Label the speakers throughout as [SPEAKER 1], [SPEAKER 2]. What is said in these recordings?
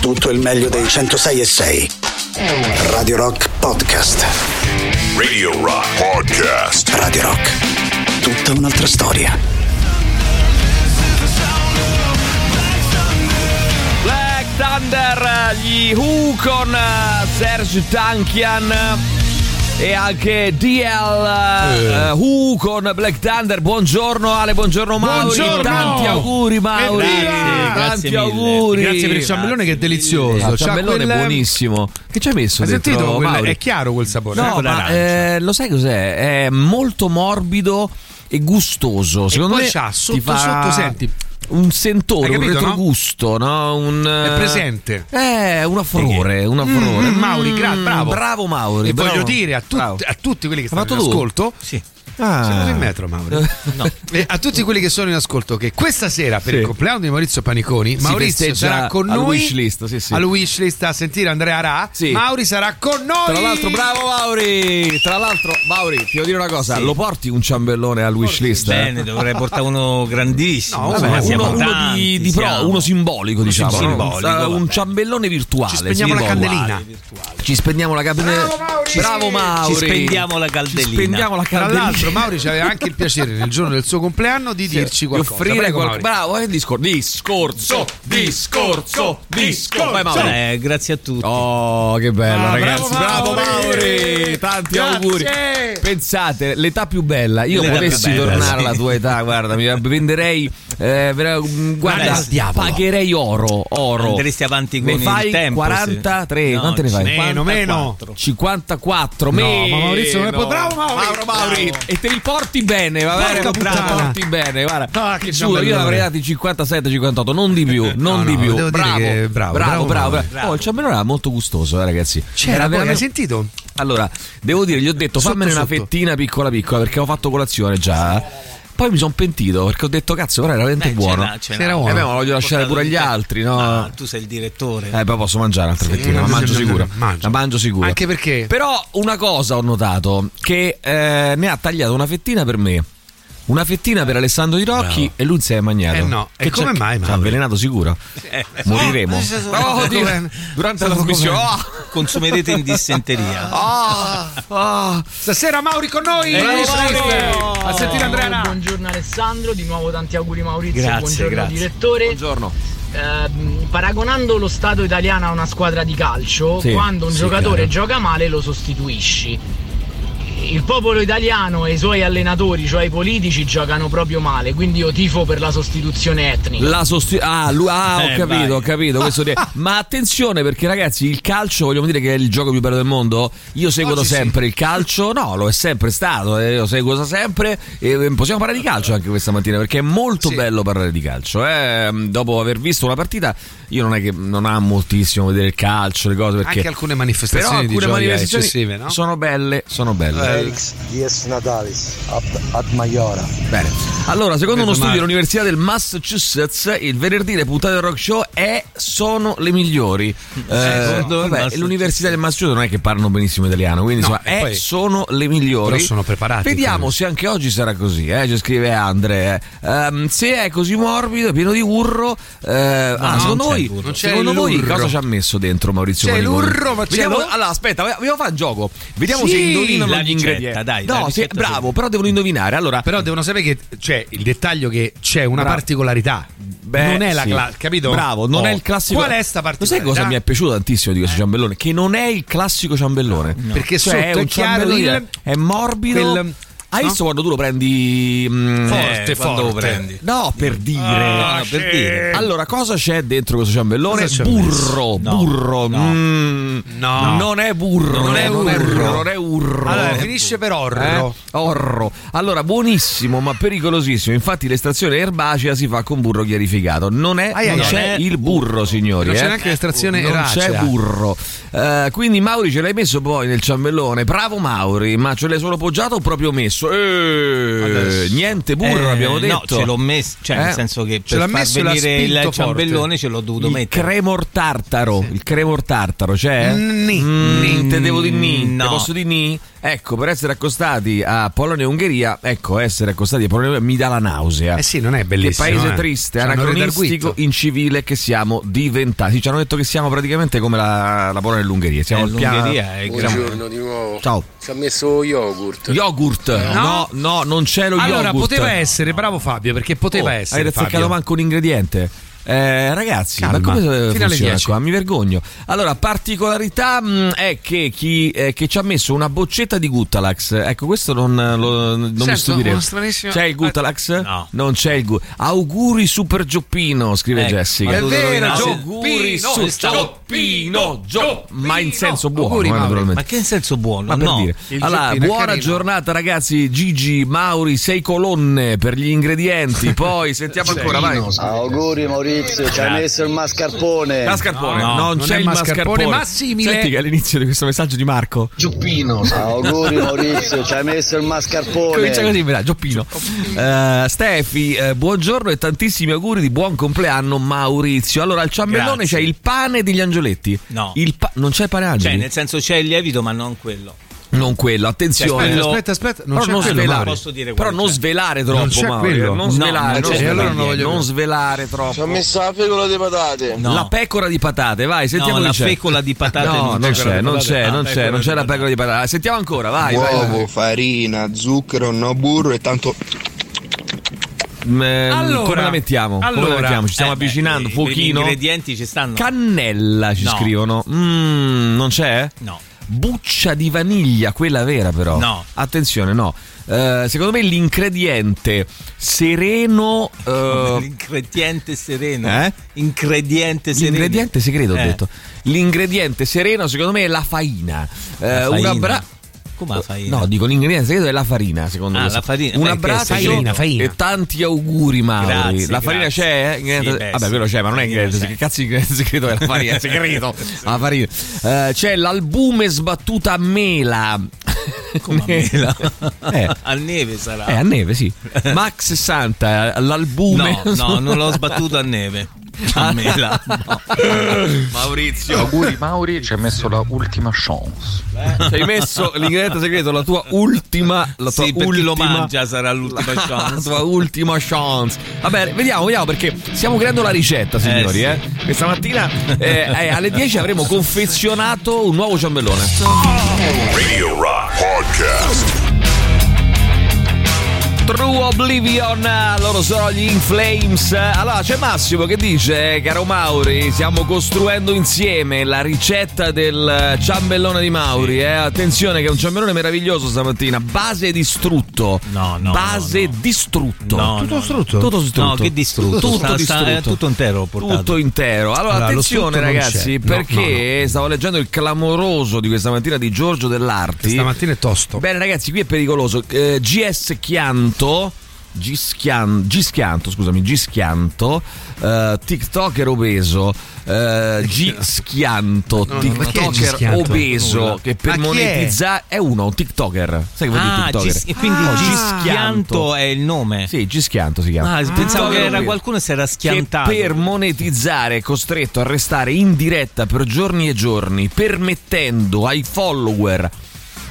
[SPEAKER 1] tutto il meglio dei 106 e 6. Radio Rock Podcast.
[SPEAKER 2] Radio Rock Podcast.
[SPEAKER 1] Radio Rock. Tutta un'altra storia.
[SPEAKER 3] Black Thunder, gli Who con eh, Serge Tankian e anche
[SPEAKER 4] Eh.
[SPEAKER 3] DL uh, Who con Black Thunder. Buongiorno Ale, buongiorno Mauri.
[SPEAKER 4] Buongiorno!
[SPEAKER 3] Tanti auguri Mauri.
[SPEAKER 4] Evviva!
[SPEAKER 3] Tanti
[SPEAKER 5] Grazie mille.
[SPEAKER 3] auguri.
[SPEAKER 4] Grazie per il ciambellone che è delizioso.
[SPEAKER 3] Il
[SPEAKER 4] C'ha
[SPEAKER 3] ciambellone
[SPEAKER 4] quel-
[SPEAKER 3] è buonissimo. Che ci hai messo
[SPEAKER 4] Hai
[SPEAKER 3] dentro,
[SPEAKER 4] sentito? quel-
[SPEAKER 3] Mauri?
[SPEAKER 4] È chiaro quel sapore.
[SPEAKER 3] No,
[SPEAKER 4] Ecco
[SPEAKER 3] ma
[SPEAKER 4] l'arancia.
[SPEAKER 3] eh, lo sai cos'è? È molto morbido e gustoso. Secondo
[SPEAKER 4] poi
[SPEAKER 3] me
[SPEAKER 4] c'ha
[SPEAKER 3] ti
[SPEAKER 4] sotto,
[SPEAKER 3] fa
[SPEAKER 4] sotto, senti.
[SPEAKER 3] Un sentore,
[SPEAKER 4] Hai capito,
[SPEAKER 3] un
[SPEAKER 4] no?
[SPEAKER 3] retrogusto, no? Un, eh,
[SPEAKER 4] È presente.
[SPEAKER 3] Eh, un affrore, un affrore.
[SPEAKER 4] Mm, Mauri, gra-
[SPEAKER 3] Mm,
[SPEAKER 4] bravo.
[SPEAKER 3] Bravo Mauri.
[SPEAKER 4] E
[SPEAKER 3] bravo.
[SPEAKER 4] voglio dire a, tut-
[SPEAKER 3] Bravo.
[SPEAKER 4] a tutti quelli che
[SPEAKER 3] L'ha
[SPEAKER 4] stanno in
[SPEAKER 3] fatto tu?
[SPEAKER 4] ascolto.
[SPEAKER 5] Sì.
[SPEAKER 3] Ah.
[SPEAKER 4] Sei andato in metro, Mauri. E a tutti quelli che sono in ascolto, che questa sera per
[SPEAKER 3] Sì.
[SPEAKER 4] il compleanno di Maurizio Paniconi, Maurizio
[SPEAKER 3] festeggia
[SPEAKER 4] sarà con
[SPEAKER 3] al
[SPEAKER 4] noi
[SPEAKER 3] wishlist, sì, sì.
[SPEAKER 4] al wishlist a sentire Andrea Ra.
[SPEAKER 3] Sì.
[SPEAKER 4] Mauri sarà con noi.
[SPEAKER 3] Tra l'altro, bravo Mauri! Tra l'altro, Mauri, ti devo dire una cosa:
[SPEAKER 5] Sì.
[SPEAKER 3] lo porti un ciambellone al wishlist?
[SPEAKER 5] Bene, dovrei portare uno grandissimo.
[SPEAKER 4] No,
[SPEAKER 3] Certo. Vabbè,
[SPEAKER 4] ma
[SPEAKER 5] insomma, siamo
[SPEAKER 3] uno, uno
[SPEAKER 5] tanti,
[SPEAKER 3] di, di pro,
[SPEAKER 5] siamo.
[SPEAKER 3] uno simbolico, diciamo. no?
[SPEAKER 5] simbolico,
[SPEAKER 3] Un- un
[SPEAKER 5] vabbè.
[SPEAKER 3] ciambellone virtuale.
[SPEAKER 4] Ci spegniamo
[SPEAKER 3] sì,
[SPEAKER 4] la
[SPEAKER 3] virtuale.
[SPEAKER 4] candelina.
[SPEAKER 3] Ci spendiamo la candelina. Bravo Mauri!
[SPEAKER 5] Ci spendiamo la
[SPEAKER 3] Ci
[SPEAKER 5] candelina.
[SPEAKER 3] spendiamo la
[SPEAKER 4] Tra
[SPEAKER 3] candelina.
[SPEAKER 4] l'altro, Mauri ci aveva anche il piacere nel giorno del suo compleanno di dirci
[SPEAKER 3] Di
[SPEAKER 4] qualcosa.
[SPEAKER 3] offrire
[SPEAKER 4] Prego,
[SPEAKER 3] qual-
[SPEAKER 4] Mauri.
[SPEAKER 3] Bravo, eh, discorso. Discorso, discorso, discorso. Vai Mauri.
[SPEAKER 5] Cioè, grazie a tutti.
[SPEAKER 3] Oh, che bello,
[SPEAKER 4] Ah,
[SPEAKER 3] ragazzi.
[SPEAKER 4] bravo
[SPEAKER 3] Bravo Mauri,
[SPEAKER 4] Mauri!
[SPEAKER 3] tanti
[SPEAKER 4] Grazie!
[SPEAKER 3] auguri. Pensate, l'età più bella. Io
[SPEAKER 5] L'età più
[SPEAKER 3] potessi
[SPEAKER 5] bella,
[SPEAKER 3] tornare
[SPEAKER 5] sì.
[SPEAKER 3] alla tua età, guarda, mi venderei eh, vera- mh, guarda,
[SPEAKER 5] Andresti-
[SPEAKER 3] diavolo. pagherei oro, oro.
[SPEAKER 5] Andresti avanti con
[SPEAKER 3] ne fai
[SPEAKER 5] il tempo.
[SPEAKER 3] 43,
[SPEAKER 5] sì. No,
[SPEAKER 3] quante ne fai?
[SPEAKER 4] Meno, meno.
[SPEAKER 5] 54.
[SPEAKER 3] 54
[SPEAKER 4] No, ma Maurizio non è po-
[SPEAKER 3] può
[SPEAKER 4] bravo, Mauri!
[SPEAKER 3] Mauro Mauri
[SPEAKER 4] Bravo.
[SPEAKER 3] e te li porti bene va bene
[SPEAKER 4] Porca
[SPEAKER 3] Te li
[SPEAKER 4] puttana.
[SPEAKER 3] porti bene guarda
[SPEAKER 4] Ah, che
[SPEAKER 3] Ti giuro io
[SPEAKER 4] ciambellone.
[SPEAKER 3] l'avrei dati 57 58 non di più non
[SPEAKER 4] No,
[SPEAKER 3] di
[SPEAKER 4] no,
[SPEAKER 3] più
[SPEAKER 4] devo dire
[SPEAKER 3] bravo,
[SPEAKER 4] che-
[SPEAKER 3] bravo
[SPEAKER 4] bravo,
[SPEAKER 3] bravo
[SPEAKER 4] bravo,
[SPEAKER 3] bravo,
[SPEAKER 4] Mauri.
[SPEAKER 3] Oh, il ciambellone era molto gustoso eh, ragazzi
[SPEAKER 4] C'era,
[SPEAKER 3] Era
[SPEAKER 4] poi, hai
[SPEAKER 3] veramente-
[SPEAKER 4] sentito?
[SPEAKER 3] allora devo dire gli ho detto
[SPEAKER 4] Sotto,
[SPEAKER 3] fammene una
[SPEAKER 4] sotto.
[SPEAKER 3] fettina piccola piccola perché ho fatto colazione già poi mi sono pentito perché ho detto cazzo però era veramente
[SPEAKER 5] Eh,
[SPEAKER 3] buono
[SPEAKER 5] ce n'ha, ce n'ha.
[SPEAKER 4] Sera
[SPEAKER 3] eh,
[SPEAKER 4] buono.
[SPEAKER 3] beh, ma lo voglio lasciare pure agli
[SPEAKER 5] Portato-
[SPEAKER 3] altri no
[SPEAKER 5] Ah, tu sei il direttore.
[SPEAKER 3] eh, poi posso mangiare un'altra fettina, la
[SPEAKER 4] sì,
[SPEAKER 3] mangio
[SPEAKER 4] sì,
[SPEAKER 3] sicura.
[SPEAKER 4] sì, mangio.
[SPEAKER 3] La mangio sicura.
[SPEAKER 4] Anche perché-
[SPEAKER 3] Però una cosa ho notato: che eh, ne ha tagliato una fettina per me. Una fettina per Alessandro Di Rocchi e lui si è mangiato.
[SPEAKER 4] Eh no, e
[SPEAKER 3] Che c'è-
[SPEAKER 4] come mai,
[SPEAKER 3] c'è
[SPEAKER 4] Mauro?
[SPEAKER 3] avvelenato sicuro. Moriremo.
[SPEAKER 4] Oh, sì, sì, sì.
[SPEAKER 3] Oh, Dio.
[SPEAKER 4] Come-
[SPEAKER 3] durante la
[SPEAKER 4] Come-
[SPEAKER 3] trasmissione.
[SPEAKER 5] Consumerete in dissenteria.
[SPEAKER 3] Ah, ah.
[SPEAKER 4] Stasera Eh, Mauri con noi.
[SPEAKER 3] Bravo, Mauri.
[SPEAKER 4] A sentire Andrea Ra.
[SPEAKER 6] Buongiorno Alessandro, di nuovo tanti auguri Maurizio,
[SPEAKER 5] Grazie,
[SPEAKER 6] buongiorno
[SPEAKER 5] grazie.
[SPEAKER 6] direttore.
[SPEAKER 3] Buongiorno.
[SPEAKER 6] Ehm, paragonando lo stato italiano a una squadra di calcio,
[SPEAKER 3] Sì,
[SPEAKER 6] quando un
[SPEAKER 3] sì,
[SPEAKER 6] giocatore
[SPEAKER 3] chiaro.
[SPEAKER 6] gioca male lo sostituisci. Il popolo italiano e i suoi allenatori, cioè i politici, giocano proprio male, quindi io tifo per la sostituzione etnica.
[SPEAKER 3] La sosti- ah, lui- ah, ho
[SPEAKER 5] Eh,
[SPEAKER 3] capito,
[SPEAKER 5] vai.
[SPEAKER 3] ho capito. questo di- Ma attenzione perché, ragazzi, il calcio, vogliamo dire che è il gioco più bello del mondo? Io seguo da
[SPEAKER 4] Oggi sì.
[SPEAKER 3] sempre il calcio, no, lo è sempre stato, eh, lo seguo da sempre. E eh, possiamo parlare di calcio anche questa mattina perché è molto
[SPEAKER 4] Sì.
[SPEAKER 3] bello parlare di calcio. eh. Dopo aver visto una partita, io non è che non amo moltissimo vedere il calcio, le cose perché.
[SPEAKER 4] Anche alcune
[SPEAKER 3] però
[SPEAKER 4] manifestazioni di
[SPEAKER 3] alcune
[SPEAKER 4] gioia
[SPEAKER 3] manifestazioni
[SPEAKER 4] eccessive, no?
[SPEAKER 3] sono belle, sono belle.
[SPEAKER 7] Felix Dies Natalis ad, ad Maiora.
[SPEAKER 3] Bene. Allora, secondo uno
[SPEAKER 4] Meno
[SPEAKER 3] studio
[SPEAKER 4] male.
[SPEAKER 3] dell'Università del Massachusetts, il venerdì le puntate del rock show è, sono le migliori. Eh,
[SPEAKER 5] secondo il
[SPEAKER 3] vabbè,
[SPEAKER 5] Massachusetts.
[SPEAKER 3] l'Università del Massachusetts non è che parlano benissimo italiano, quindi
[SPEAKER 4] No,
[SPEAKER 3] insomma,
[SPEAKER 4] e
[SPEAKER 3] è,
[SPEAKER 4] poi-
[SPEAKER 3] sono le migliori.
[SPEAKER 4] Però sono preparati,
[SPEAKER 3] Vediamo
[SPEAKER 4] quindi.
[SPEAKER 3] se anche oggi sarà così, eh, ci scrive Andre. Ehm, se è così morbido, pieno di urro, eh, ah,
[SPEAKER 5] non
[SPEAKER 3] secondo
[SPEAKER 5] c'è
[SPEAKER 3] voi,
[SPEAKER 5] l'urro.
[SPEAKER 4] Non c'è
[SPEAKER 3] secondo voi
[SPEAKER 4] l'urro.
[SPEAKER 3] cosa ci ha messo dentro Maurizio
[SPEAKER 4] C'è
[SPEAKER 3] Paniconi?
[SPEAKER 4] l'urro, ma c'è
[SPEAKER 3] Vediamo-
[SPEAKER 4] l'urro.
[SPEAKER 3] Allora, aspetta, vogliamo fare il gioco. Vediamo
[SPEAKER 4] Sì,
[SPEAKER 3] se indovinano
[SPEAKER 5] la
[SPEAKER 3] gli
[SPEAKER 5] ricetta,
[SPEAKER 3] ingredienti.
[SPEAKER 5] dai, la
[SPEAKER 3] no, se-
[SPEAKER 5] ricetta
[SPEAKER 3] bravo,
[SPEAKER 5] sì.
[SPEAKER 3] però devono indovinare. Allora,
[SPEAKER 4] Però devono sapere che c'è il dettaglio che c'è una
[SPEAKER 3] Bravo.
[SPEAKER 4] particolarità.
[SPEAKER 3] Beh,
[SPEAKER 4] non è la
[SPEAKER 3] sì.
[SPEAKER 4] cla- capito?
[SPEAKER 3] Bravo, non
[SPEAKER 4] Oh.
[SPEAKER 3] è il classico.
[SPEAKER 4] Qual è sta
[SPEAKER 3] Lo sai
[SPEAKER 4] particolarità?
[SPEAKER 3] cosa mi è piaciuto tantissimo di questo ciambellone? Che non è il classico ciambellone.
[SPEAKER 4] Perché
[SPEAKER 3] cioè,
[SPEAKER 4] sotto
[SPEAKER 3] è un
[SPEAKER 4] è chiaro
[SPEAKER 3] ciambellone,
[SPEAKER 4] il-
[SPEAKER 3] è morbido.
[SPEAKER 4] quel-
[SPEAKER 3] Hai
[SPEAKER 4] no?
[SPEAKER 3] visto quando tu lo prendi mm,
[SPEAKER 4] Forte,
[SPEAKER 5] Eh, quando
[SPEAKER 4] forte.
[SPEAKER 5] lo prendi?
[SPEAKER 3] No, per dire.
[SPEAKER 5] Eh,
[SPEAKER 4] Ah,
[SPEAKER 3] No, per
[SPEAKER 4] sì.
[SPEAKER 3] dire. Allora, cosa c'è dentro questo ciambellone?
[SPEAKER 4] Cosa c'è
[SPEAKER 3] Burro,
[SPEAKER 5] No,
[SPEAKER 3] burro.
[SPEAKER 5] no.
[SPEAKER 3] mm,
[SPEAKER 4] No.
[SPEAKER 3] Non è burro,
[SPEAKER 4] Non è urro.
[SPEAKER 3] non è urro.
[SPEAKER 4] Allora, finisce per orro.
[SPEAKER 3] Eh? Orro. Allora, buonissimo, ma pericolosissimo. Infatti, l'estrazione erbacea si fa con burro chiarificato. Non, è,
[SPEAKER 4] Ai, ai,
[SPEAKER 3] non
[SPEAKER 4] ai.
[SPEAKER 3] c'è
[SPEAKER 5] Non è
[SPEAKER 3] il burro, signori.
[SPEAKER 4] Non c'è
[SPEAKER 3] eh.
[SPEAKER 4] neanche l'estrazione
[SPEAKER 3] Non c'è
[SPEAKER 4] eracea.
[SPEAKER 3] burro. Eh, quindi, Mauri, ce l'hai messo poi nel ciambellone. Bravo, Mauri, ma ce l'hai solo poggiato o proprio messo? adesso, eh,
[SPEAKER 4] Adesso.
[SPEAKER 3] niente burro,
[SPEAKER 5] Eh,
[SPEAKER 3] abbiamo detto.
[SPEAKER 5] No, ce l'ho messo, cioè
[SPEAKER 3] Eh?
[SPEAKER 5] nel senso che
[SPEAKER 4] Ce
[SPEAKER 5] per
[SPEAKER 4] l'ha
[SPEAKER 5] far
[SPEAKER 4] messo e l'ha
[SPEAKER 5] venire il
[SPEAKER 4] spinto
[SPEAKER 5] ciambellone
[SPEAKER 4] forte.
[SPEAKER 5] ce l'ho dovuto
[SPEAKER 3] il
[SPEAKER 5] mettere.
[SPEAKER 3] cremor tartaro, il cremor tartaro, c'è?
[SPEAKER 4] Ni.
[SPEAKER 3] Mm, te devo di ni,
[SPEAKER 5] No.
[SPEAKER 3] te posso di ni? Ecco, per essere accostati a Polonia e Ungheria, ecco, essere accostati a Polonia e Ungheria mi dà la nausea.
[SPEAKER 4] Eh sì, non è
[SPEAKER 3] Che
[SPEAKER 4] bellissimo.
[SPEAKER 3] paese
[SPEAKER 4] eh.
[SPEAKER 3] triste,
[SPEAKER 4] Ci hanno
[SPEAKER 3] anacronistico,
[SPEAKER 4] redarguito.
[SPEAKER 3] incivile che siamo diventati. Sì, ci hanno detto che siamo praticamente come la, la Polonia e l'Ungheria. Siamo
[SPEAKER 5] Eh,
[SPEAKER 3] al piano-
[SPEAKER 5] l'Ungheria è
[SPEAKER 3] siamo-
[SPEAKER 8] Buongiorno di nuovo.
[SPEAKER 3] Ciao.
[SPEAKER 8] Ci ha messo yogurt.
[SPEAKER 3] Yogurt. No, no, non c'è lo
[SPEAKER 9] Allora,
[SPEAKER 3] yogurt.
[SPEAKER 9] poteva essere, bravo Fabio, perché poteva
[SPEAKER 3] Oh,
[SPEAKER 9] essere.
[SPEAKER 3] Hai azzeccato
[SPEAKER 9] Fabio.
[SPEAKER 3] manco un ingrediente. Eh, ragazzi,
[SPEAKER 4] Calma.
[SPEAKER 3] ma come
[SPEAKER 4] Fino alle
[SPEAKER 3] funziona
[SPEAKER 4] 10.
[SPEAKER 3] qua? Mi vergogno. Allora, particolarità mh, è che chi eh, che ci ha messo una boccetta di Guttalax. Ecco, questo non, eh, lo- non mi
[SPEAKER 4] Certo,
[SPEAKER 3] stupirei.
[SPEAKER 4] uno stranissimo- Eh,
[SPEAKER 3] C'è il Guttalax?
[SPEAKER 5] no.
[SPEAKER 3] Non c'è il Guttalax. Auguri Super Gioppino, scrive
[SPEAKER 5] Ecco,
[SPEAKER 3] Jessica.
[SPEAKER 5] ma
[SPEAKER 4] È vero,
[SPEAKER 3] auguri
[SPEAKER 4] Gioppino,
[SPEAKER 3] su- Gioppino, Gioppino. Ma in senso buono,
[SPEAKER 4] Auguri,
[SPEAKER 3] eh,
[SPEAKER 4] Mauro.
[SPEAKER 3] naturalmente.
[SPEAKER 5] Ma che in senso buono?
[SPEAKER 3] Ma per
[SPEAKER 5] no. Cioè,
[SPEAKER 3] dire.
[SPEAKER 4] Il
[SPEAKER 3] Allora,
[SPEAKER 4] Gioppino è
[SPEAKER 3] buona
[SPEAKER 4] carino.
[SPEAKER 3] giornata ragazzi, Gigi, Mauri, sei colonne per gli ingredienti, poi sentiamo ancora, vai.
[SPEAKER 7] Auguri Maurizio, ci hai messo il mascarpone.
[SPEAKER 3] Mascarpone,
[SPEAKER 5] No, no,
[SPEAKER 3] non,
[SPEAKER 4] non
[SPEAKER 3] c'è
[SPEAKER 4] è
[SPEAKER 3] il mascarpone,
[SPEAKER 4] mascarpone, ma simile.
[SPEAKER 3] Senti che all'inizio di questo messaggio di Marco
[SPEAKER 7] Auguri Maurizio, ci hai messo il
[SPEAKER 3] comincia
[SPEAKER 7] mascarpone.
[SPEAKER 3] così, verrà, Gioppino. Eh, Stefi, eh, buongiorno e tantissimi auguri di buon compleanno Maurizio. Allora, al ciambellone
[SPEAKER 5] Grazie.
[SPEAKER 3] c'è il pane degli angioletti.
[SPEAKER 5] No.
[SPEAKER 3] Il pa- non c'è pane
[SPEAKER 5] Cioè,
[SPEAKER 3] angeli.
[SPEAKER 5] nel senso c'è il lievito, ma non quello.
[SPEAKER 3] Non quello, attenzione.
[SPEAKER 5] Aspetta,
[SPEAKER 4] aspetta, aspetta, Cioè, non
[SPEAKER 3] però
[SPEAKER 4] c'è
[SPEAKER 3] non
[SPEAKER 4] quello,
[SPEAKER 3] svelare,
[SPEAKER 4] Mauri.
[SPEAKER 5] Posso dire
[SPEAKER 3] però
[SPEAKER 5] quale
[SPEAKER 3] non
[SPEAKER 5] c'è?
[SPEAKER 3] svelare troppo,
[SPEAKER 4] c'è
[SPEAKER 3] Mauri, eh.
[SPEAKER 4] quello.
[SPEAKER 3] Non
[SPEAKER 5] No,
[SPEAKER 3] svelare,
[SPEAKER 5] non
[SPEAKER 3] non,
[SPEAKER 5] c'è.
[SPEAKER 3] svelare,
[SPEAKER 5] E allora non
[SPEAKER 4] voglio
[SPEAKER 3] non
[SPEAKER 4] vedere.
[SPEAKER 3] svelare troppo.
[SPEAKER 8] messo la fecola delle patate.
[SPEAKER 5] No.
[SPEAKER 3] La pecora di patate, vai, sentiamo
[SPEAKER 5] No,
[SPEAKER 3] chi
[SPEAKER 5] la
[SPEAKER 3] c'è.
[SPEAKER 5] fecola di patate
[SPEAKER 3] No,
[SPEAKER 5] non
[SPEAKER 3] non
[SPEAKER 5] c'è.
[SPEAKER 3] c'è, non c'è,
[SPEAKER 5] Ah,
[SPEAKER 3] non c'è, non c'è la
[SPEAKER 5] pecola
[SPEAKER 3] pecora di patate. Ah, Sentiamo ancora, vai, vai, vai.
[SPEAKER 10] farina, zucchero, no burro e tanto
[SPEAKER 3] Mm, ehm,
[SPEAKER 9] Allora,
[SPEAKER 3] come la mettiamo? come la
[SPEAKER 9] allora,
[SPEAKER 3] mettiamo? Ci stiamo
[SPEAKER 5] Eh, beh,
[SPEAKER 3] avvicinando,
[SPEAKER 5] i- Gli
[SPEAKER 3] fuochino.
[SPEAKER 5] ingredienti ci stanno.
[SPEAKER 3] Cannella ci
[SPEAKER 5] No.
[SPEAKER 3] scrivono. Mm, non c'è?
[SPEAKER 5] no.
[SPEAKER 3] Buccia di vaniglia, quella vera però.
[SPEAKER 5] No.
[SPEAKER 3] Attenzione, no. Eh, secondo me l'ingrediente sereno... eh,
[SPEAKER 5] L'ingrediente sereno.
[SPEAKER 3] Eh?
[SPEAKER 5] Ingrediente sereno.
[SPEAKER 3] L'ingrediente segreto, ho
[SPEAKER 5] Eh,
[SPEAKER 3] detto. L'ingrediente sereno, secondo me, è la faina. Eh,
[SPEAKER 5] la
[SPEAKER 3] un
[SPEAKER 5] faina.
[SPEAKER 3] abbra-
[SPEAKER 5] Come la fai?
[SPEAKER 3] No, dico l'ingrediente segreto è la farina, secondo
[SPEAKER 5] Ah,
[SPEAKER 3] me.
[SPEAKER 5] la farina,
[SPEAKER 3] Un
[SPEAKER 5] perché
[SPEAKER 3] abbraccio
[SPEAKER 5] segreto. Faina,
[SPEAKER 4] faina.
[SPEAKER 3] e tanti auguri, Mauri.
[SPEAKER 5] Grazie,
[SPEAKER 3] la farina
[SPEAKER 5] grazie.
[SPEAKER 3] c'è? eh? Ingrediente-
[SPEAKER 5] Sì, beh,
[SPEAKER 3] Vabbè,
[SPEAKER 5] sì.
[SPEAKER 3] quello c'è, ma non è ingrediente.
[SPEAKER 5] Sì,
[SPEAKER 3] segreto. Che cazzo di ingrediente segreto è la farina? È segreto. la farina. Eh, c'è l'albume sbattuta a mela.
[SPEAKER 5] Come a mela?
[SPEAKER 3] Eh.
[SPEAKER 5] Al neve sarà.
[SPEAKER 3] Eh, a neve, sì. Max 60, l'albume.
[SPEAKER 5] No, no, non l'ho sbattuto a neve.
[SPEAKER 3] Ah,
[SPEAKER 5] A mela. No.
[SPEAKER 3] Maurizio.
[SPEAKER 10] auguri Mauri ci ha messo la ultima chance
[SPEAKER 3] Ci hai messo l'ingrediente segreto, la tua ultima, la tua
[SPEAKER 5] Sì, per chi
[SPEAKER 3] ultima,
[SPEAKER 5] lo mangia sarà l'ultima
[SPEAKER 3] la
[SPEAKER 5] chance.
[SPEAKER 3] tua ultima chance. Vabbè, vediamo, vediamo perché stiamo creando la ricetta, signori.
[SPEAKER 5] sì.
[SPEAKER 3] Eh, Questa mattina eh, eh, alle 10 avremo confezionato un nuovo ciambellone.
[SPEAKER 2] Radio Rock Podcast.
[SPEAKER 3] True Oblivion, eh, loro sono gli In Flames. Allora c'è Massimo che dice, eh, caro Mauri, stiamo costruendo insieme la ricetta del eh, ciambellone di Mauri. eh. Attenzione che è un ciambellone meraviglioso stamattina. Base distrutto.
[SPEAKER 5] No, no,
[SPEAKER 3] Base
[SPEAKER 5] no, no.
[SPEAKER 3] distrutto.
[SPEAKER 5] No,
[SPEAKER 4] Tutto
[SPEAKER 5] no,
[SPEAKER 4] distrutto?
[SPEAKER 3] Tutto distrutto.
[SPEAKER 5] No, che distrutto.
[SPEAKER 3] Tutto
[SPEAKER 5] Sta- sta-
[SPEAKER 3] distrutto.
[SPEAKER 5] è tutto intero ho portato.
[SPEAKER 3] Tutto intero. Allora,
[SPEAKER 4] Allora, lo
[SPEAKER 3] attenzione
[SPEAKER 4] strutto non c'è.
[SPEAKER 3] ragazzi,
[SPEAKER 4] No,
[SPEAKER 3] perché stavo leggendo il clamoroso di questa mattina di Giorgio Dell'Arti.
[SPEAKER 4] Stamattina è tosto.
[SPEAKER 3] Bene ragazzi, qui è pericoloso. Eh, GS Chianto. Gischian- Gischianto, scusami, Gischianto, eh, TikToker obeso, eh, Gischianto,
[SPEAKER 4] No, no, perché
[SPEAKER 3] TikToker
[SPEAKER 4] Gischianto?
[SPEAKER 3] obeso,
[SPEAKER 4] Nulla.
[SPEAKER 3] che per
[SPEAKER 4] Ma chi è?
[SPEAKER 3] monetizzare è? uno, un TikToker. Sai che vuol dire
[SPEAKER 5] Ah,
[SPEAKER 3] TikToker?
[SPEAKER 5] Gis- e quindi
[SPEAKER 3] Ah.
[SPEAKER 5] Gischianto è il nome.
[SPEAKER 3] Sì, Gischianto si chiama.
[SPEAKER 5] Ah, pensavo che era
[SPEAKER 3] obeso.
[SPEAKER 5] qualcuno che si era schiantato.
[SPEAKER 3] Che per monetizzare è costretto a restare in diretta per giorni e giorni, permettendo ai follower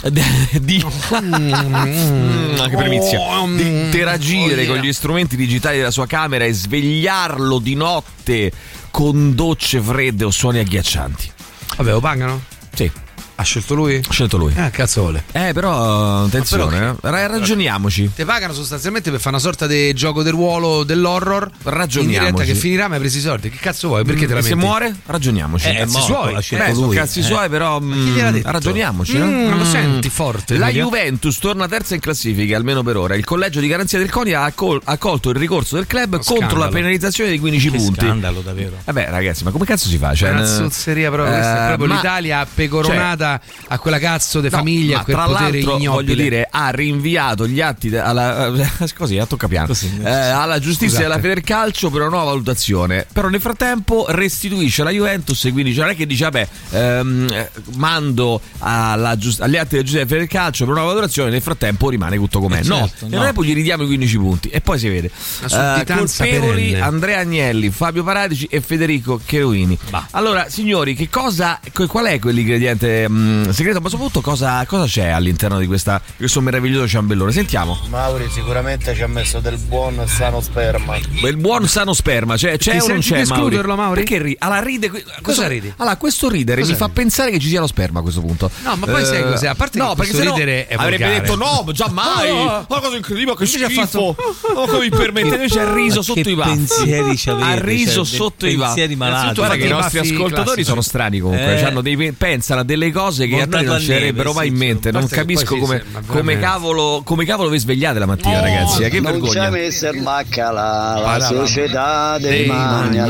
[SPEAKER 3] d- di, Mm, che primizia. di interagire con gli strumenti digitali della sua camera e svegliarlo di notte con docce fredde o suoni agghiaccianti.
[SPEAKER 4] Vabbè, lo pagano?
[SPEAKER 3] Sì,
[SPEAKER 4] Ha scelto lui?
[SPEAKER 3] ha scelto lui.
[SPEAKER 4] Ah, cazzole.
[SPEAKER 3] Eh, però attenzione, eh. Ra- ragioniamoci.
[SPEAKER 4] Te pagano sostanzialmente per fare una sorta di gioco del ruolo dell'horror.
[SPEAKER 3] Ragioniamoci. Mm,
[SPEAKER 4] In diretta che finirà, ma hai preso i soldi. Che cazzo vuoi? Perché te la
[SPEAKER 3] E se
[SPEAKER 4] metti?
[SPEAKER 3] muore, ragioniamoci.
[SPEAKER 5] Eh, è
[SPEAKER 4] cazzi
[SPEAKER 5] morto,
[SPEAKER 4] suoi.
[SPEAKER 5] l'ha scelto
[SPEAKER 3] Beh, sono
[SPEAKER 5] lui.
[SPEAKER 3] cazzi
[SPEAKER 5] Eh.
[SPEAKER 3] suoi, però
[SPEAKER 4] chi
[SPEAKER 3] mm,
[SPEAKER 4] gliel'ha detto?
[SPEAKER 3] ragioniamoci.
[SPEAKER 4] Mm,
[SPEAKER 3] no?
[SPEAKER 4] non lo senti forte,
[SPEAKER 3] La
[SPEAKER 4] Emilio?
[SPEAKER 3] Juventus torna terza in classifica, almeno per ora. Il collegio di garanzia del CONI ha accol- accolto il ricorso del club contro
[SPEAKER 4] scandalo.
[SPEAKER 3] la penalizzazione di 15
[SPEAKER 5] Che
[SPEAKER 3] punti.
[SPEAKER 5] scandalo, davvero.
[SPEAKER 3] Vabbè, ragazzi, ma come cazzo si fa? Cioè,
[SPEAKER 4] È una
[SPEAKER 3] eh,
[SPEAKER 4] zozzeria proprio. Questa è
[SPEAKER 3] eh,
[SPEAKER 4] proprio
[SPEAKER 3] ma- cioè,
[SPEAKER 4] l'Italia pecoronata quella, a quella cazzo di famiglia,
[SPEAKER 3] ma
[SPEAKER 4] a quel
[SPEAKER 3] tra
[SPEAKER 4] potere
[SPEAKER 3] l'altro,
[SPEAKER 4] ignobile.
[SPEAKER 3] voglio dire, ha rinviato gli atti de- alla, eh, così, a toccapiano. Eh, alla giustizia e alla Federcalcio per una nuova valutazione. Però nel frattempo restituisce la Juventus e quindi cioè, non è che dice vabbè, ehm, eh, mando alla giust- agli atti della giustizia e Federcalcio per una nuova valutazione, nel frattempo rimane tutto com'è.
[SPEAKER 5] Eh,
[SPEAKER 3] no,
[SPEAKER 5] certo,
[SPEAKER 3] nel
[SPEAKER 5] no.
[SPEAKER 3] frattempo gli ridiamo i 15 punti e poi si vede.
[SPEAKER 4] Una
[SPEAKER 3] Eh,
[SPEAKER 4] sudditanza
[SPEAKER 3] colpevoli
[SPEAKER 4] perenne.
[SPEAKER 3] Andrea Agnelli, Fabio Paradici e Federico Cheruini. Allora, signori, che cosa, que- qual è quell'ingrediente mh, segreto? Ma soprattutto cosa, cosa c'è all'interno di questa- di questo meraviglioso ciambellone? Sentiamo.
[SPEAKER 7] Mauri sicuramente ci ha messo del buon sano sperma.
[SPEAKER 3] Il buon sano sperma, cioè, c'è
[SPEAKER 7] Ti
[SPEAKER 3] o non
[SPEAKER 7] senti
[SPEAKER 3] c'è?
[SPEAKER 7] di escluderlo, Mauri?
[SPEAKER 3] Perché ri- alla ride. que- questo-
[SPEAKER 4] ridi?
[SPEAKER 3] Allora, questo ridere
[SPEAKER 4] Cosa
[SPEAKER 3] mi fa pensare che ci sia lo sperma a questo punto. Eh,
[SPEAKER 4] No, ma poi sai cos'è? A parte che
[SPEAKER 3] no, perché
[SPEAKER 4] questo
[SPEAKER 3] sennò
[SPEAKER 4] ridere è
[SPEAKER 3] avrebbe
[SPEAKER 4] volgare.
[SPEAKER 3] detto no, ma giammai.
[SPEAKER 4] Ah.
[SPEAKER 3] Ma cosa incredibile, che
[SPEAKER 4] Invece ha
[SPEAKER 3] schifo.
[SPEAKER 4] fatto- Oh,
[SPEAKER 3] Ma come vi permettete? Invece ha riso
[SPEAKER 5] Ma
[SPEAKER 3] sotto
[SPEAKER 5] che
[SPEAKER 3] i baffi.
[SPEAKER 5] pensieri ci avete,
[SPEAKER 3] Ha riso
[SPEAKER 5] cioè,
[SPEAKER 3] sotto
[SPEAKER 5] dei
[SPEAKER 3] i baffi.
[SPEAKER 5] pensieri malati.
[SPEAKER 3] Innanzitutto, guarda che i
[SPEAKER 4] Infatti,
[SPEAKER 3] nostri
[SPEAKER 4] i baffi
[SPEAKER 3] ascoltatori
[SPEAKER 4] classici.
[SPEAKER 3] sono strani comunque.
[SPEAKER 5] Eh.
[SPEAKER 3] Cioè, hanno dei- pensano a delle cose che a noi
[SPEAKER 5] Montato
[SPEAKER 3] non
[SPEAKER 5] a
[SPEAKER 3] ci
[SPEAKER 5] neve,
[SPEAKER 3] verrebbero mai
[SPEAKER 5] sì,
[SPEAKER 3] in
[SPEAKER 5] sì.
[SPEAKER 3] mente. Non
[SPEAKER 4] Basta che poi
[SPEAKER 3] capisco
[SPEAKER 4] si
[SPEAKER 3] come,
[SPEAKER 4] sembra,
[SPEAKER 3] come
[SPEAKER 4] veramente.
[SPEAKER 3] cavolo, come cavolo vi svegliate la mattina, ragazzi. eh, Che
[SPEAKER 7] non ci ha
[SPEAKER 3] vergogna.
[SPEAKER 7] messo il maccalà la
[SPEAKER 4] Parla,
[SPEAKER 7] società dei,
[SPEAKER 3] Dei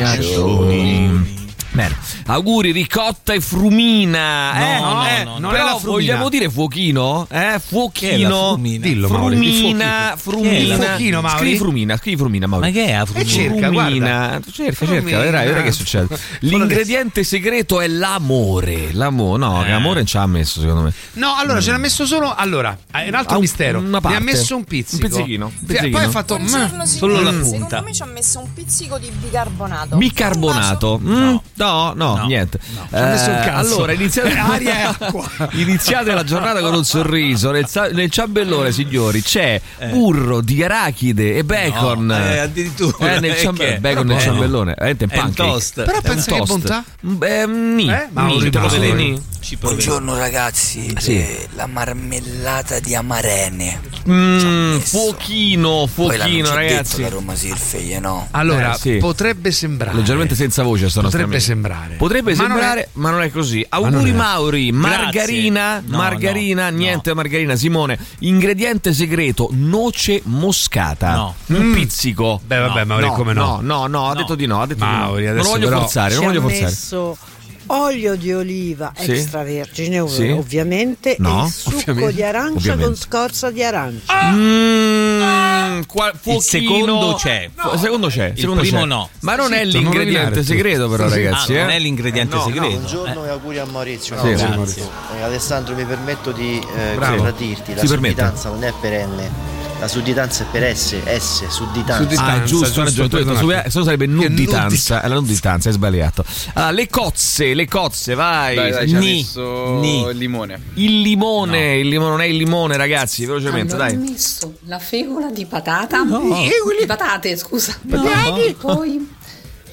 [SPEAKER 7] magnaccioni.
[SPEAKER 3] Bene. Auguri ricotta e frumina.
[SPEAKER 5] No,
[SPEAKER 3] eh?
[SPEAKER 5] no,
[SPEAKER 3] Eh,
[SPEAKER 5] no,
[SPEAKER 4] no. Non è
[SPEAKER 3] però
[SPEAKER 4] la frumina.
[SPEAKER 3] vogliamo dire fuochino? Eh?
[SPEAKER 5] Che è la
[SPEAKER 3] Fuochino.
[SPEAKER 5] frumina?
[SPEAKER 4] Dillo, Mauri, il
[SPEAKER 3] frumina,
[SPEAKER 5] Che è la
[SPEAKER 3] frumina.
[SPEAKER 4] fuochino, Mauri?
[SPEAKER 3] Scrivi frumina, scrivi frumina, Mauri.
[SPEAKER 5] Ma che è la
[SPEAKER 4] E
[SPEAKER 5] frumina?
[SPEAKER 4] cerca, guarda.
[SPEAKER 3] Frumina. cerca, cerca,
[SPEAKER 4] Frumina.
[SPEAKER 3] vedrai, vedrai che succede. L'ingrediente segreto è l'amore. L'amore, no, che amore non ci ha messo, secondo me.
[SPEAKER 4] No, allora ce l'ha messo solo. Allora, è un altro
[SPEAKER 3] Ah, un-
[SPEAKER 4] mistero.
[SPEAKER 3] una
[SPEAKER 4] Ne ha
[SPEAKER 3] parte.
[SPEAKER 4] messo un pizzico.
[SPEAKER 3] Un pizzichino, un
[SPEAKER 4] Sì,
[SPEAKER 3] pizzichino.
[SPEAKER 4] Poi ha fatto. "Mm".
[SPEAKER 5] solo la punta.
[SPEAKER 11] Secondo me ci ha messo un pizzico di bicarbonato.
[SPEAKER 3] Bicarbonato?
[SPEAKER 11] Un
[SPEAKER 3] Mm, No, no,
[SPEAKER 5] No.
[SPEAKER 3] niente.
[SPEAKER 4] Ci ho messo un
[SPEAKER 3] Eh,
[SPEAKER 4] cazzo.
[SPEAKER 3] allora, iniziate,
[SPEAKER 4] Aria e acqua.
[SPEAKER 3] iniziate la giornata con un sorriso. Nel, sa- nel ciambellone, signori, c'è burro di arachide e bacon.
[SPEAKER 5] No, eh, addirittura.
[SPEAKER 3] Eh, nel
[SPEAKER 5] Eh,
[SPEAKER 3] ciam-
[SPEAKER 5] che è?
[SPEAKER 3] bacon nel
[SPEAKER 5] Eh,
[SPEAKER 3] ciambellone. Veramente un
[SPEAKER 5] È un
[SPEAKER 3] pancake. Eh,
[SPEAKER 5] toast. Eh,
[SPEAKER 3] È
[SPEAKER 5] Però
[SPEAKER 3] un
[SPEAKER 4] pensa che
[SPEAKER 3] toast.
[SPEAKER 4] bontà?
[SPEAKER 3] Mm, eh, ni.
[SPEAKER 4] Eh, ma
[SPEAKER 3] Ni,
[SPEAKER 4] un
[SPEAKER 3] te lo
[SPEAKER 4] ritorno.
[SPEAKER 3] vedi, ni?
[SPEAKER 5] Ci provo.
[SPEAKER 8] ragazzi,
[SPEAKER 1] Ah,
[SPEAKER 8] Eh,
[SPEAKER 3] Sì.
[SPEAKER 8] la marmellata di amarene.
[SPEAKER 3] Mm, fuochino, fuochino, ragazzi.
[SPEAKER 8] Roma Sirfeglie, no?
[SPEAKER 4] Allora,
[SPEAKER 3] Eh, sì.
[SPEAKER 4] potrebbe sembrare.
[SPEAKER 3] Ah, Leggermente senza voce sto nostro
[SPEAKER 4] eh. Potrebbe
[SPEAKER 3] amico.
[SPEAKER 4] sembrare.
[SPEAKER 3] Potrebbe
[SPEAKER 4] Ma non
[SPEAKER 3] sembrare, ma non è così. Auguri
[SPEAKER 4] non è.
[SPEAKER 3] Mauri,
[SPEAKER 5] Grazie.
[SPEAKER 3] margarina,
[SPEAKER 5] No,
[SPEAKER 3] margarina,
[SPEAKER 5] no,
[SPEAKER 3] niente margarina, Simone, ingrediente segreto, noce moscata.
[SPEAKER 5] No.
[SPEAKER 3] Un pizzico.
[SPEAKER 4] Beh, vabbè, Mauri,
[SPEAKER 3] no,
[SPEAKER 4] come no?
[SPEAKER 3] No, no, no, ha detto di no, ha detto
[SPEAKER 4] Mauri,
[SPEAKER 3] di no. Non lo
[SPEAKER 4] adesso
[SPEAKER 3] voglio
[SPEAKER 4] però-
[SPEAKER 3] forzare, non
[SPEAKER 12] Ci
[SPEAKER 3] voglio
[SPEAKER 12] ha
[SPEAKER 7] Certo.
[SPEAKER 3] forzare.
[SPEAKER 12] messo olio di oliva
[SPEAKER 3] Sì.
[SPEAKER 12] extravergine ov-
[SPEAKER 3] Sì.
[SPEAKER 12] ovviamente
[SPEAKER 3] No,
[SPEAKER 12] e il succo
[SPEAKER 3] ovviamente.
[SPEAKER 12] di arancia con
[SPEAKER 3] Ovviamente.
[SPEAKER 12] scorza di arancia
[SPEAKER 3] Mm, qua- fuochino-
[SPEAKER 5] secondo c'è.
[SPEAKER 3] Fu- secondo c'è,
[SPEAKER 5] Il
[SPEAKER 3] secondo
[SPEAKER 5] primo
[SPEAKER 3] c'è.
[SPEAKER 5] no.
[SPEAKER 3] Ma non è
[SPEAKER 4] Zitto, non rovinare
[SPEAKER 3] l'ingrediente
[SPEAKER 4] tutto.
[SPEAKER 3] segreto però
[SPEAKER 5] Ah,
[SPEAKER 3] ragazzi,
[SPEAKER 5] non
[SPEAKER 3] eh.
[SPEAKER 5] è l'ingrediente segreto.
[SPEAKER 7] Buongiorno e auguri a Maurizio.
[SPEAKER 3] Sì,
[SPEAKER 7] Grazie.
[SPEAKER 3] sì,
[SPEAKER 5] Maurizio.
[SPEAKER 7] Eh, Alessandro, mi permetto di eh,
[SPEAKER 4] Bravo.
[SPEAKER 7] contraddirti. La
[SPEAKER 3] Si permette.
[SPEAKER 7] sudditanza non è perenne. La sudditanza è per S, S, sudditanza.
[SPEAKER 4] Sudditanza.
[SPEAKER 3] Ah, giusto,
[SPEAKER 4] giusto,
[SPEAKER 3] hai ragione, tu hai detto
[SPEAKER 4] perdonate.
[SPEAKER 3] subito, se no sarebbe nuditanza.
[SPEAKER 4] nuditanza.
[SPEAKER 3] È la nuditanza, hai sbagliato. Allora, le cozze, le cozze, vai. Ni, ni.
[SPEAKER 5] eh,
[SPEAKER 8] limone.
[SPEAKER 3] Il limone, il limone, non è il limone, ragazzi, velocemente,
[SPEAKER 11] Allora
[SPEAKER 3] dai.
[SPEAKER 11] ho messo la fegola di patata, di patate, scusa. E poi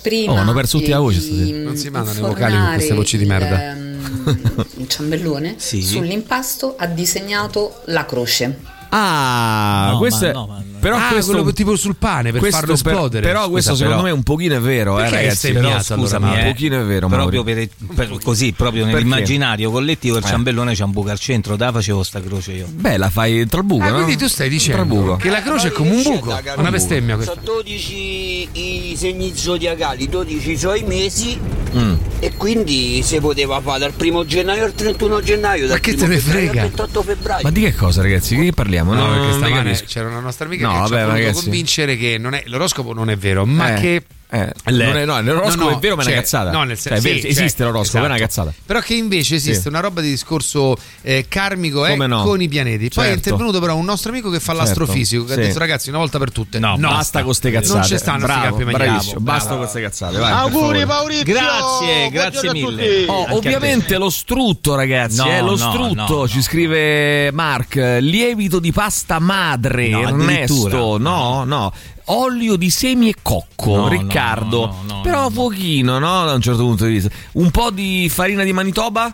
[SPEAKER 11] prima
[SPEAKER 3] Oh, hanno perso tutti la voce
[SPEAKER 11] di
[SPEAKER 3] stasera.
[SPEAKER 4] Non si mandano i
[SPEAKER 11] infornare
[SPEAKER 4] vocali con queste voci di merda.
[SPEAKER 13] eh.
[SPEAKER 11] Il, ehm, il ciambellone
[SPEAKER 5] Sì.
[SPEAKER 11] sull'impasto ha disegnato la croce.
[SPEAKER 3] Ah,
[SPEAKER 5] No,
[SPEAKER 3] questo
[SPEAKER 5] ma
[SPEAKER 3] è-
[SPEAKER 5] no, ma no.
[SPEAKER 3] però
[SPEAKER 4] Ah,
[SPEAKER 3] questo
[SPEAKER 4] quello tipo sul pane per
[SPEAKER 3] questo
[SPEAKER 4] farlo
[SPEAKER 3] per-
[SPEAKER 4] esplodere.
[SPEAKER 3] Però
[SPEAKER 4] Scusa,
[SPEAKER 3] questo
[SPEAKER 4] però.
[SPEAKER 3] secondo me un pochino è vero, eh,
[SPEAKER 4] Perché hai
[SPEAKER 3] ragazzi.
[SPEAKER 4] stemmiato,
[SPEAKER 3] Però,
[SPEAKER 4] allora,
[SPEAKER 3] scusami, eh.
[SPEAKER 4] Mauro?
[SPEAKER 3] un pochino è vero,
[SPEAKER 5] proprio
[SPEAKER 3] Mauri.
[SPEAKER 5] per, per- così, proprio
[SPEAKER 3] Perché? Eh.
[SPEAKER 5] nell'immaginario collettivo il ciambellone c'è un buco al centro, da facevo sta croce io.
[SPEAKER 3] Beh, la fai entro il buco,
[SPEAKER 4] Ah,
[SPEAKER 3] no?
[SPEAKER 4] quindi tu stai dicendo
[SPEAKER 3] Trabuco.
[SPEAKER 4] che la croce è come un buco, è una bestemmia questa.
[SPEAKER 8] 12 i segni zodiacali, 12 sono i mesi
[SPEAKER 3] Mm.
[SPEAKER 8] e quindi si poteva fare dal 1 gennaio al 31 gennaio,
[SPEAKER 4] Ma
[SPEAKER 8] dal
[SPEAKER 4] che
[SPEAKER 8] 1
[SPEAKER 4] te ne
[SPEAKER 8] febbraio
[SPEAKER 4] frega?
[SPEAKER 8] al 28 febbraio.
[SPEAKER 3] Ma di che cosa, ragazzi? Di che parliamo?
[SPEAKER 4] No,
[SPEAKER 3] No,
[SPEAKER 4] perché
[SPEAKER 3] non
[SPEAKER 4] stamane
[SPEAKER 3] capisco.
[SPEAKER 4] c'era una nostra amica
[SPEAKER 3] No,
[SPEAKER 4] che
[SPEAKER 3] vabbè,
[SPEAKER 4] ci ha voluto
[SPEAKER 3] ragazzi.
[SPEAKER 4] convincere che non è- l'oroscopo non è vero, ma
[SPEAKER 3] Eh,
[SPEAKER 4] che
[SPEAKER 3] eh,
[SPEAKER 4] Le-
[SPEAKER 3] non è, no, l'oroscopo
[SPEAKER 4] No, no,
[SPEAKER 3] è vero, ma è
[SPEAKER 4] cioè,
[SPEAKER 3] una cazzata.
[SPEAKER 4] no, nel
[SPEAKER 3] Cioè,
[SPEAKER 4] senso-
[SPEAKER 3] è vero,
[SPEAKER 4] sì,
[SPEAKER 3] esiste
[SPEAKER 4] cioè,
[SPEAKER 3] l'oroscopo, è una
[SPEAKER 4] esatto.
[SPEAKER 3] cazzata.
[SPEAKER 4] Però che invece esiste
[SPEAKER 3] Sì.
[SPEAKER 4] una roba di discorso eh, karmico eh,
[SPEAKER 3] Come no?
[SPEAKER 4] con i pianeti. Poi è
[SPEAKER 3] Certo.
[SPEAKER 4] intervenuto però un nostro amico che fa
[SPEAKER 3] Certo.
[SPEAKER 4] l'astrofisico che
[SPEAKER 3] Sì.
[SPEAKER 4] ha detto ragazzi una volta per tutte.
[SPEAKER 5] No,
[SPEAKER 3] Basta, con ste cazzate.
[SPEAKER 4] Non ci stanno sti
[SPEAKER 3] Bravo,
[SPEAKER 4] campi magnetici.
[SPEAKER 3] bravissimo,
[SPEAKER 4] Bravo.
[SPEAKER 3] Basta con queste cazzate. Vai, per
[SPEAKER 7] Auguri
[SPEAKER 3] favore.
[SPEAKER 7] Maurizio!
[SPEAKER 5] Grazie,
[SPEAKER 7] Buongiorno
[SPEAKER 5] grazie
[SPEAKER 7] a
[SPEAKER 5] mille.
[SPEAKER 7] tutti.
[SPEAKER 3] Oh,
[SPEAKER 5] Anche a te.
[SPEAKER 3] ovviamente lo strutto, ragazzi.
[SPEAKER 5] No,
[SPEAKER 3] eh, lo
[SPEAKER 5] no,
[SPEAKER 3] strutto
[SPEAKER 5] no,
[SPEAKER 3] ci
[SPEAKER 5] no.
[SPEAKER 3] scrive Mark. Lievito di pasta madre,
[SPEAKER 5] No,
[SPEAKER 3] Ernesto.
[SPEAKER 5] addirittura.
[SPEAKER 3] No, no. Olio di semi e cocco,
[SPEAKER 5] No,
[SPEAKER 3] Riccardo.
[SPEAKER 5] no, no, no,
[SPEAKER 3] Però
[SPEAKER 5] no, no.
[SPEAKER 3] pochino, no? Da un certo punto di vista. Un po' di farina di Manitoba?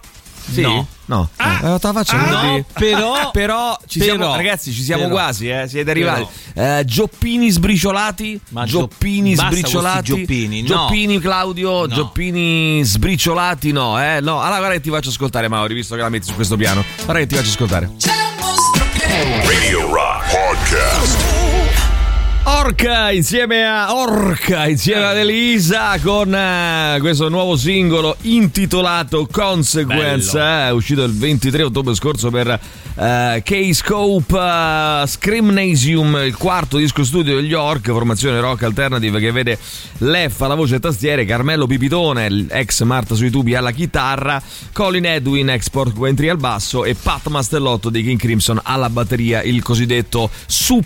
[SPEAKER 3] Sì.
[SPEAKER 5] No.
[SPEAKER 3] No,
[SPEAKER 4] Ah!
[SPEAKER 3] Eh, te la faccio
[SPEAKER 4] Ah!
[SPEAKER 3] così.
[SPEAKER 5] No, però-
[SPEAKER 3] però ci siamo,
[SPEAKER 5] però-
[SPEAKER 3] ragazzi, ci siamo
[SPEAKER 5] però-
[SPEAKER 3] quasi, eh, siete arrivati. Eh, gioppini sbriciolati,
[SPEAKER 5] Ma
[SPEAKER 3] gioppini
[SPEAKER 5] gio- basta questi
[SPEAKER 3] sbriciolati,
[SPEAKER 5] gioppini, no.
[SPEAKER 3] Gioppini, Claudio,
[SPEAKER 5] No.
[SPEAKER 3] gioppini sbriciolati, no, eh, no. Allora guarda che ti faccio ascoltare Mauri, visto che la metti su questo piano. Guarda che ti faccio ascoltare.
[SPEAKER 2] Radio Rock Podcast.
[SPEAKER 3] Orca insieme a Orca insieme ad Elisa con eh, questo nuovo singolo intitolato Consequence eh, uscito il 23 ottobre scorso per eh, K-Scope eh, Scrimnasium il quarto disco studio degli Orca formazione rock alternative che vede Leffa alla voce e tastiere Carmello Pipitone ex Marta sui tubi alla chitarra Colin Edwin ex Porco Quentri al basso e Pat Mastellotto dei King Crimson alla batteria il cosiddetto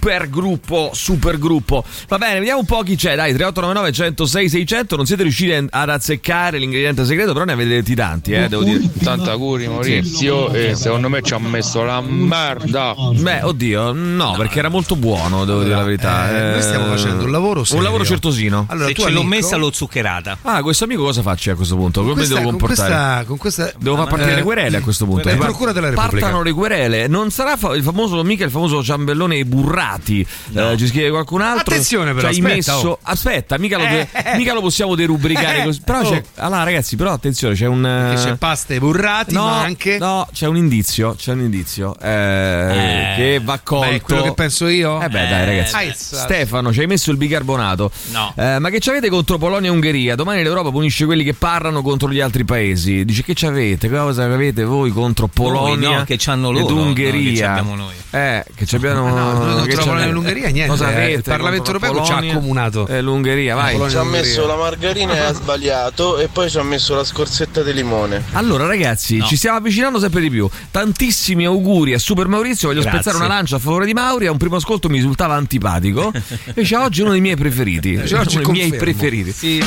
[SPEAKER 3] supergruppo supergruppo va bene vediamo un po' chi c'è dai 3899 106 600 non siete riusciti a- ad azzeccare l'ingrediente segreto però ne avete detti tanti eh devo dire
[SPEAKER 14] Tanti auguri Maurizio e secondo me ci ha messo la merda.
[SPEAKER 3] Beh, oddio, no, perché era molto buono, devo dire la verità.
[SPEAKER 14] eh, noi stiamo facendo un lavoro
[SPEAKER 3] Un
[SPEAKER 14] serio.
[SPEAKER 3] lavoro certosino.
[SPEAKER 14] Allora, Se tu, ce l'ho amico- messa,
[SPEAKER 3] l'ho zuccherata. Ah, questo amico cosa faccio a questo punto? Come
[SPEAKER 4] Questa-
[SPEAKER 3] devo
[SPEAKER 4] con
[SPEAKER 3] comportare?
[SPEAKER 4] questa- con questa-
[SPEAKER 3] Devo far partire
[SPEAKER 4] eh,
[SPEAKER 3] le querele a questo punto.
[SPEAKER 4] eh,
[SPEAKER 3] Eh,
[SPEAKER 4] Procura della Repubblica.
[SPEAKER 3] Partano le querele. Non sarà fa- il famoso, mica il famoso ciambellone e burrati. Eh, ci scrive qualcun altro.
[SPEAKER 4] Attenzione però,
[SPEAKER 3] Ci hai
[SPEAKER 4] aspetta,
[SPEAKER 3] messo-
[SPEAKER 4] oh.
[SPEAKER 3] Aspetta, mica lo,
[SPEAKER 4] Eh, eh.
[SPEAKER 3] mica lo possiamo derubricare
[SPEAKER 4] Eh,
[SPEAKER 3] così. Però
[SPEAKER 4] oh.
[SPEAKER 3] c'è. Allora, ragazzi, però attenzione, c'è un. eh,
[SPEAKER 4] Perché c'è pasta e burrati,
[SPEAKER 3] no,
[SPEAKER 4] ma anche.
[SPEAKER 3] No, c'è un indizio. C'è un indizio. eh,
[SPEAKER 4] Eh.
[SPEAKER 3] Che va colto.
[SPEAKER 4] Beh, quello che penso io?
[SPEAKER 3] Eh beh, dai, ragazzi.
[SPEAKER 4] Aizza.
[SPEAKER 3] Stefano, ci hai messo il bicarbonato.
[SPEAKER 4] No.
[SPEAKER 3] Eh, ma che c'avete contro Polonia e Ungheria? Domani l'Europa punisce quelli che parlano contro gli altri paesi. Dice che c'avete? Cosa avete voi contro Polonia
[SPEAKER 5] no, che c'hanno
[SPEAKER 3] ed
[SPEAKER 5] loro, no,
[SPEAKER 3] Ungheria?
[SPEAKER 5] che c'abbiamo noi.
[SPEAKER 3] Eh, che c'abbiamo
[SPEAKER 4] No, noi contro
[SPEAKER 3] che
[SPEAKER 4] la Polonia
[SPEAKER 3] c'avete?
[SPEAKER 4] e l'Ungheria niente,
[SPEAKER 3] Cosa
[SPEAKER 4] eh,
[SPEAKER 3] avete
[SPEAKER 4] il Parlamento
[SPEAKER 3] contro
[SPEAKER 4] europeo ci ha
[SPEAKER 3] Polonia
[SPEAKER 4] accomunato.
[SPEAKER 3] E l'Ungheria, vai.
[SPEAKER 15] Ci ha messo la margarina e ha sbagliato e poi ci ha messo la scorzetta di limone.
[SPEAKER 3] Allora, ragazzi, ci stiamo avvicinando sempre di più. Tantissimi auguri a Super Maurizio. Voglio
[SPEAKER 15] Grazie.
[SPEAKER 3] spezzare una lancia a favore di Mauri. A un primo ascolto mi risultava antipatico. Invece oggi è uno dei miei preferiti.
[SPEAKER 4] Cioè, oggi
[SPEAKER 3] uno dei miei
[SPEAKER 4] confermo.
[SPEAKER 3] preferiti.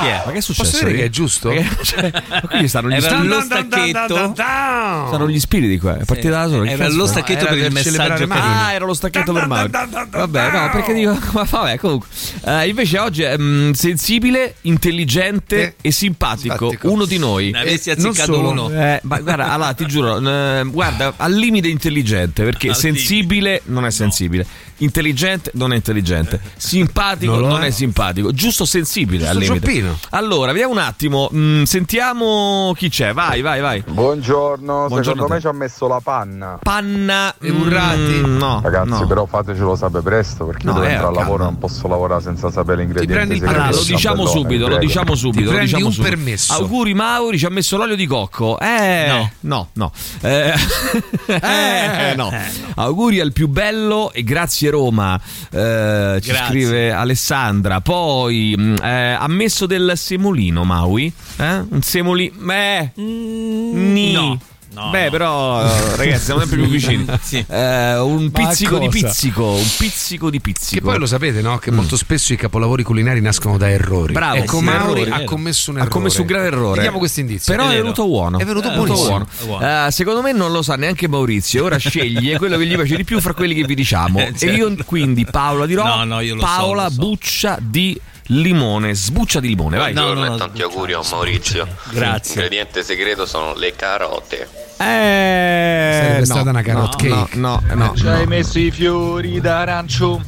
[SPEAKER 3] Chi è? Ma che è successo?
[SPEAKER 4] Posso dire
[SPEAKER 3] lì?
[SPEAKER 4] che è giusto?
[SPEAKER 3] Cioè, Perché- cioè, ma qui stanno gli
[SPEAKER 4] Era
[SPEAKER 3] spiriti.
[SPEAKER 4] lo stacchetto.
[SPEAKER 3] Stanno gli spiriti qua. È partita da sola. che
[SPEAKER 5] Era
[SPEAKER 3] cazzo?
[SPEAKER 5] lo stacchetto
[SPEAKER 3] Era
[SPEAKER 5] per il
[SPEAKER 3] celebrare
[SPEAKER 5] messaggio
[SPEAKER 3] Mauri.
[SPEAKER 5] carino.
[SPEAKER 3] Ah, era lo stacchetto per Mauri. Vabbè, no, perché dico. Ma vabbè, comunque. Eh, invece oggi è mm, sensibile, intelligente e simpatico. Uno di noi.
[SPEAKER 5] Ne avessi
[SPEAKER 3] Eh, non
[SPEAKER 5] azzeccato
[SPEAKER 3] solo.
[SPEAKER 5] uno.
[SPEAKER 3] Eh, ma guarda, allora ti giuro, eh, guarda, al limite intelligente, perché
[SPEAKER 5] Al
[SPEAKER 3] sensibile non è sensibile. Intelligente non è intelligente. Simpatico
[SPEAKER 4] Eh. Non
[SPEAKER 3] non,
[SPEAKER 4] lo
[SPEAKER 3] è
[SPEAKER 4] è.
[SPEAKER 3] simpatico. Giusto sensibile
[SPEAKER 4] Giusto
[SPEAKER 3] al limite.
[SPEAKER 4] gioppino.
[SPEAKER 3] Allora, vediamo un attimo, mm, sentiamo chi c'è. Vai, vai, vai.
[SPEAKER 16] Buongiorno,
[SPEAKER 3] Buongiorno a
[SPEAKER 16] secondo
[SPEAKER 3] te.
[SPEAKER 16] me ci ha messo la panna.
[SPEAKER 3] Panna e burrati. no,
[SPEAKER 16] Ragazzi,
[SPEAKER 3] no.
[SPEAKER 16] però fatecelo sapere presto perché
[SPEAKER 3] No,
[SPEAKER 16] devo
[SPEAKER 3] eh,
[SPEAKER 16] entrare al
[SPEAKER 3] calma.
[SPEAKER 16] lavoro e non posso lavorare senza sapere l'ingrediente segreto.
[SPEAKER 3] Allora, lo
[SPEAKER 16] del
[SPEAKER 3] diciamo
[SPEAKER 16] ciambellone,
[SPEAKER 3] subito,
[SPEAKER 16] vi
[SPEAKER 3] lo
[SPEAKER 16] prego.
[SPEAKER 3] diciamo subito. lo diciamo subito. Auguri Mauri, ci ha messo l'olio di cocco. Eh, no, no. no. Eh, eh, no. Auguri al più bello e grazie Roma. Eh, ci
[SPEAKER 5] Grazie.
[SPEAKER 3] scrive Alessandra. Poi mh, eh, ha messo del semolino Maui. Eh? Un semolino. Beh,
[SPEAKER 4] Mm,
[SPEAKER 3] ni.
[SPEAKER 5] no, no,
[SPEAKER 3] Beh,
[SPEAKER 5] no.
[SPEAKER 3] però, eh, ragazzi, siamo sempre più vicini.
[SPEAKER 5] Sì.
[SPEAKER 3] Eh, un
[SPEAKER 4] Ma
[SPEAKER 3] pizzico di
[SPEAKER 4] cosa?
[SPEAKER 3] pizzico, un pizzico di pizzico.
[SPEAKER 4] Che poi lo sapete, no? Che molto spesso i capolavori culinari nascono da errori.
[SPEAKER 3] Bravo,
[SPEAKER 4] ecco,
[SPEAKER 3] sì,
[SPEAKER 4] Mauri
[SPEAKER 3] errori,
[SPEAKER 4] ha
[SPEAKER 3] vero.
[SPEAKER 4] commesso un
[SPEAKER 3] Ha
[SPEAKER 4] errore.
[SPEAKER 3] commesso un Ah, grave errore.
[SPEAKER 4] Vediamo questo indizio. Eh,
[SPEAKER 3] Però è, venuto buono.
[SPEAKER 4] È venuto
[SPEAKER 3] Eh,
[SPEAKER 4] buonissimo.
[SPEAKER 3] buono. Eh, secondo me non lo sa neanche Maurizio. Ora sceglie quello che gli piace di più fra quelli che vi diciamo.
[SPEAKER 5] Eh, certo.
[SPEAKER 3] E io quindi Paola dirò
[SPEAKER 5] No, no, io lo so,
[SPEAKER 3] Paola
[SPEAKER 5] lo
[SPEAKER 3] buccia di limone, sbuccia di limone, vai.
[SPEAKER 13] Buongiorno e tanti auguri a Maurizio.
[SPEAKER 3] Grazie.
[SPEAKER 13] L'ingrediente segreto sono le carote.
[SPEAKER 3] Eh,
[SPEAKER 4] Sarebbe
[SPEAKER 3] no,
[SPEAKER 4] stata una
[SPEAKER 3] no,
[SPEAKER 4] carrot cake.
[SPEAKER 3] No, no, no.
[SPEAKER 14] Ci hai messo i fiori d'arancio.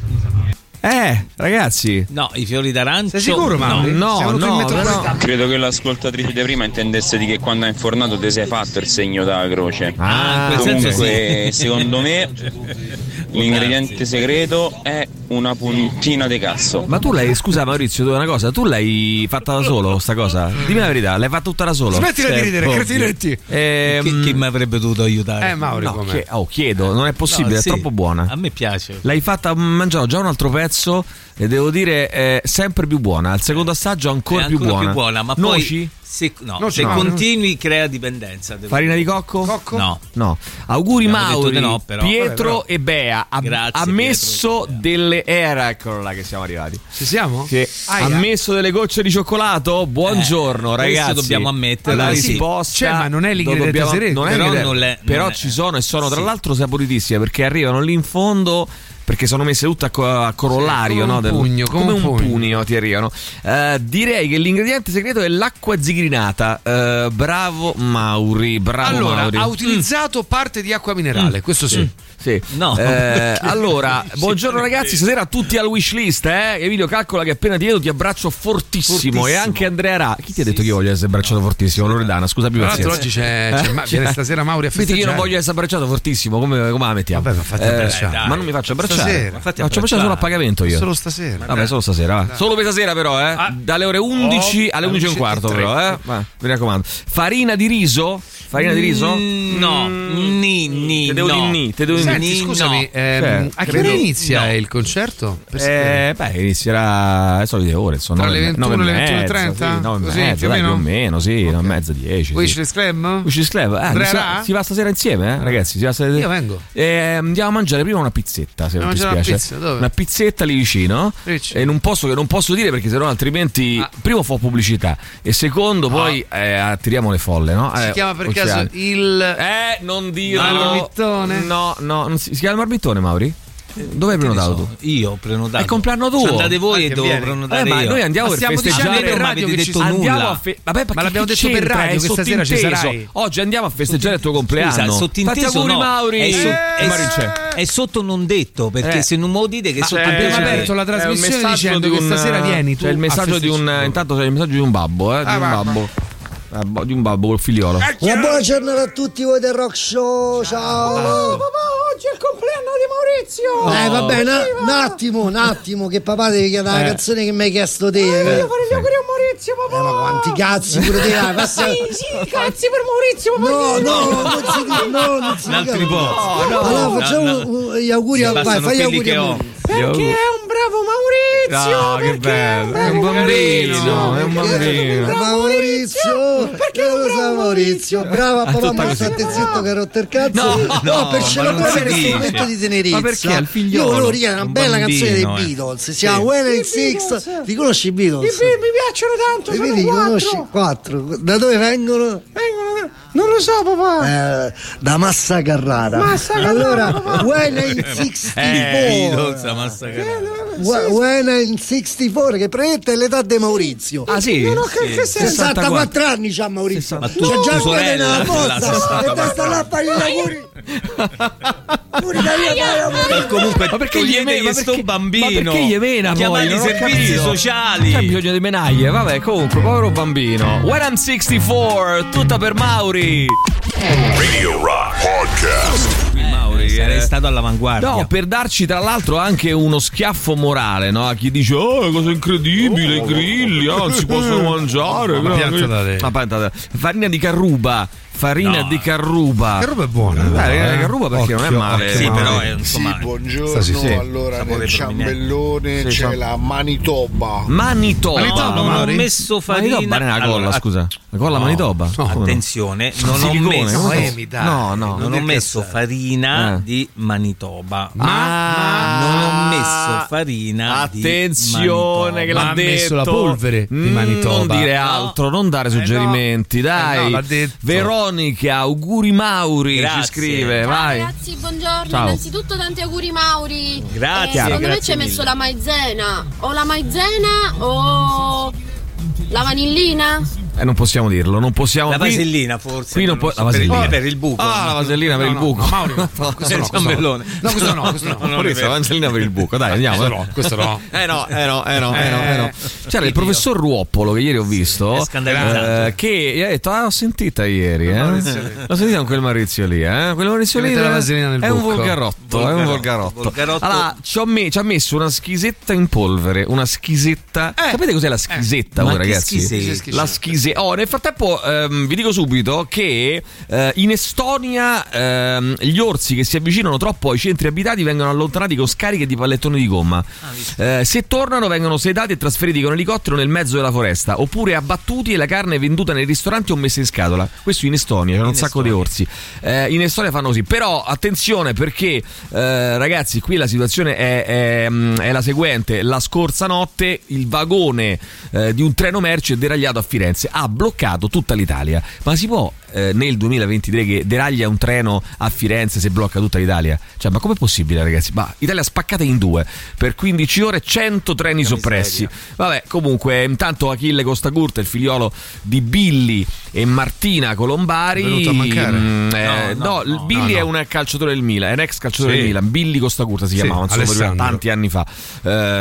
[SPEAKER 3] Eh, ragazzi.
[SPEAKER 5] No, i fiori d'arancio.
[SPEAKER 3] No, no, no, no.
[SPEAKER 17] Credo che l'ascoltatrice di prima intendesse di che quando hai infornato ti sei fatto il segno della croce.
[SPEAKER 3] Ah, in quel senso
[SPEAKER 17] Comunque,
[SPEAKER 3] sì.
[SPEAKER 17] secondo me l'ingrediente segreto è una puntina di cazzo.
[SPEAKER 3] Ma tu l'hai, scusa Maurizio, tu una cosa, tu l'hai fatta da solo sta cosa? Dimmi la verità, l'hai fatta tutta da solo?
[SPEAKER 4] Smettila di ridere,
[SPEAKER 3] ovvio.
[SPEAKER 4] cretinetti.
[SPEAKER 3] Ehm,
[SPEAKER 5] Chi mi avrebbe dovuto aiutare?
[SPEAKER 3] Eh, Mauri, No, com'è? che- oh, chiedo, non è possibile, è troppo buona.
[SPEAKER 5] A me piace.
[SPEAKER 3] L'hai fatta, mangiavo già un altro pezzo e devo dire è sempre più buona. Al secondo assaggio ancora,
[SPEAKER 5] Eh, È ancora
[SPEAKER 3] più buona.
[SPEAKER 5] ma
[SPEAKER 3] Noci?
[SPEAKER 5] poi se, no,
[SPEAKER 3] Noci
[SPEAKER 5] se
[SPEAKER 3] no.
[SPEAKER 5] continui crea dipendenza. devo
[SPEAKER 3] Farina
[SPEAKER 5] dire.
[SPEAKER 3] di cocco?
[SPEAKER 5] No.
[SPEAKER 3] No. Auguri
[SPEAKER 5] Abbiamo detto
[SPEAKER 3] Mauri,
[SPEAKER 5] di no, però.
[SPEAKER 3] Pietro
[SPEAKER 5] Vabbè, però-
[SPEAKER 3] e Bea. Ha,
[SPEAKER 5] Grazie,
[SPEAKER 3] ha
[SPEAKER 5] Pietro
[SPEAKER 3] messo delle... Era, eccolo là che siamo arrivati.
[SPEAKER 4] Ci siamo?
[SPEAKER 3] Che ha
[SPEAKER 4] Aia. Eh,
[SPEAKER 3] messo delle gocce di cioccolato? Buongiorno,
[SPEAKER 5] questo
[SPEAKER 3] ragazzi.
[SPEAKER 5] dobbiamo ammetterlo.
[SPEAKER 3] La
[SPEAKER 5] Allora, sì.
[SPEAKER 3] risposta
[SPEAKER 4] Cioè, ma non è l'ingrediente
[SPEAKER 3] dobbiamo-
[SPEAKER 4] segreto.
[SPEAKER 3] non è
[SPEAKER 4] Però
[SPEAKER 3] l'ingrediente-
[SPEAKER 4] non l'è-
[SPEAKER 3] però
[SPEAKER 4] non è.
[SPEAKER 3] ci sono e sono tra l'altro saporitissime perché arrivano lì in fondo. Perché sono messe tutte a, co- a corollario,
[SPEAKER 4] come
[SPEAKER 3] no,
[SPEAKER 4] un
[SPEAKER 3] del-
[SPEAKER 4] pugno, come un pugno.
[SPEAKER 3] pugno ti arrivano. Eh, direi che l'ingrediente segreto è l'acqua zigrinata. Eh, bravo Mauri, bravo
[SPEAKER 4] Allora,
[SPEAKER 3] Mauri. Mm.
[SPEAKER 4] ha utilizzato parte di acqua minerale, questo sì.
[SPEAKER 3] Sì. Eh, allora, buongiorno ragazzi, stasera a tutti al wishlist, eh? Emilio calcola che appena ti vedo ti abbraccio fortissimo,
[SPEAKER 4] Fortissimo.
[SPEAKER 3] e anche Andrea Ra. Chi ti ha detto che io voglio essere abbracciato fortissimo? Loredana, scusa più
[SPEAKER 4] Tra l'altro
[SPEAKER 3] pazienza.
[SPEAKER 4] oggi c'è, c'è Ma-
[SPEAKER 3] Eh,
[SPEAKER 4] viene
[SPEAKER 3] c'è-
[SPEAKER 4] stasera Mauri a
[SPEAKER 3] Metti che io non
[SPEAKER 4] festeggiare.
[SPEAKER 3] voglio essere abbracciato fortissimo, come, come la mettiamo? Eh,
[SPEAKER 4] Vabbè, ma fatti abbracciare.
[SPEAKER 3] ma non mi faccio
[SPEAKER 4] Sto
[SPEAKER 3] stasera. Ma infatti Faccio solo a pagamento io.
[SPEAKER 4] Solo eh. Ah. stasera.
[SPEAKER 3] Vabbè, solo stasera. va. Solo questa sera, però, eh. Dalle ore 11
[SPEAKER 4] Oh,
[SPEAKER 3] alle 11 e un quarto, però, eh. Va, mi raccomando. Farina di riso? Farina di riso?
[SPEAKER 5] No, ni, ni.
[SPEAKER 3] Mm, Te devo
[SPEAKER 5] no.
[SPEAKER 3] dire ni, te devo dire
[SPEAKER 4] Senti,
[SPEAKER 3] ni.
[SPEAKER 4] scusami,
[SPEAKER 3] No.
[SPEAKER 4] ehm,
[SPEAKER 3] Cioè,
[SPEAKER 4] a che
[SPEAKER 3] credo-
[SPEAKER 4] ora inizia
[SPEAKER 3] no.
[SPEAKER 4] il concerto? Per sapere.
[SPEAKER 3] Eh, beh, inizierà adesso le ore, sono
[SPEAKER 4] Tra le 21 e le 21:30? Così,
[SPEAKER 3] più,
[SPEAKER 4] più o
[SPEAKER 3] o
[SPEAKER 4] meno?
[SPEAKER 3] meno, sì, nove e mezza, 10.
[SPEAKER 4] Wish
[SPEAKER 3] sì.
[SPEAKER 4] the Sclam?
[SPEAKER 3] Wish Club, eh,
[SPEAKER 4] Andrea
[SPEAKER 3] si, va,
[SPEAKER 4] Ra?
[SPEAKER 3] si va stasera insieme, eh, ragazzi. Si va stasera...
[SPEAKER 4] Io vengo.
[SPEAKER 3] Eh, andiamo a mangiare prima una pizzetta. Se non
[SPEAKER 4] Andiamo
[SPEAKER 3] ti
[SPEAKER 4] a mangiare
[SPEAKER 3] spiace,
[SPEAKER 4] una pizza, dove?
[SPEAKER 3] Una pizzetta lì vicino.
[SPEAKER 4] Ricci. Ah.
[SPEAKER 3] Eh, in un posto che non posso dire perché sennò altrimenti, primo, fa pubblicità e secondo, poi eh, attiriamo le folle. No?
[SPEAKER 4] Si
[SPEAKER 3] Eh,
[SPEAKER 4] chiama per
[SPEAKER 3] Oceani.
[SPEAKER 4] caso il.
[SPEAKER 3] Eh, non dirlo.
[SPEAKER 4] Marmittone. Eh,
[SPEAKER 3] No, no, non si, si chiama il marmittone, Mauri? Dove hai prenotato tu?
[SPEAKER 5] Io ho prenotato.
[SPEAKER 3] È il compleanno tuo.
[SPEAKER 5] Cioè, andate voi e devo
[SPEAKER 3] viene.
[SPEAKER 5] prenotare
[SPEAKER 3] Eh, ma
[SPEAKER 5] io.
[SPEAKER 3] noi andiamo
[SPEAKER 5] Ma
[SPEAKER 3] per
[SPEAKER 5] stiamo dicendo
[SPEAKER 3] festeggiare
[SPEAKER 5] per radio
[SPEAKER 3] ma
[SPEAKER 5] che ci sarà.
[SPEAKER 3] andiamo
[SPEAKER 5] nulla.
[SPEAKER 3] a fe- Vabbè,
[SPEAKER 5] Ma l'abbiamo
[SPEAKER 3] che
[SPEAKER 5] detto per
[SPEAKER 3] c'entra?
[SPEAKER 5] radio
[SPEAKER 3] È
[SPEAKER 5] che stasera ci
[SPEAKER 3] sottinteso.
[SPEAKER 5] sarai.
[SPEAKER 3] Oggi andiamo a festeggiare il tuo compleanno.
[SPEAKER 5] Scusa, sottinteso
[SPEAKER 3] Tanti auguri,
[SPEAKER 5] no.
[SPEAKER 3] Mauri.
[SPEAKER 5] È, so-
[SPEAKER 3] Eh,
[SPEAKER 5] è-
[SPEAKER 3] Maurice.
[SPEAKER 5] è sotto non detto, perché
[SPEAKER 3] Eh.
[SPEAKER 5] se non me lo dite che è
[SPEAKER 3] Ma,
[SPEAKER 5] sotto
[SPEAKER 3] eh,
[SPEAKER 5] non
[SPEAKER 3] cioè, è
[SPEAKER 5] detto-
[SPEAKER 3] un messaggio di un- C'è il messaggio di un. Intanto c'è il messaggio di un babbo, eh, di
[SPEAKER 18] Ah,
[SPEAKER 3] un
[SPEAKER 18] va, va.
[SPEAKER 3] babbo. Ah, bo- Di un babbo col figliolo.
[SPEAKER 18] Una buona giornata a tutti voi del Rock Show, ciao! papà, oggi è il compleanno di Maurizio! Eh, va bene, un- un attimo, un attimo, che papà deve chiedere
[SPEAKER 3] Eh.
[SPEAKER 18] la canzone che mi hai chiesto te. Eh, voglio fare gli auguri a Maurizio, papà! ma quanti cazzi pure te hai?
[SPEAKER 19] Sì,
[SPEAKER 18] sì, cazzi per Maurizio, papà! No, no, non si dice, no, non si
[SPEAKER 5] Un altro
[SPEAKER 18] dica.
[SPEAKER 5] po'. No, no.
[SPEAKER 18] Allora, facciamo
[SPEAKER 5] No, no.
[SPEAKER 18] uh, gli auguri, a, vai,
[SPEAKER 5] Bastano
[SPEAKER 18] fai gli auguri
[SPEAKER 5] quelli che
[SPEAKER 18] a
[SPEAKER 5] ho.
[SPEAKER 18] Maurizio.
[SPEAKER 3] Gli auguri.
[SPEAKER 18] un bravo Maurizio!
[SPEAKER 3] Ah, che bello. È un bambino. È un bambino. Ah,
[SPEAKER 18] Maurizio! Perché lo sa Maurizio? Brava
[SPEAKER 3] Ah,
[SPEAKER 18] papà,
[SPEAKER 3] tutta
[SPEAKER 18] ma
[SPEAKER 3] così.
[SPEAKER 18] state zitto che ha rotto il cazzo.
[SPEAKER 3] No, no,
[SPEAKER 18] per ce
[SPEAKER 3] ma
[SPEAKER 18] la
[SPEAKER 3] non
[SPEAKER 18] guarda
[SPEAKER 3] si
[SPEAKER 18] questo
[SPEAKER 3] dice.
[SPEAKER 18] momento di tenerezza.
[SPEAKER 3] Ma perché? Al figliolo,
[SPEAKER 18] Io volevo richiedere una
[SPEAKER 3] un
[SPEAKER 18] bella canzone dei
[SPEAKER 3] bambino, eh.
[SPEAKER 18] Beatles. Si chiama When and Six. Li conosci i Beatles?
[SPEAKER 19] mi piacciono tanto,
[SPEAKER 18] E vedi, li conosci? Quattro. Da dove vengono?
[SPEAKER 19] Non lo so, papà.
[SPEAKER 18] Eh, da Massa Carrara.
[SPEAKER 19] Massa Carrara,
[SPEAKER 18] Allora,
[SPEAKER 19] papà.
[SPEAKER 18] When and
[SPEAKER 5] Eh,
[SPEAKER 18] 64.
[SPEAKER 5] Beatles, massacrata.
[SPEAKER 18] Wh- When I'm 64, che praticamente è l'età di Maurizio.
[SPEAKER 5] Ah, sì? Non ho che- che senso.
[SPEAKER 18] 64 anni c'ha Maurizio.
[SPEAKER 5] Ma tu-
[SPEAKER 18] C'è già
[SPEAKER 5] tua
[SPEAKER 18] il piede
[SPEAKER 5] sorella
[SPEAKER 18] nella
[SPEAKER 5] ce l'ha
[SPEAKER 18] pozza
[SPEAKER 5] 64
[SPEAKER 18] e testa là a fare gli auguri. Pure da lì a fare gli auguri.
[SPEAKER 5] E comunque
[SPEAKER 3] Ma perché gli
[SPEAKER 5] toglietegli
[SPEAKER 3] mena- ma
[SPEAKER 5] sto
[SPEAKER 3] perché-
[SPEAKER 5] bambino.
[SPEAKER 3] Ma perché gli mena poi?
[SPEAKER 5] Chiamate
[SPEAKER 3] Non
[SPEAKER 5] i
[SPEAKER 3] ho
[SPEAKER 5] servizi
[SPEAKER 3] capito.
[SPEAKER 5] sociali.
[SPEAKER 3] C'è bisogno di menaglie. Vabbè, comunque, povero bambino. When I'm 64, tutta per Mauri.
[SPEAKER 2] Radio Rock Podcast.
[SPEAKER 5] Eh, Mauri, sarei stato all'avanguardia.
[SPEAKER 3] No, per darci tra l'altro anche uno schiaffo morale, no? A chi dice, oh, cosa incredibile, i grilli, ah, non si possono mangiare.
[SPEAKER 4] Ma
[SPEAKER 3] no,
[SPEAKER 4] piantatela lei.
[SPEAKER 3] Ma piantatela. Farina di carruba. Farina di carruba.
[SPEAKER 4] Carruba è buona,
[SPEAKER 3] Eh,
[SPEAKER 4] però,
[SPEAKER 3] farina di
[SPEAKER 4] eh.
[SPEAKER 3] carruba perché non è
[SPEAKER 4] Occhio,
[SPEAKER 3] male.
[SPEAKER 4] occhio, Sì,
[SPEAKER 3] male.
[SPEAKER 4] però è,
[SPEAKER 5] eh, insomma,
[SPEAKER 20] Sì, buongiorno.
[SPEAKER 3] Sì, sì.
[SPEAKER 20] Allora nel ciambellone
[SPEAKER 3] Sì,
[SPEAKER 20] c'è
[SPEAKER 3] sa-
[SPEAKER 20] la Manitoba.
[SPEAKER 3] Manitoba.
[SPEAKER 5] Manitoba,
[SPEAKER 3] No,
[SPEAKER 5] Mauri.
[SPEAKER 3] Manitoba nella colla,
[SPEAKER 5] Allora,
[SPEAKER 3] scusa. La colla Manitoba.
[SPEAKER 5] No,
[SPEAKER 3] Come no?
[SPEAKER 5] attenzione, non ho
[SPEAKER 3] Silicone,
[SPEAKER 5] messo,
[SPEAKER 3] come no? No, no,
[SPEAKER 5] non ho messo farina di Manitoba.
[SPEAKER 3] Ma-
[SPEAKER 5] non ho messo farina
[SPEAKER 3] Attenzione
[SPEAKER 5] di
[SPEAKER 3] che
[SPEAKER 5] Manitoba.
[SPEAKER 3] l'ha detto. Mm, Non dire altro, non
[SPEAKER 5] Eh,
[SPEAKER 3] dare suggerimenti, dai.
[SPEAKER 5] no, l'ha
[SPEAKER 3] Veronica, auguri Mauri,
[SPEAKER 5] Grazie.
[SPEAKER 3] ci scrive,
[SPEAKER 21] Ciao
[SPEAKER 3] vai.
[SPEAKER 21] ragazzi, buongiorno.
[SPEAKER 3] Ciao.
[SPEAKER 21] Innanzitutto tanti auguri Mauri.
[SPEAKER 3] Grazie.
[SPEAKER 21] Eh, secondo me
[SPEAKER 3] Grazie
[SPEAKER 21] ci hai
[SPEAKER 3] mille.
[SPEAKER 21] messo la maizena. O la maizena o la vanillina?
[SPEAKER 3] Eh, non possiamo dirlo, non possiamo
[SPEAKER 5] La
[SPEAKER 3] qui-
[SPEAKER 5] vasellina forse.
[SPEAKER 3] Qui non può la
[SPEAKER 5] per il-
[SPEAKER 3] vasellina
[SPEAKER 5] per il buco.
[SPEAKER 3] Ah, la vasellina per il buco. Mauri,
[SPEAKER 5] questo no, questo no. No, questo no, questo no. Non è vero.
[SPEAKER 3] la vasellina per il buco, dai, andiamo.
[SPEAKER 5] Questo no, questo no.
[SPEAKER 18] Mm,
[SPEAKER 3] Eh no, eh no, eh no, eh no, eh no.
[SPEAKER 5] Eh.
[SPEAKER 3] C'era il professor Ruoppolo che ieri ho visto
[SPEAKER 5] È scandalizzato.
[SPEAKER 3] eh, che gli ha detto "Ah, l'ho sentita ieri, eh. L'ho
[SPEAKER 5] Maurizio lì.
[SPEAKER 3] sentita con quel Maurizio lì, eh. Quel Maurizio
[SPEAKER 5] Che
[SPEAKER 3] lì
[SPEAKER 5] mette la
[SPEAKER 3] eh,
[SPEAKER 5] vasellina nel
[SPEAKER 3] è un
[SPEAKER 5] buco.
[SPEAKER 3] volgarotto, è un volgarotto.
[SPEAKER 5] Volgarotto.
[SPEAKER 3] Allora, ci, ho me- ci ha messo una schisetta in polvere, una schizzetta. Sapete cos'è la schizzetta
[SPEAKER 5] Eh. Ma
[SPEAKER 3] voi,
[SPEAKER 5] che
[SPEAKER 3] ragazzi?
[SPEAKER 5] schisetta?
[SPEAKER 3] La schizzetta. Oh, nel frattempo ehm, vi dico subito che eh, in Estonia ehm, gli orsi che si avvicinano troppo ai centri abitati vengono allontanati con scariche di pallettoni di gomma. Eh, se tornano vengono sedati e trasferiti con elicottero nel mezzo della foresta, oppure abbattuti e la carne venduta nei ristoranti o messa in scatola. Questo in Estonia, c'è un sacco di orsi. Eh, in Estonia fanno così, però attenzione perché eh, ragazzi qui la situazione è, è, mm, è la seguente, la scorsa notte il vagone eh, di un treno merci è deragliato a Firenze, ha bloccato tutta l'Italia, ma si può eh, nel 2023 che deraglia un treno a Firenze se blocca tutta l'Italia? Cioè ma com'è possibile ragazzi? Ma Italia spaccata in due, per 15 ore 100 treni soppressi. Vabbè comunque intanto Achille Costacurta, il figliolo di Billy e Martina Colombari...
[SPEAKER 4] Venuto a mancare?
[SPEAKER 3] mm, eh,
[SPEAKER 4] No,
[SPEAKER 3] no,
[SPEAKER 4] no,
[SPEAKER 3] il
[SPEAKER 4] no,
[SPEAKER 3] Billi
[SPEAKER 4] no,
[SPEAKER 3] è
[SPEAKER 4] no.
[SPEAKER 3] un calciatore del Milan, è un ex calciatore
[SPEAKER 4] Sì.
[SPEAKER 3] del Milan, Billy Costacurta si
[SPEAKER 4] Sì,
[SPEAKER 3] chiamava, insomma, proprio
[SPEAKER 4] Alessandro.
[SPEAKER 3] tanti anni fa.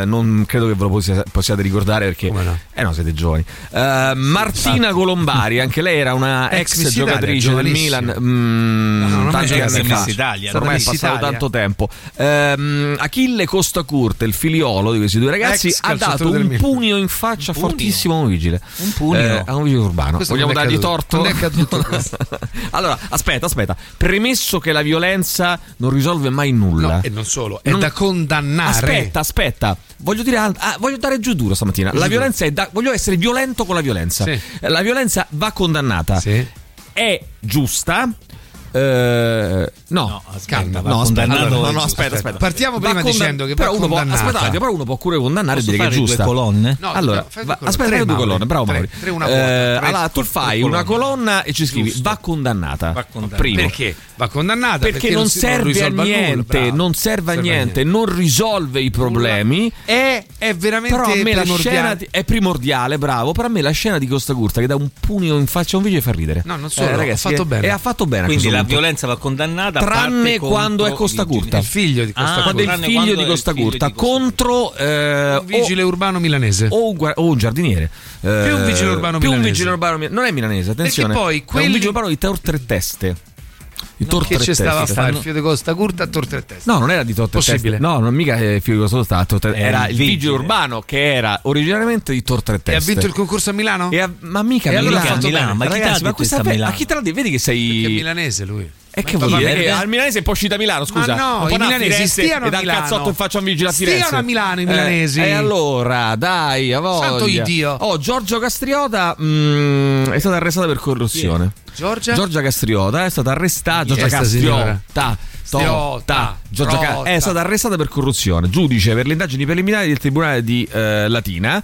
[SPEAKER 3] Eh, non credo che ve lo possia- possiate
[SPEAKER 5] Esatto.
[SPEAKER 3] ricordare perché... Eh no, siete giovani. Eh, Martina Colombari, anche lei era una ex,
[SPEAKER 4] Ex Miss
[SPEAKER 3] giocatrice del Milan. mm,
[SPEAKER 5] No, no, non è
[SPEAKER 3] tanti
[SPEAKER 5] Miss
[SPEAKER 3] anni fa.
[SPEAKER 5] Italia, no?
[SPEAKER 3] ormai è
[SPEAKER 5] Miss
[SPEAKER 3] passato
[SPEAKER 5] Italia.
[SPEAKER 3] tanto tempo. Ehm, Achille Costa Curte, il figliolo di questi due ragazzi,
[SPEAKER 5] Ex
[SPEAKER 3] ha dato
[SPEAKER 5] calciatore del
[SPEAKER 3] un
[SPEAKER 5] Milan.
[SPEAKER 3] pugno in faccia fortissimo a un vigile. Un
[SPEAKER 5] pugno?
[SPEAKER 3] a un vigile urbano.
[SPEAKER 5] Questo
[SPEAKER 3] Vogliamo
[SPEAKER 5] non è
[SPEAKER 3] dargli
[SPEAKER 5] accaduto.
[SPEAKER 3] torto?
[SPEAKER 5] Non è
[SPEAKER 3] allora, aspetta, aspetta. Premesso che la violenza non risolve mai nulla.
[SPEAKER 4] No, e non solo, è da condannare.
[SPEAKER 3] Aspetta, aspetta. Voglio dire, al- ah, voglio dare giù duro stamattina.
[SPEAKER 4] Giù
[SPEAKER 3] La
[SPEAKER 4] duro.
[SPEAKER 3] violenza è da, voglio essere violento con la violenza.
[SPEAKER 4] Sì.
[SPEAKER 3] Eh, La violenza va condannata. È giusta. Eh, no, no,
[SPEAKER 4] aspetta, va
[SPEAKER 3] no, aspetta,
[SPEAKER 4] condannato, è
[SPEAKER 3] allora, no, no,
[SPEAKER 4] giusto,
[SPEAKER 3] aspetta,
[SPEAKER 4] aspetta.
[SPEAKER 3] aspetta.
[SPEAKER 4] Partiamo prima dicendo che va
[SPEAKER 3] però uno può,
[SPEAKER 4] condannata.
[SPEAKER 3] aspettate, però uno può pure condannare
[SPEAKER 4] Posso
[SPEAKER 3] e dire che è
[SPEAKER 4] fare due
[SPEAKER 3] giusta.
[SPEAKER 4] colonne? No,
[SPEAKER 3] allora,
[SPEAKER 4] no, fai due
[SPEAKER 3] va-
[SPEAKER 4] colonne.
[SPEAKER 3] aspetta,
[SPEAKER 4] Tre,
[SPEAKER 3] fai due
[SPEAKER 4] Mauro.
[SPEAKER 3] colonne, bravo
[SPEAKER 4] Tre,
[SPEAKER 3] Mauri.
[SPEAKER 4] tre, una
[SPEAKER 3] Eh,
[SPEAKER 4] buona, tre,
[SPEAKER 3] allora, tu
[SPEAKER 4] tre
[SPEAKER 3] fai
[SPEAKER 4] colonne.
[SPEAKER 3] una colonna e ci scrivi va condannata. Va
[SPEAKER 4] condannata. Perché? Va condannata
[SPEAKER 3] perché, non,
[SPEAKER 4] si-
[SPEAKER 3] serve a
[SPEAKER 4] risolve nulla,
[SPEAKER 3] niente,
[SPEAKER 4] bravo.
[SPEAKER 3] non serve a niente, non risolve i problemi.
[SPEAKER 4] È, è veramente
[SPEAKER 3] Però a me la
[SPEAKER 4] primordiale.
[SPEAKER 3] scena di- è primordiale, bravo. Però a me la scena di Costa Curta che dà un pugno in faccia a un video fa ridere. Eh,
[SPEAKER 4] No, non solo,
[SPEAKER 3] ragazzi,
[SPEAKER 4] ha fatto
[SPEAKER 3] e-
[SPEAKER 4] bene.
[SPEAKER 3] E ha fatto bene. a
[SPEAKER 5] Quindi
[SPEAKER 3] questo
[SPEAKER 5] la
[SPEAKER 3] punto.
[SPEAKER 5] violenza va condannata.
[SPEAKER 3] Tranne quando è Costa Curta,
[SPEAKER 5] Il
[SPEAKER 4] figlio di
[SPEAKER 5] Costa
[SPEAKER 3] quando è il
[SPEAKER 5] Curta.
[SPEAKER 3] figlio
[SPEAKER 5] Tranne
[SPEAKER 3] di
[SPEAKER 5] quando
[SPEAKER 3] Costa
[SPEAKER 5] è il figlio
[SPEAKER 3] Curta contro eh,
[SPEAKER 4] Un vigile
[SPEAKER 3] o-
[SPEAKER 4] urbano milanese.
[SPEAKER 3] o un, gua- o un giardiniere. Eh,
[SPEAKER 4] un vigile urbano
[SPEAKER 3] più un
[SPEAKER 4] milanese.
[SPEAKER 3] vigile urbano mil- Non è milanese, attenzione.
[SPEAKER 4] Perché poi
[SPEAKER 3] È
[SPEAKER 4] quelli-
[SPEAKER 3] un vigile urbano di Tor Tre Teste. Di Tor
[SPEAKER 4] Che
[SPEAKER 3] Tre
[SPEAKER 4] ci stava a
[SPEAKER 3] Teste.
[SPEAKER 4] fare il
[SPEAKER 3] Stanno-
[SPEAKER 4] fio di Costa Curta a torte e testa?
[SPEAKER 3] No, non era di Tor Tre
[SPEAKER 4] Possibile.
[SPEAKER 3] Teste. No, non mica eh, Fiori Costa Curta, a Tor Tre-
[SPEAKER 4] Era
[SPEAKER 3] Era
[SPEAKER 4] il
[SPEAKER 3] il vigile urbano che era originariamente di Tor Tre
[SPEAKER 4] E
[SPEAKER 3] Teste.
[SPEAKER 4] ha vinto il concorso a Milano?
[SPEAKER 3] ma mica
[SPEAKER 4] e
[SPEAKER 3] a
[SPEAKER 4] allora ha
[SPEAKER 3] Milano.
[SPEAKER 4] fatto
[SPEAKER 3] Milano,
[SPEAKER 4] bene.
[SPEAKER 3] ma chi te la
[SPEAKER 4] Ragazzi,
[SPEAKER 3] dà questa
[SPEAKER 4] questa-
[SPEAKER 3] pe- ma chi te la deve? Vedi che sei.
[SPEAKER 4] Perché è milanese lui.
[SPEAKER 3] E che
[SPEAKER 4] Ma
[SPEAKER 3] vuol
[SPEAKER 4] va
[SPEAKER 3] dire?
[SPEAKER 4] bene.
[SPEAKER 3] Eh, Al milanese poi uscita a Milano, scusa.
[SPEAKER 4] Ma no,
[SPEAKER 3] Un po'
[SPEAKER 4] i
[SPEAKER 3] da
[SPEAKER 4] milanesi
[SPEAKER 3] Firenze
[SPEAKER 4] stiano
[SPEAKER 3] e
[SPEAKER 4] a
[SPEAKER 3] dal
[SPEAKER 4] Milano.
[SPEAKER 3] cazzotto in faccia a un vigile a
[SPEAKER 4] Stiano
[SPEAKER 3] Firenze.
[SPEAKER 4] a Milano i
[SPEAKER 3] Eh,
[SPEAKER 4] milanesi.
[SPEAKER 3] E allora, dai, a voglia.
[SPEAKER 4] Santo Iddio.
[SPEAKER 3] Oh, Giorgio Castriota mm, è stata arrestata per corruzione.
[SPEAKER 4] Giorgia?
[SPEAKER 3] Giorgia Castriota è stata arrestata. Giorgia
[SPEAKER 4] sta signora?
[SPEAKER 3] Castriota. Tota. Giorgia Ca-
[SPEAKER 4] Trotta.
[SPEAKER 3] è stata arrestata per corruzione. Giudice per le indagini preliminari del Tribunale di eh, Latina.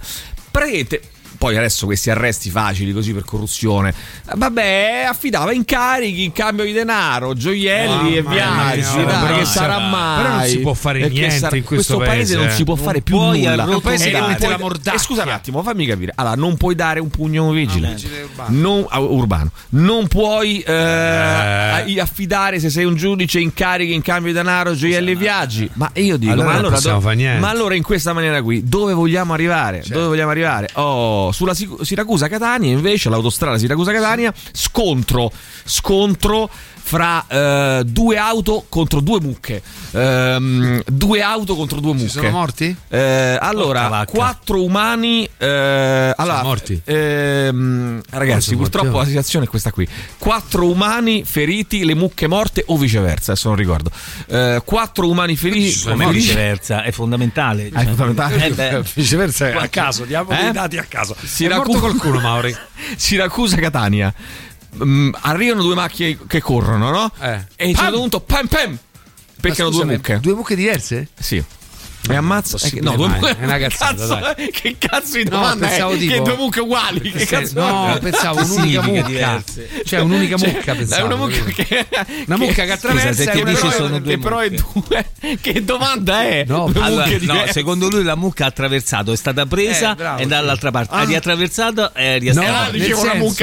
[SPEAKER 3] Prete. Poi adesso questi arresti facili così per corruzione. Eh, Vabbè, affidava incarichi in cambio di denaro, gioielli e
[SPEAKER 4] Mamma mia,
[SPEAKER 3] viaggi.
[SPEAKER 4] però
[SPEAKER 3] dai, che
[SPEAKER 4] non
[SPEAKER 3] sarà
[SPEAKER 4] si-
[SPEAKER 3] mai.
[SPEAKER 4] però non si può fare
[SPEAKER 3] E che
[SPEAKER 4] niente in questo paese,
[SPEAKER 3] non si può
[SPEAKER 4] eh.
[SPEAKER 3] fare
[SPEAKER 4] Non
[SPEAKER 3] più
[SPEAKER 4] puoi
[SPEAKER 3] nulla.
[SPEAKER 4] arrotondare. È un paese che mette la
[SPEAKER 3] E scusa un attimo, fammi capire. Allora, non puoi dare un pugno a un vigile.
[SPEAKER 4] Ah, vigile urbano.
[SPEAKER 3] Non, a- urbano. Non puoi eh, a- affidare se sei un giudice incarichi in cambio di denaro, gioielli e viaggi. Ma io dico,
[SPEAKER 4] Allora
[SPEAKER 3] ma
[SPEAKER 4] non
[SPEAKER 3] allora,
[SPEAKER 4] possiamo fare niente. Certo.
[SPEAKER 3] ma allora in questa maniera qui, dove vogliamo arrivare? Dove vogliamo arrivare? Oh, sulla Sic- Siracusa-Catania, invece, l'autostrada Siracusa-Catania, scontro, scontro fra eh, due auto contro due mucche. Ehm, due auto contro due mucche.
[SPEAKER 4] sono morti?
[SPEAKER 3] Eh, allora, quattro umani. eh, allora,
[SPEAKER 4] morti?
[SPEAKER 3] ehm, ragazzi,
[SPEAKER 4] Sono morti,
[SPEAKER 3] purtroppo
[SPEAKER 4] oh.
[SPEAKER 3] la situazione è questa qui: quattro umani feriti, le mucche morte o viceversa. Adesso non ricordo. Eh, quattro umani feriti.
[SPEAKER 5] Come
[SPEAKER 3] morti.
[SPEAKER 4] cioè,
[SPEAKER 5] viceversa, è fondamentale.
[SPEAKER 3] Ah, è fondamentale.
[SPEAKER 5] Eh beh.
[SPEAKER 4] Viceversa Eh? è
[SPEAKER 5] a caso, diamo dei
[SPEAKER 4] dati a caso.
[SPEAKER 3] Siracu-
[SPEAKER 4] È morto qualcuno, Mauri?
[SPEAKER 3] Siracusa Catania. Mm, arrivano due macchine che corrono, no? E a un certo punto, pam pam! Perché
[SPEAKER 4] Eh. Ma
[SPEAKER 3] erano due
[SPEAKER 4] scusami,
[SPEAKER 3] mucche.
[SPEAKER 4] Due mucche diverse?
[SPEAKER 3] Sì. E ammazza. eh,
[SPEAKER 4] possibile
[SPEAKER 3] no, due
[SPEAKER 4] mai.
[SPEAKER 3] mucche.
[SPEAKER 4] È una cazzata,
[SPEAKER 3] Cazzo,
[SPEAKER 4] dai.
[SPEAKER 3] Che cazzo di
[SPEAKER 4] No,
[SPEAKER 3] domanda? è?
[SPEAKER 4] pensavo tipo-
[SPEAKER 3] Che due mucche uguali. Che
[SPEAKER 4] Sì,
[SPEAKER 3] cazzo
[SPEAKER 4] no,
[SPEAKER 3] è?
[SPEAKER 4] pensavo
[SPEAKER 3] Che
[SPEAKER 4] un'unica
[SPEAKER 3] significa
[SPEAKER 4] mucca.
[SPEAKER 3] diverse?
[SPEAKER 4] Cioè, un'unica mucca,
[SPEAKER 3] è
[SPEAKER 4] pensavo,
[SPEAKER 3] una mucca
[SPEAKER 4] capito?
[SPEAKER 3] che.
[SPEAKER 4] Una mucca che attraversa
[SPEAKER 5] Scusa, se
[SPEAKER 4] e
[SPEAKER 5] ti
[SPEAKER 4] una
[SPEAKER 5] dice
[SPEAKER 4] che-
[SPEAKER 5] sono due
[SPEAKER 4] che però è
[SPEAKER 5] mucche.
[SPEAKER 3] due. Che domanda è?
[SPEAKER 4] No,
[SPEAKER 3] Due
[SPEAKER 5] Allora,
[SPEAKER 3] mucche
[SPEAKER 5] no,
[SPEAKER 3] diverse.
[SPEAKER 5] secondo lui la mucca ha attraversato, è stata presa
[SPEAKER 3] Eh, bravo,
[SPEAKER 5] e dall'altra parte ha
[SPEAKER 3] Ah.
[SPEAKER 5] riattraversato e è
[SPEAKER 4] No,
[SPEAKER 5] riastrata.
[SPEAKER 4] nel senso-
[SPEAKER 5] Una
[SPEAKER 4] Cioè,
[SPEAKER 5] mucca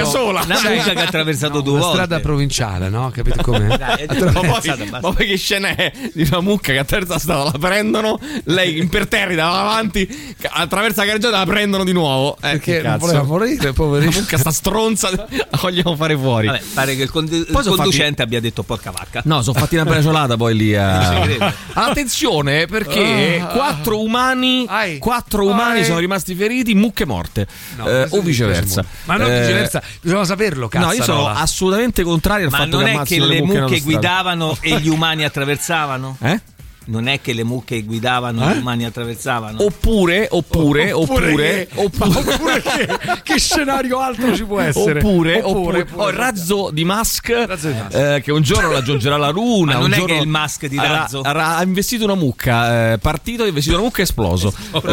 [SPEAKER 5] che ha attraversato
[SPEAKER 4] no,
[SPEAKER 5] due
[SPEAKER 4] una
[SPEAKER 5] volte.
[SPEAKER 4] strada provinciale, no? Capito com'è?
[SPEAKER 5] Dai, è
[SPEAKER 3] Ma
[SPEAKER 5] giusto.
[SPEAKER 3] poi, ma poi che scena è di una mucca che attraversa la strada, la prendono, lei imperterrita va avanti, ca- attraversa la carreggiata, la prendono di nuovo. Eh, che
[SPEAKER 4] non
[SPEAKER 3] cazzo.
[SPEAKER 4] voleva morire,
[SPEAKER 3] La mucca sta stronza, la vogliamo fare fuori.
[SPEAKER 5] Vabbè, pare che il, con- il
[SPEAKER 3] sono
[SPEAKER 5] conducente abbia detto porca vacca.
[SPEAKER 3] No, sono fatti una braciolata poi lì.
[SPEAKER 5] Non ci
[SPEAKER 3] A...
[SPEAKER 5] credo.
[SPEAKER 3] Attenzione perché
[SPEAKER 5] Ah.
[SPEAKER 3] quattro umani, quattro umani
[SPEAKER 4] Ai.
[SPEAKER 3] sono rimasti feriti, mucche morte. Eh, o viceversa.
[SPEAKER 4] Ma non
[SPEAKER 3] Eh,
[SPEAKER 4] viceversa, bisogna saperlo, cazzo.
[SPEAKER 3] No, io sono assolutamente contrario al
[SPEAKER 5] Ma
[SPEAKER 3] fatto
[SPEAKER 5] non
[SPEAKER 3] che
[SPEAKER 5] è che
[SPEAKER 3] ammazzino mucche,
[SPEAKER 5] le mucche
[SPEAKER 3] in autostrada.
[SPEAKER 5] guidavano e gli umani attraversavano?
[SPEAKER 3] Eh?
[SPEAKER 5] Non è che le mucche guidavano e
[SPEAKER 3] Eh? Oh,
[SPEAKER 5] gli umani attraversavano?
[SPEAKER 3] Oppure, oppure, oppure,
[SPEAKER 5] che-
[SPEAKER 3] oppure,
[SPEAKER 4] che, scenario altro ci può essere?
[SPEAKER 3] Oppure,
[SPEAKER 4] Oppure,
[SPEAKER 3] oppure,
[SPEAKER 4] oppure.
[SPEAKER 3] oh, il razzo di Musk, eh, che un giorno raggiungerà la luna.
[SPEAKER 5] Ma non
[SPEAKER 3] un
[SPEAKER 5] è
[SPEAKER 3] giorno
[SPEAKER 5] che il Musk di
[SPEAKER 3] avrà-
[SPEAKER 5] razzo?
[SPEAKER 3] avrà- ha investito una mucca, eh, partito, ha investito una mucca e esploso.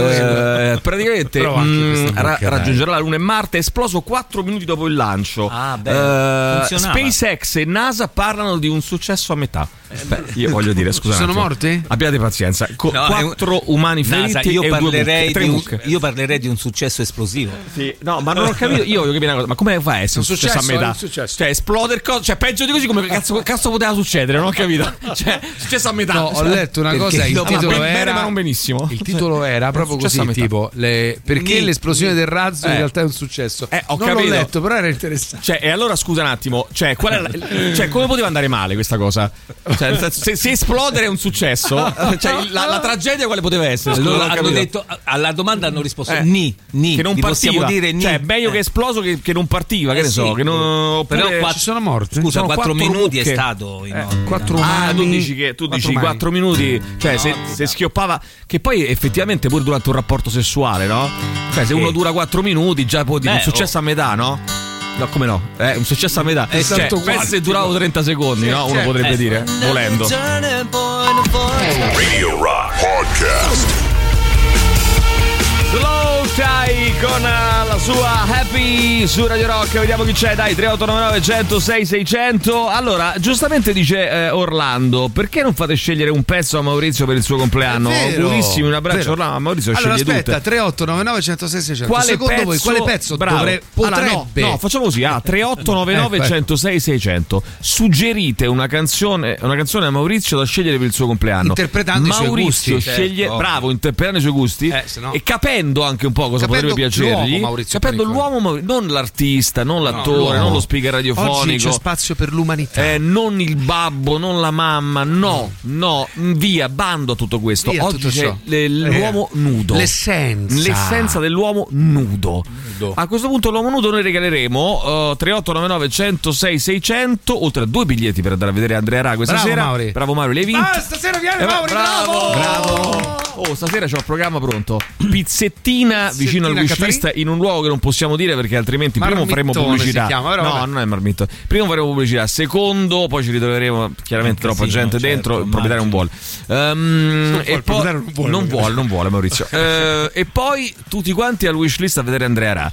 [SPEAKER 3] Eh, praticamente
[SPEAKER 4] Però anche
[SPEAKER 3] mh,
[SPEAKER 4] questa mucca,
[SPEAKER 3] ra-
[SPEAKER 4] dai.
[SPEAKER 3] raggiungerà la luna e Marte, è esploso 4 minuti dopo il lancio.
[SPEAKER 5] Ah,
[SPEAKER 4] beh,
[SPEAKER 3] Eh,
[SPEAKER 4] funzionava.
[SPEAKER 5] Eh,
[SPEAKER 3] SpaceX e NASA parlano di un successo a metà. Beh, io voglio dire, scusate.
[SPEAKER 4] Sono
[SPEAKER 3] un attimo.
[SPEAKER 4] morti? umane?
[SPEAKER 3] Abbiate pazienza. Co-
[SPEAKER 5] No, è un-
[SPEAKER 3] quattro umani feriti
[SPEAKER 5] Nasa, io
[SPEAKER 3] e due
[SPEAKER 5] parlerei,
[SPEAKER 3] mucche, tre
[SPEAKER 5] di un,
[SPEAKER 3] mucche.
[SPEAKER 5] io parlerei di un successo esplosivo.
[SPEAKER 3] Sì, no, ma non ho capito. Io voglio capire una cosa, ma come fa a essere un successo,
[SPEAKER 5] successo,
[SPEAKER 3] a
[SPEAKER 5] è
[SPEAKER 3] metà?
[SPEAKER 5] un successo.
[SPEAKER 3] Cioè, esplodere cosa? Cioè, peggio di così, come cazzo, cazzo poteva succedere? Non ho capito. Cioè, successo a metà.
[SPEAKER 4] No, ho letto una cosa. Il
[SPEAKER 3] Dopo-
[SPEAKER 4] titolo
[SPEAKER 3] bene,
[SPEAKER 4] era
[SPEAKER 3] ma non benissimo.
[SPEAKER 4] Il titolo era proprio
[SPEAKER 3] Successo a
[SPEAKER 4] così:
[SPEAKER 3] metà.
[SPEAKER 4] tipo le- perché
[SPEAKER 3] Ni-
[SPEAKER 4] l'esplosione del razzo in
[SPEAKER 3] Eh.
[SPEAKER 4] realtà è un successo.
[SPEAKER 3] Eh, ho
[SPEAKER 4] non
[SPEAKER 3] capito.
[SPEAKER 4] l'ho letto, però era interessante.
[SPEAKER 3] Cioè, e allora scusa un attimo, cioè, qual è la- cioè, come poteva andare male questa cosa? Cioè, nel senso, se, se esplodere è un successo, cioè, la, la tragedia quale poteva essere? Scusa,
[SPEAKER 5] Allora
[SPEAKER 3] non ho
[SPEAKER 5] hanno
[SPEAKER 3] capito.
[SPEAKER 5] detto, alla domanda hanno risposto
[SPEAKER 3] Eh,
[SPEAKER 5] ni, ni.
[SPEAKER 3] che non
[SPEAKER 5] vi possiamo
[SPEAKER 3] partiva.
[SPEAKER 5] dire ni.
[SPEAKER 3] Cioè, meglio che esploso che, che non partiva, che
[SPEAKER 5] Eh
[SPEAKER 3] ne so,
[SPEAKER 5] sì.
[SPEAKER 3] che non, oppure-
[SPEAKER 5] Però quatt-
[SPEAKER 3] Ci sono morti.
[SPEAKER 5] scusa,
[SPEAKER 3] Sono
[SPEAKER 5] quattro minuti è
[SPEAKER 3] mucche.
[SPEAKER 5] stato in
[SPEAKER 3] Eh,
[SPEAKER 5] onda.
[SPEAKER 3] quattro
[SPEAKER 5] Ah,
[SPEAKER 3] umani.
[SPEAKER 5] tu
[SPEAKER 3] Tu
[SPEAKER 5] dici
[SPEAKER 3] dici
[SPEAKER 5] che- tu
[SPEAKER 3] quattro
[SPEAKER 5] dici quattro
[SPEAKER 3] minuti, cioè se, se schioppava che poi effettivamente pure durante un rapporto sessuale, no? Cioè se
[SPEAKER 5] Sì.
[SPEAKER 3] uno dura quattro minuti già può dire
[SPEAKER 5] Beh,
[SPEAKER 3] un successo a metà, no? No, come no? Eh, un successo a metà.
[SPEAKER 5] È
[SPEAKER 3] oh. Eh, cioè,
[SPEAKER 5] stato
[SPEAKER 3] pensa se
[SPEAKER 5] quattro.
[SPEAKER 3] duravo 30 secondi,
[SPEAKER 5] Sì,
[SPEAKER 3] no? Uno
[SPEAKER 5] certo.
[SPEAKER 3] potrebbe
[SPEAKER 5] Eh.
[SPEAKER 3] dire, volendo.
[SPEAKER 2] Radio Rock Podcast.
[SPEAKER 3] Slow Tie con eh, la sua Happy su Radio Rock, vediamo chi c'è, dai 3899 106 600. Allora, giustamente dice eh, Orlando, perché non fate scegliere un pezzo a Maurizio per il suo compleanno? Augurissimi, un abbraccio
[SPEAKER 4] Vero.
[SPEAKER 3] Orlando, ma Maurizio
[SPEAKER 4] Allora,
[SPEAKER 3] sceglie
[SPEAKER 4] aspetta,
[SPEAKER 3] tutte.
[SPEAKER 4] 3899 106 600.
[SPEAKER 3] Quale
[SPEAKER 4] Secondo
[SPEAKER 3] pezzo,
[SPEAKER 4] voi quale pezzo
[SPEAKER 3] Bravo.
[SPEAKER 4] dovre-
[SPEAKER 3] Allora,
[SPEAKER 4] potrebbe
[SPEAKER 3] no, no, facciamo così: ah, 3899
[SPEAKER 4] Eh,
[SPEAKER 3] 106 600. Suggerite una canzone, una canzone a Maurizio da scegliere per il suo compleanno.
[SPEAKER 4] Interpretando i suoi
[SPEAKER 3] Maurizio
[SPEAKER 4] gusti,
[SPEAKER 3] sceglie,
[SPEAKER 4] certo.
[SPEAKER 3] bravo, interpretando i suoi gusti
[SPEAKER 4] sennò-
[SPEAKER 3] e capendo anche un po' cosa
[SPEAKER 4] Capendo
[SPEAKER 3] potrebbe piacergli.
[SPEAKER 4] l'uomo Maurizio
[SPEAKER 3] capendo l'uomo, Maur- non l'artista, non l'attore,
[SPEAKER 4] l'uomo.
[SPEAKER 3] non lo speaker
[SPEAKER 4] Oggi c'è
[SPEAKER 3] radiofonico.
[SPEAKER 4] spazio per l'umanità.
[SPEAKER 3] Eh, non il babbo, non la mamma, no, no, via, bando a tutto questo.
[SPEAKER 4] Via a
[SPEAKER 3] Oggi
[SPEAKER 4] tutto
[SPEAKER 3] c'è
[SPEAKER 4] ciò.
[SPEAKER 3] le- l'uomo
[SPEAKER 4] Eh.
[SPEAKER 3] nudo.
[SPEAKER 4] L'essenza.
[SPEAKER 3] L'essenza dell'uomo nudo. A questo punto l'uomo nudo noi regaleremo eh, 3899 106 600, oltre a due biglietti per andare a vedere Andrea Ra questa
[SPEAKER 4] Bravo,
[SPEAKER 3] sera.
[SPEAKER 4] Mauri.
[SPEAKER 3] Bravo Mauri, l'hai vinto.
[SPEAKER 4] Ah, stasera viene
[SPEAKER 3] Eh,
[SPEAKER 4] Mauri, bravo!
[SPEAKER 3] Bravo! Oh, stasera c'ho il programma pronto. Pizzettina vicino al wishlist in un luogo che non possiamo dire perché altrimenti prima faremo
[SPEAKER 4] Marmittone
[SPEAKER 3] pubblicità.
[SPEAKER 4] si chiama, però
[SPEAKER 3] no,
[SPEAKER 4] vabbè.
[SPEAKER 3] non è marmitto. Prima faremo pubblicità, secondo poi ci ritroveremo chiaramente
[SPEAKER 5] Un
[SPEAKER 3] troppa
[SPEAKER 5] casino,
[SPEAKER 3] gente
[SPEAKER 5] certo,
[SPEAKER 3] dentro, il proprietario non vuole. Ehm,
[SPEAKER 5] Non vuole,
[SPEAKER 3] e poi-
[SPEAKER 5] il proprietario non vuole.
[SPEAKER 3] non vuole, non vuole Maurizio. Eh, e poi tutti quanti al wishlist a vedere Andrea Ra.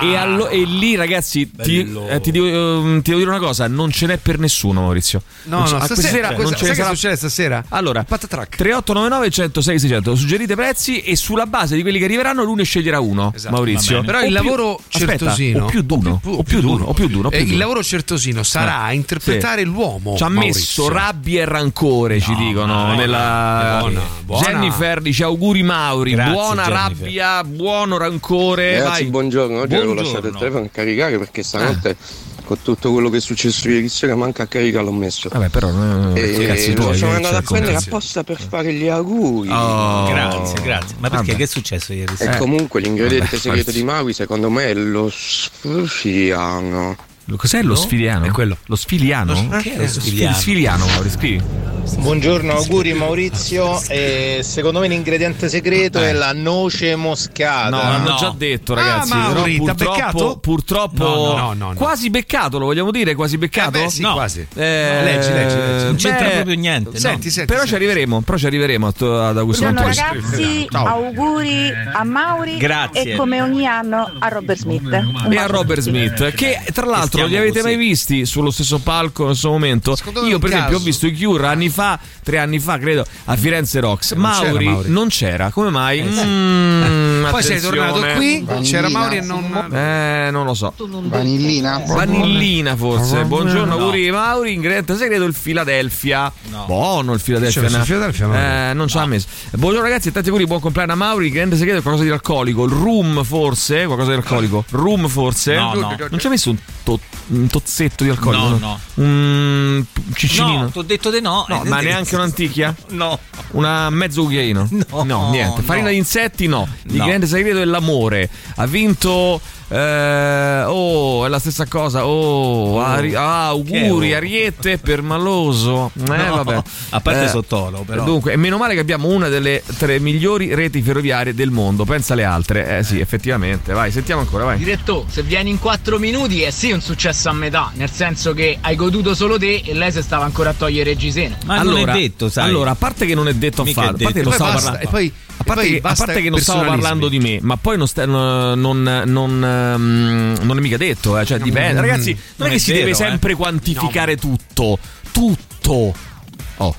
[SPEAKER 3] E, e allo- e lì ragazzi ti, eh, ti devo, ehm, ti devo dire una cosa, non ce n'è per nessuno Maurizio.
[SPEAKER 4] No,
[SPEAKER 3] Non
[SPEAKER 4] no,
[SPEAKER 3] ce- a
[SPEAKER 4] stasera,
[SPEAKER 3] questa sera
[SPEAKER 4] questa-
[SPEAKER 3] non ce ne
[SPEAKER 4] sai che
[SPEAKER 3] sarà
[SPEAKER 4] succede stasera?
[SPEAKER 3] allora, 3899 106 600 Suggerite prezzi e sulla base di quelli che arriveranno l'uno sceglierà uno,
[SPEAKER 4] Esatto,
[SPEAKER 3] Esatto. Maurizio.
[SPEAKER 4] Però
[SPEAKER 3] O
[SPEAKER 4] il
[SPEAKER 3] più-
[SPEAKER 4] lavoro
[SPEAKER 3] aspetta,
[SPEAKER 4] certosino.
[SPEAKER 3] o più d'uno, o più d'uno, o più d'uno, o più
[SPEAKER 4] Eh,
[SPEAKER 3] d'uno.
[SPEAKER 4] il lavoro certosino sarà
[SPEAKER 3] Eh,
[SPEAKER 4] interpretare
[SPEAKER 3] sì.
[SPEAKER 4] l'uomo.
[SPEAKER 3] Ci ha
[SPEAKER 4] Maurizio.
[SPEAKER 3] messo rabbia e rancore, ci dicono.
[SPEAKER 4] no,
[SPEAKER 3] nella...
[SPEAKER 4] buona, buona.
[SPEAKER 3] Jennifer dice auguri Mauri,
[SPEAKER 1] Grazie,
[SPEAKER 3] buona
[SPEAKER 1] Jennifer.
[SPEAKER 3] rabbia, buono rancore.
[SPEAKER 1] Ragazzi,
[SPEAKER 3] vai.
[SPEAKER 1] buongiorno. Oggi avevo
[SPEAKER 3] Buongiorno. Eh.
[SPEAKER 1] lasciato il telefono a caricare perché stanotte con tutto quello che è successo ieri sera manca a carica l'ho messo.
[SPEAKER 3] Vabbè, però non
[SPEAKER 1] E
[SPEAKER 3] cazzi
[SPEAKER 1] lo
[SPEAKER 3] tuoi,
[SPEAKER 1] sono
[SPEAKER 3] eh,
[SPEAKER 1] andato
[SPEAKER 3] cioè,
[SPEAKER 1] a prendere
[SPEAKER 3] cazzi.
[SPEAKER 1] apposta per fare gli auguri.
[SPEAKER 3] Oh,
[SPEAKER 5] Grazie, grazie. Ma perché? Che è successo ieri
[SPEAKER 1] E
[SPEAKER 3] Eh.
[SPEAKER 5] sera?
[SPEAKER 1] comunque l'ingrediente
[SPEAKER 5] Vabbè,
[SPEAKER 1] segreto
[SPEAKER 5] Marzio.
[SPEAKER 1] di Maui secondo me è lo sfruciano.
[SPEAKER 3] Cos'è lo sfiliano? È quello. Lo sfiliano?
[SPEAKER 1] Lo-
[SPEAKER 3] Che
[SPEAKER 1] lo sfiliano?
[SPEAKER 3] Sfiliano, Mauri, scrivi.
[SPEAKER 15] Buongiorno, auguri Maurizio. Eh, secondo me l'ingrediente segreto è la noce moscata.
[SPEAKER 3] No, l'hanno già
[SPEAKER 4] Ah,
[SPEAKER 3] detto, ragazzi. però purtroppo, purtroppo
[SPEAKER 15] No, no, no, no, no.
[SPEAKER 3] quasi beccato, lo vogliamo dire? Quasi beccato?
[SPEAKER 4] Eh beh, sì,
[SPEAKER 3] no.
[SPEAKER 4] quasi.
[SPEAKER 3] Eh,
[SPEAKER 4] Leggi, leggi, leggi.
[SPEAKER 5] Non c'entra
[SPEAKER 3] beh,
[SPEAKER 5] proprio niente, no.
[SPEAKER 3] Senti, senti, però ci arriveremo, però ci arriveremo a- ad Augusto
[SPEAKER 22] Buongiorno
[SPEAKER 3] Montori.
[SPEAKER 22] ragazzi,
[SPEAKER 3] Ciao.
[SPEAKER 22] auguri a Mauri
[SPEAKER 3] Grazie.
[SPEAKER 22] e
[SPEAKER 13] Ecco.
[SPEAKER 22] come ogni anno a Robert Smith. Un
[SPEAKER 3] E a
[SPEAKER 22] bacio
[SPEAKER 3] Robert
[SPEAKER 22] tutti.
[SPEAKER 3] Smith, che tra l'altro li avete mai visti sullo stesso palco nello stesso momento?
[SPEAKER 4] me
[SPEAKER 3] Io,
[SPEAKER 4] un
[SPEAKER 3] per esempio, ho
[SPEAKER 4] caso.
[SPEAKER 3] visto i Cure anni fa, tre anni fa, credo, a Firenze Rocks.
[SPEAKER 4] non c'era
[SPEAKER 3] Mauri,
[SPEAKER 4] Mauri.
[SPEAKER 3] non c'era, come mai?
[SPEAKER 4] Eh, sì.
[SPEAKER 3] Mm,
[SPEAKER 4] Poi sei tornato qui,
[SPEAKER 3] attenzione.
[SPEAKER 4] c'era Mauri e non.
[SPEAKER 3] Eh, non lo so.
[SPEAKER 4] Vanillina?
[SPEAKER 3] Vanillina forse. Buongiorno,
[SPEAKER 4] No.
[SPEAKER 3] auguri di Mauri. Ingrediente segreto il Philadelphia. Buono il Philadelphia.
[SPEAKER 4] C'è messo il Philadelphia, Mauri?
[SPEAKER 3] eh, non ci ha messo. Buongiorno ragazzi, tanti auguri, buon compleanno a Mauri. Ingrediente segreto è qualcosa di alcolico. Il rum forse, qualcosa di alcolico. Rum forse.
[SPEAKER 5] No, no.
[SPEAKER 3] Non ci ha messo un, to- un tozzetto di alcolico.
[SPEAKER 5] No, no.
[SPEAKER 3] Un ciccinino.
[SPEAKER 5] No, ti ho detto di no. Eh,
[SPEAKER 3] No, ma neanche un'antichia?
[SPEAKER 5] No.
[SPEAKER 3] Una mezzo cucchiaino? No, niente. Farina di insetti? No. L'ingrediente segreto è l'amore. Ha vinto. eh, oh, è la stessa cosa. Oh, Ari- ah, auguri,
[SPEAKER 5] Che oh.
[SPEAKER 3] Ariete permaloso. Eh,
[SPEAKER 5] No,
[SPEAKER 3] vabbè.
[SPEAKER 5] a parte
[SPEAKER 3] Eh,
[SPEAKER 5] Sottolo, però.
[SPEAKER 3] Dunque, e meno male che abbiamo una delle tre migliori reti ferroviarie del mondo. Pensa alle altre. Eh sì, effettivamente. Vai, sentiamo ancora, vai.
[SPEAKER 6] Diretto, se vieni in 4 minuti è sì un successo a metà, nel senso che hai goduto solo te e lei se stava ancora a togliere il Gisena.
[SPEAKER 3] Allora, a parte che non è detto
[SPEAKER 6] Mica
[SPEAKER 3] affatto, a
[SPEAKER 6] è
[SPEAKER 3] parte che
[SPEAKER 6] detto.
[SPEAKER 3] non
[SPEAKER 6] E
[SPEAKER 3] stavo
[SPEAKER 6] poi basta,
[SPEAKER 3] parlando.
[SPEAKER 6] e poi-
[SPEAKER 3] a parte,
[SPEAKER 6] e poi
[SPEAKER 3] che, a
[SPEAKER 6] basta
[SPEAKER 3] parte che non stavo
[SPEAKER 6] personalismi.
[SPEAKER 3] parlando di me, ma poi non, sta- non, non- non- non è mica detto. eh, Cioè, dipende.
[SPEAKER 5] Mm.
[SPEAKER 3] Ragazzi, non,
[SPEAKER 5] Non
[SPEAKER 3] è eh. che
[SPEAKER 5] è
[SPEAKER 3] si
[SPEAKER 5] vero,
[SPEAKER 3] deve
[SPEAKER 5] eh.
[SPEAKER 3] sempre quantificare tutto. Tutto. Oh.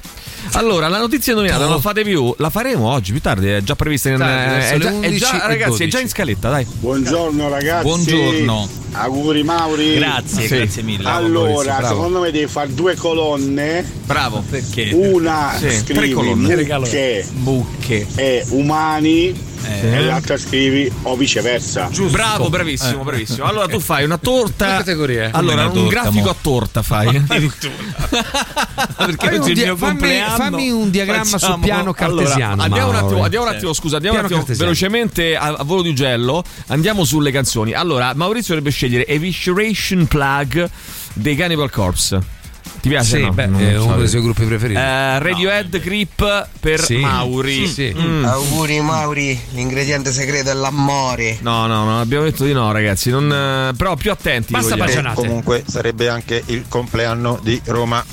[SPEAKER 3] Allora, la notizia indovinata non la fate più, la faremo oggi più tardi, è già prevista in eh,
[SPEAKER 9] Tardi, verso
[SPEAKER 3] è
[SPEAKER 9] le
[SPEAKER 3] già- è
[SPEAKER 9] 11
[SPEAKER 3] già-
[SPEAKER 9] e
[SPEAKER 3] ragazzi, è già
[SPEAKER 9] 12.
[SPEAKER 3] in scaletta, dai.
[SPEAKER 9] Buongiorno ragazzi.
[SPEAKER 3] Buongiorno.
[SPEAKER 9] Auguri Mauri.
[SPEAKER 3] Grazie, Sì. grazie mille. Bravo, Maurizio,
[SPEAKER 9] Allora,
[SPEAKER 3] bravo.
[SPEAKER 9] secondo me devi fare due colonne.
[SPEAKER 5] Bravo, perché?
[SPEAKER 9] Una
[SPEAKER 5] Sì,
[SPEAKER 9] scrivi
[SPEAKER 5] tre colonne. Che regalo
[SPEAKER 9] mucche
[SPEAKER 5] Mucche.
[SPEAKER 9] e umani
[SPEAKER 5] Eh.
[SPEAKER 9] e l'altra scrivi o viceversa.
[SPEAKER 3] Bravo, bravissimo, bravissimo. Allora tu fai una torta. categoria?
[SPEAKER 4] Ah,
[SPEAKER 9] Come una
[SPEAKER 3] Allora, un
[SPEAKER 9] torta,
[SPEAKER 3] grafico
[SPEAKER 9] mo?
[SPEAKER 3] a torta fai.
[SPEAKER 4] Fammi
[SPEAKER 3] Perché
[SPEAKER 4] un
[SPEAKER 3] oggi è il
[SPEAKER 4] dia-
[SPEAKER 3] mio
[SPEAKER 4] fammi-
[SPEAKER 3] compleanno.
[SPEAKER 4] fammi un diagramma su
[SPEAKER 3] Facciamo-
[SPEAKER 4] piano cartesiano,
[SPEAKER 3] Allora, andiamo un
[SPEAKER 4] Mauro.
[SPEAKER 3] attimo, andiamo un
[SPEAKER 4] Sì.
[SPEAKER 3] attimo, scusa, andiamo un
[SPEAKER 4] Piano
[SPEAKER 3] attimo
[SPEAKER 4] cartesiano.
[SPEAKER 3] velocemente a, a volo di ugello. Andiamo sulle canzoni. Allora, Maurizio dovrebbe scegliere Evisceration Plug dei Cannibal Corpse. Ti piace?
[SPEAKER 4] Sì,
[SPEAKER 3] Ah, no?
[SPEAKER 4] beh,
[SPEAKER 3] Non
[SPEAKER 4] è
[SPEAKER 3] so.
[SPEAKER 4] uno dei suoi gruppi preferiti.
[SPEAKER 3] Eh, Radiohead Grip per
[SPEAKER 4] Sì.
[SPEAKER 3] Mauri.
[SPEAKER 4] Sì, sì.
[SPEAKER 3] Mm.
[SPEAKER 10] Auguri Mauri, l'ingrediente segreto è l'amore.
[SPEAKER 3] No, no, no, abbiamo detto di no, ragazzi. Non, eh, però più attenti. vogliamo.
[SPEAKER 23] Comunque sarebbe anche il compleanno di Roma.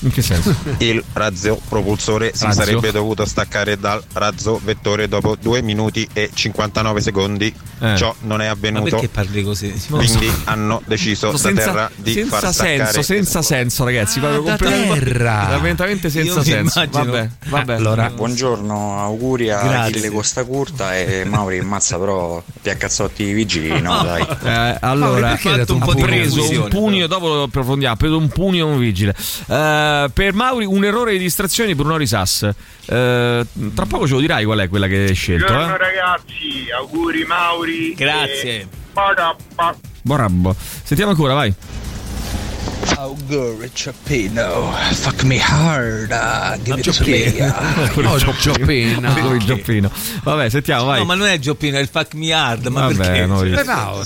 [SPEAKER 3] In che senso?
[SPEAKER 23] Il razzo propulsore si
[SPEAKER 3] Razzo.
[SPEAKER 23] sarebbe dovuto staccare dal razzo vettore dopo 2 minuti e 59 secondi.
[SPEAKER 5] Eh.
[SPEAKER 23] Ciò non è avvenuto.
[SPEAKER 5] Ma perché parli così? Non lo so.
[SPEAKER 23] Quindi hanno deciso da
[SPEAKER 3] senza,
[SPEAKER 23] terra di
[SPEAKER 3] senza
[SPEAKER 23] far staccare.
[SPEAKER 3] senso, senza senso, ragazzi. proprio
[SPEAKER 23] da
[SPEAKER 3] completamente-
[SPEAKER 23] terra.
[SPEAKER 3] Veramente senza
[SPEAKER 23] Io mi
[SPEAKER 3] senso.
[SPEAKER 23] immagino.
[SPEAKER 3] Vabbè, vabbè.
[SPEAKER 24] Buongiorno, auguri a
[SPEAKER 3] Grazie.
[SPEAKER 24] Achille Costa Curta e Mauri Mazza però ti ha cazzotti i vigili, no dai.
[SPEAKER 3] Eh, allora, ha preso un pugno, dopo lo approfondiamo, ha preso un pugno a un vigile. Eh, per Mauri un errore di distrazione di Bruno Risas. Eh, tra poco ce lo dirai qual è quella che hai scelto.
[SPEAKER 25] Buongiorno
[SPEAKER 3] Eh?
[SPEAKER 25] ragazzi, auguri Mauri.
[SPEAKER 5] Grazie.
[SPEAKER 25] E- Bada, ba-
[SPEAKER 3] Buon rabbo. Sentiamo ancora, vai.
[SPEAKER 26] Auguri Ciappino, fuck me hard, uh, give it to me. uh.
[SPEAKER 3] Quello
[SPEAKER 26] Oh,
[SPEAKER 3] Gioppino.
[SPEAKER 4] Ah,
[SPEAKER 3] Quello di Gioppino. Vabbè, sentiamo, vai.
[SPEAKER 5] No, ma non è Gioppino, è il fuck me hard. Ma
[SPEAKER 3] Vabbè,
[SPEAKER 5] perché?
[SPEAKER 3] no, io-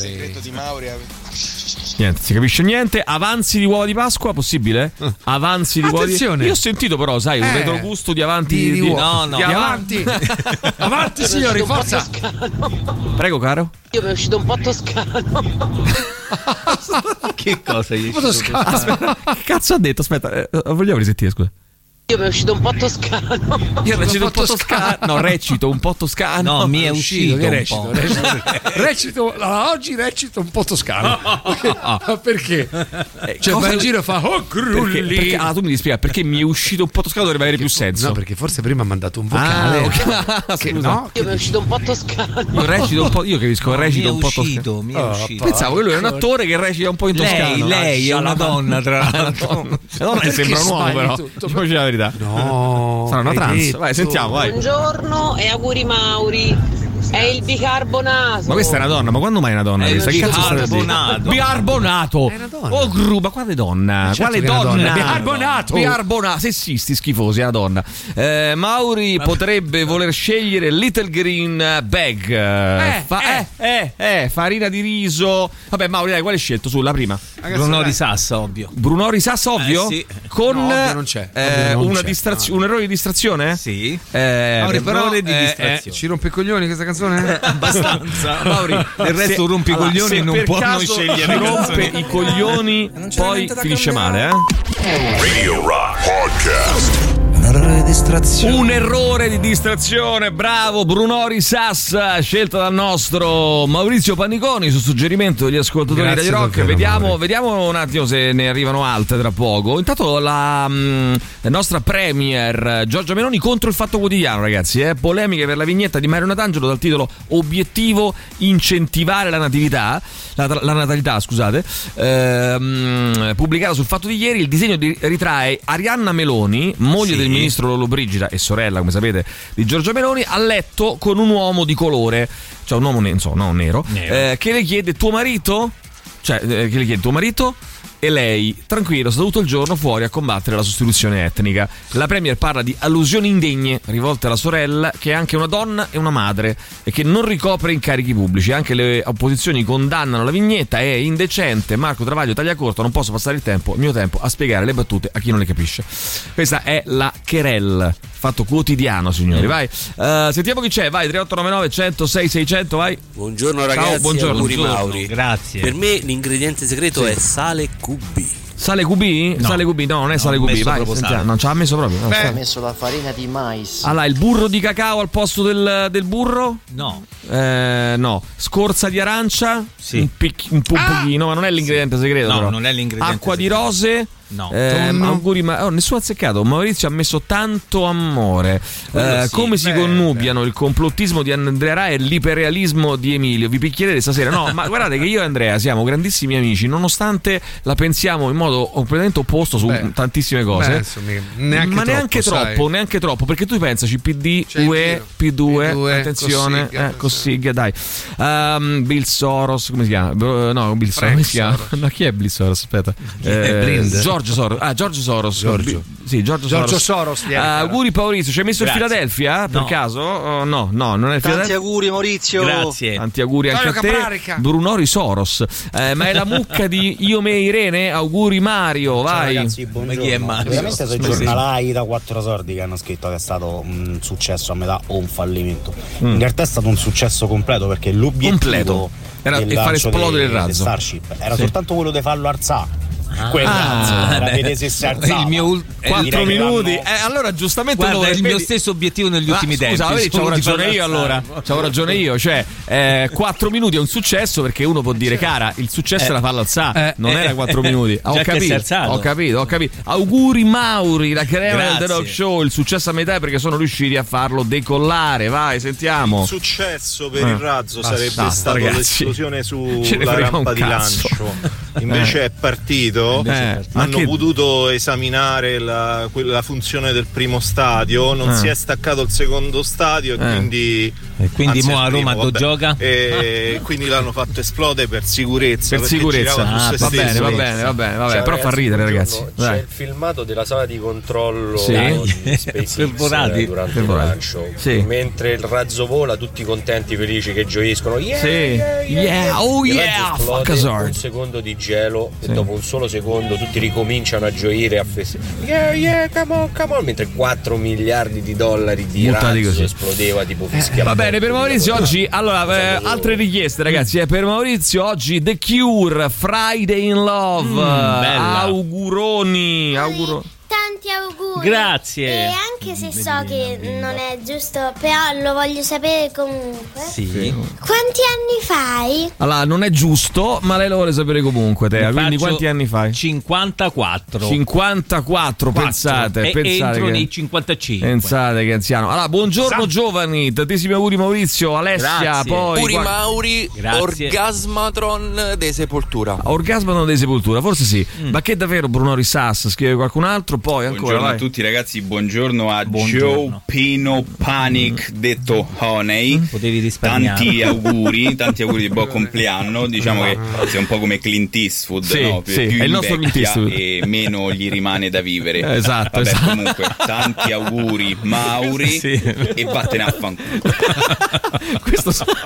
[SPEAKER 3] Niente, si capisce niente. Avanzi di uova di Pasqua, possibile? Avanzi di uova di
[SPEAKER 5] Eh. Attenzione.
[SPEAKER 3] Io ho sentito però, sai, un
[SPEAKER 5] Eh.
[SPEAKER 3] retrogusto di avanti
[SPEAKER 5] Di- di uova.
[SPEAKER 3] No, no.
[SPEAKER 5] Di
[SPEAKER 3] avanti.
[SPEAKER 4] Avanti, signori, forza!
[SPEAKER 3] Prego, caro.
[SPEAKER 27] Io mi è uscito un po' toscano.
[SPEAKER 5] Che cosa gli
[SPEAKER 27] Ma lo scazzo.
[SPEAKER 3] Aspetta, che cazzo ha detto? Aspetta, eh, vogliamo risentire, scusa.
[SPEAKER 27] Io mi è uscito un po' toscano.
[SPEAKER 3] Io recito un po' toscano. No, recito un po' toscano.
[SPEAKER 5] No, mi è uscito
[SPEAKER 3] che
[SPEAKER 5] un
[SPEAKER 3] recito,
[SPEAKER 5] po'.
[SPEAKER 3] recito.
[SPEAKER 4] Recito, allora, oggi recito un po' toscano. Ma perché?
[SPEAKER 5] Eh,
[SPEAKER 4] Cioè,
[SPEAKER 3] cosa-
[SPEAKER 4] va in giro e fa oh,
[SPEAKER 3] Perché,
[SPEAKER 4] grulli.
[SPEAKER 3] perché- ah, tu mi devi spiegare perché mi è uscito un po' toscano dovrebbe avere più senso. No, perché forse prima ha mandato un
[SPEAKER 4] vocale. Ah,
[SPEAKER 3] Che,
[SPEAKER 4] no?
[SPEAKER 27] Io mi è uscito un po' toscano.
[SPEAKER 3] Io recito un po', io capisco, recito un po' toscano.
[SPEAKER 5] mi è uscito.
[SPEAKER 3] Pensavo che lui era un attore che recita un po' in
[SPEAKER 5] Lei-
[SPEAKER 3] Ah, toscano.
[SPEAKER 5] lei è
[SPEAKER 3] Lascia
[SPEAKER 5] una
[SPEAKER 3] la-
[SPEAKER 5] donna, tra l'altro.
[SPEAKER 3] La donna, La donna
[SPEAKER 5] Perché
[SPEAKER 3] Eh, sembra un uomo,
[SPEAKER 5] sbagli
[SPEAKER 3] però.
[SPEAKER 5] tutto?
[SPEAKER 3] Diciamoci la verità. No. Sarà una
[SPEAKER 5] hai
[SPEAKER 3] trans.
[SPEAKER 5] detto.
[SPEAKER 3] Vai, sentiamo, vai.
[SPEAKER 27] Buongiorno e auguri Mauri. È il bicarbonato.
[SPEAKER 3] Ma questa è una donna, ma quando mai è una donna?
[SPEAKER 5] È
[SPEAKER 3] questa? Che cazzo sta
[SPEAKER 5] bicarbonato.
[SPEAKER 3] dicendo? Bicarbonato. Oh gru, ma quale donna?
[SPEAKER 5] certo
[SPEAKER 3] quale
[SPEAKER 5] che è una
[SPEAKER 3] donna?
[SPEAKER 5] donna. Oh.
[SPEAKER 3] Bicarbonato. Bicarbonato. Sessisti schifosi, è una donna. Eh, Mauri potrebbe voler scegliere Little Green Bag. Eh, fa- eh, eh, eh, farina di riso. Vabbè, Mauri, dai, quale hai scelto? Sulla prima.
[SPEAKER 5] Bruno di Sassa, ovvio.
[SPEAKER 3] Bruno Risassa, ovvio?
[SPEAKER 5] Eh, sì.
[SPEAKER 3] Con eh,
[SPEAKER 5] No, ovvio non c'è. Ovvio non
[SPEAKER 3] una
[SPEAKER 5] c'è.
[SPEAKER 3] distrazio- un errore di distrazione? Sì. Eh,
[SPEAKER 4] Mauri, però, eh, eh,
[SPEAKER 3] ci rompe i coglioni questa canzone?
[SPEAKER 5] Abbastanza.
[SPEAKER 3] Mauri,
[SPEAKER 5] del resto
[SPEAKER 3] se-
[SPEAKER 5] rompi i
[SPEAKER 3] allora,
[SPEAKER 5] coglioni
[SPEAKER 3] se
[SPEAKER 5] e non
[SPEAKER 3] per
[SPEAKER 5] può non
[SPEAKER 3] caso
[SPEAKER 5] scegliere.
[SPEAKER 3] ci rompe i coglioni, poi finisce male, eh?
[SPEAKER 2] Radio Rock Podcast.
[SPEAKER 3] Un errore di distrazione, bravo Brunori Sassa, scelta dal nostro Maurizio Paniconi su suggerimento degli ascoltatori
[SPEAKER 5] Grazie
[SPEAKER 3] di Radio Rock.
[SPEAKER 5] davvero,
[SPEAKER 3] Vediamo, vediamo un attimo se ne arrivano altre tra poco. Intanto la, mm, la nostra premier eh, Giorgia Meloni contro il fatto quotidiano, ragazzi. Eh? Polemiche per la vignetta di Mario Natangelo dal titolo Obiettivo incentivare la natività, la, la natalità, scusate. Ehm, pubblicata sul fatto di ieri, il disegno di- ritrae Arianna Meloni, moglie del ministro Lollobrigida e sorella, come sapete, di Giorgia Meloni, a letto con un uomo di colore, cioè un uomo ne- insomma, no, nero, eh, che le chiede tuo marito? Cioè, eh, che le chiede tuo marito? E lei, tranquillo, sta tutto il giorno fuori a combattere la sostituzione etnica. La Premier parla di allusioni indegne rivolte alla sorella, che è anche una donna e una madre, e che non ricopre incarichi pubblici. Anche le opposizioni condannano la vignetta, è indecente. Marco Travaglio taglia corto, non posso passare il tempo, il mio tempo, a spiegare le battute a chi non le capisce. Questa è la querella, fatto quotidiano, signori. Vai, Eh, sentiamo chi c'è, vai, 3899 106 600, vai.
[SPEAKER 28] Buongiorno
[SPEAKER 3] Ciao,
[SPEAKER 28] ragazzi,
[SPEAKER 3] buongiorno.
[SPEAKER 28] auguri
[SPEAKER 3] Buongiorno.
[SPEAKER 28] Mauri.
[SPEAKER 5] Grazie.
[SPEAKER 28] Per me l'ingrediente segreto
[SPEAKER 3] Sì.
[SPEAKER 28] è sale cubi.
[SPEAKER 3] Sale QB? Sale QB, no, non è sale QB,
[SPEAKER 28] messo
[SPEAKER 3] vai,
[SPEAKER 28] proprio
[SPEAKER 3] sentiamo.
[SPEAKER 28] sale.
[SPEAKER 3] non ce l'ha messo proprio. no,
[SPEAKER 28] Beh.
[SPEAKER 3] sale.
[SPEAKER 29] messo la farina di mais.
[SPEAKER 3] Allora, il burro di cacao al posto del, del burro?
[SPEAKER 5] No.
[SPEAKER 3] Eh, no, scorza di arancia, un, pic- un po- pochino, ma non è l'ingrediente segreto.
[SPEAKER 5] No,
[SPEAKER 3] però.
[SPEAKER 5] non è l'ingrediente
[SPEAKER 3] Acqua di rose.
[SPEAKER 5] No.
[SPEAKER 3] Eh,
[SPEAKER 5] Tonno.
[SPEAKER 3] auguri, ma oh, nessuno ha azzeccato. Maurizio ha messo tanto amore.
[SPEAKER 5] Quello
[SPEAKER 3] Eh,
[SPEAKER 5] sì,
[SPEAKER 3] come si
[SPEAKER 5] beh,
[SPEAKER 3] connubiano il complottismo di Andrea Rai e l'iperrealismo di Emilio? Vi picchierete stasera? No, ma guardate che io e Andrea siamo grandissimi amici, nonostante la pensiamo in modo completamente opposto su tantissime cose.
[SPEAKER 4] beh, insomma, neanche
[SPEAKER 3] ma neanche
[SPEAKER 4] troppo,
[SPEAKER 3] troppo,
[SPEAKER 4] sai.
[SPEAKER 3] neanche troppo, perché tu pensaci PD, UE, P2, attenzione,
[SPEAKER 4] Cossiga,
[SPEAKER 3] eh, Cossiga, dai. Ehm, Bill Soros, come si chiama? Eh, No, Bill Soros,
[SPEAKER 4] Frank
[SPEAKER 3] come si chiama? No, chi è Bill Soros? Aspetta. Eh,
[SPEAKER 4] è? Blind?
[SPEAKER 3] Giorgio Soros. Ah, Giorgio Soros.
[SPEAKER 4] Giorgio.
[SPEAKER 3] Bi- Sì, Giorgio,
[SPEAKER 4] Giorgio Soros, gli
[SPEAKER 3] Eh,
[SPEAKER 4] era.
[SPEAKER 3] auguri Maurizio, ci hai messo
[SPEAKER 4] Grazie.
[SPEAKER 3] il Philadelphia per
[SPEAKER 4] No.
[SPEAKER 3] caso? Oh, no, no, non è
[SPEAKER 4] Tanti
[SPEAKER 3] il Philadelphia.
[SPEAKER 4] auguri, Maurizio. Grazie.
[SPEAKER 3] Tanti auguri anche
[SPEAKER 4] Vittorio
[SPEAKER 3] a te.
[SPEAKER 4] Caprarica.
[SPEAKER 3] Brunori Soros. Eh, ma è la mucca di Io me Irene, auguri Mario, vai.
[SPEAKER 7] Ma chi è Mario? Veramente sono i giornalai da quattro sordi che hanno scritto che è stato un successo a metà o un fallimento.
[SPEAKER 3] Mm.
[SPEAKER 7] In realtà è stato un successo completo perché l'obiettivo
[SPEAKER 3] Completo. Era
[SPEAKER 7] del
[SPEAKER 3] e far
[SPEAKER 7] lancio
[SPEAKER 3] esplodere il
[SPEAKER 7] del- del
[SPEAKER 3] razzo.
[SPEAKER 7] Starship era
[SPEAKER 3] Sì.
[SPEAKER 7] soltanto quello di farlo alzare. Quel
[SPEAKER 5] Ah,
[SPEAKER 7] razzo, era
[SPEAKER 5] beh.
[SPEAKER 7] vedere se si alzava.
[SPEAKER 5] Il mio ul-
[SPEAKER 7] Direi che l'hanno-
[SPEAKER 3] Eh, allora giustamente
[SPEAKER 5] Guarda,
[SPEAKER 3] lo-
[SPEAKER 5] è il mio
[SPEAKER 3] vedi-
[SPEAKER 5] stesso obiettivo negli
[SPEAKER 3] Ah,
[SPEAKER 5] ultimi
[SPEAKER 3] scusa,
[SPEAKER 5] tempi. eh.
[SPEAKER 3] vedi, c'avevo
[SPEAKER 5] solo di
[SPEAKER 3] ragione io
[SPEAKER 5] farlo
[SPEAKER 3] allora.
[SPEAKER 5] alzare.
[SPEAKER 3] C'avevo ragione io, cioè 4 minuti è un successo perché uno può dire cara, il successo
[SPEAKER 5] Eh.
[SPEAKER 3] era farlo alzare,
[SPEAKER 5] Eh,
[SPEAKER 3] non
[SPEAKER 5] eh,
[SPEAKER 3] era 4
[SPEAKER 5] eh,
[SPEAKER 3] minuti.
[SPEAKER 5] già
[SPEAKER 3] Ah, ho
[SPEAKER 5] che si è
[SPEAKER 3] capito,
[SPEAKER 5] alzato.
[SPEAKER 3] ho capito, ho capito. Auguri Mauri, la crema
[SPEAKER 5] Grazie.
[SPEAKER 3] del The Rock Show, il successo a metà è perché sono riusciti a farlo decollare, vai, sentiamo.
[SPEAKER 8] Il successo per
[SPEAKER 3] Eh.
[SPEAKER 8] il razzo
[SPEAKER 3] Basta,
[SPEAKER 8] sarebbe stato
[SPEAKER 3] ragazzi.
[SPEAKER 8] l'esplosione
[SPEAKER 3] Ce ne
[SPEAKER 8] sulla
[SPEAKER 3] frega
[SPEAKER 8] rampa
[SPEAKER 3] un
[SPEAKER 8] di
[SPEAKER 3] cazzo.
[SPEAKER 8] lancio. Invece
[SPEAKER 3] Eh.
[SPEAKER 8] è partito, Eh,
[SPEAKER 3] Invece è partito.
[SPEAKER 8] hanno
[SPEAKER 3] Ma che-
[SPEAKER 8] potuto esaminare la, quella funzione del primo stadio, non
[SPEAKER 5] Eh.
[SPEAKER 8] si è staccato il secondo stadio e
[SPEAKER 5] Eh.
[SPEAKER 8] quindi...
[SPEAKER 5] E quindi
[SPEAKER 8] anzi,
[SPEAKER 5] mo
[SPEAKER 8] il
[SPEAKER 5] a Roma do
[SPEAKER 8] primo, vabbè.
[SPEAKER 5] gioca?
[SPEAKER 8] E quindi l'hanno fatto esplodere per sicurezza.
[SPEAKER 3] Per
[SPEAKER 8] perché
[SPEAKER 3] sicurezza,
[SPEAKER 8] girava su
[SPEAKER 3] ah,
[SPEAKER 8] se Cioè,
[SPEAKER 3] va bene,
[SPEAKER 8] stesso.
[SPEAKER 3] va bene, va bene, va bene, però fa ridere ragazzi.
[SPEAKER 11] C'è
[SPEAKER 3] Dai.
[SPEAKER 11] il filmato della sala di controllo
[SPEAKER 3] Sì.
[SPEAKER 11] di SpaceX
[SPEAKER 3] Fervorati.
[SPEAKER 11] eh, durante
[SPEAKER 3] Fervorati.
[SPEAKER 11] il lancio.
[SPEAKER 3] Sì.
[SPEAKER 11] Mentre il razzo vola, tutti contenti, felici che gioiscono. Yeah,
[SPEAKER 3] Sì.
[SPEAKER 11] yeah, yeah,
[SPEAKER 3] Yeah,
[SPEAKER 11] yeah.
[SPEAKER 3] oh
[SPEAKER 11] Il
[SPEAKER 3] yeah,
[SPEAKER 11] razzo esplode,
[SPEAKER 3] fuck hazard.
[SPEAKER 11] Un secondo di gelo
[SPEAKER 3] Sì.
[SPEAKER 11] e dopo un solo secondo tutti ricominciano a gioire a festeggiare. Yeah, yeah, come on, come on. Mentre 4 miliardi di dollari di
[SPEAKER 3] Buttati
[SPEAKER 11] razzo
[SPEAKER 3] così. Eh,
[SPEAKER 11] esplodeva tipo fischia.
[SPEAKER 3] Va bene, per Maurizio oggi, allora, eh, altre richieste ragazzi, eh, per Maurizio oggi The Cure, Friday in Love,
[SPEAKER 5] Mm, bella.
[SPEAKER 3] auguroni, auguro-
[SPEAKER 12] Tanti auguri.
[SPEAKER 5] Grazie.
[SPEAKER 12] E anche se so che non è giusto, però lo voglio sapere comunque. Quanti anni fai?
[SPEAKER 3] Allora, non è giusto, ma lei lo vuole sapere comunque, Tea, quindi quanti anni fai?
[SPEAKER 5] 54.
[SPEAKER 3] 54, pensate,
[SPEAKER 5] E
[SPEAKER 3] pensate
[SPEAKER 5] entro
[SPEAKER 3] che-
[SPEAKER 5] nei 55.
[SPEAKER 3] Pensate che anziano. Allora, buongiorno
[SPEAKER 5] Sa-
[SPEAKER 3] giovani, tantissimi auguri Maurizio, Alessia,
[SPEAKER 5] Grazie.
[SPEAKER 3] poi
[SPEAKER 5] Auguri,
[SPEAKER 3] guarda-
[SPEAKER 5] Mauri,
[SPEAKER 3] Grazie.
[SPEAKER 28] Orgasmatron de Sepoltura.
[SPEAKER 3] Orgasmatron Ah, dei Sepoltura, forse sì.
[SPEAKER 5] Mm.
[SPEAKER 3] Ma che davvero Bruno Risas scrive qualcun altro, poi ancora
[SPEAKER 14] Buongiorno
[SPEAKER 3] vai.
[SPEAKER 14] a tutti ragazzi, buongiorno a Joe
[SPEAKER 3] Buongiorno.
[SPEAKER 14] Pino Panic detto
[SPEAKER 3] Mm.
[SPEAKER 14] Honey. Tanti auguri, tanti auguri di buon compleanno. Diciamo che sei un po' come Clint Eastwood,
[SPEAKER 3] Ah. Sì,
[SPEAKER 14] no? Più,
[SPEAKER 3] sì,
[SPEAKER 14] più
[SPEAKER 3] è il nostro
[SPEAKER 14] invecchia
[SPEAKER 3] Clint Eastwood.
[SPEAKER 14] e meno gli rimane da vivere.
[SPEAKER 3] Esatto,
[SPEAKER 14] Vabbè,
[SPEAKER 3] esatto.
[SPEAKER 14] comunque, tanti auguri Mauri
[SPEAKER 3] Sì.
[SPEAKER 14] e vattene a fanculo.
[SPEAKER 3] Questo so-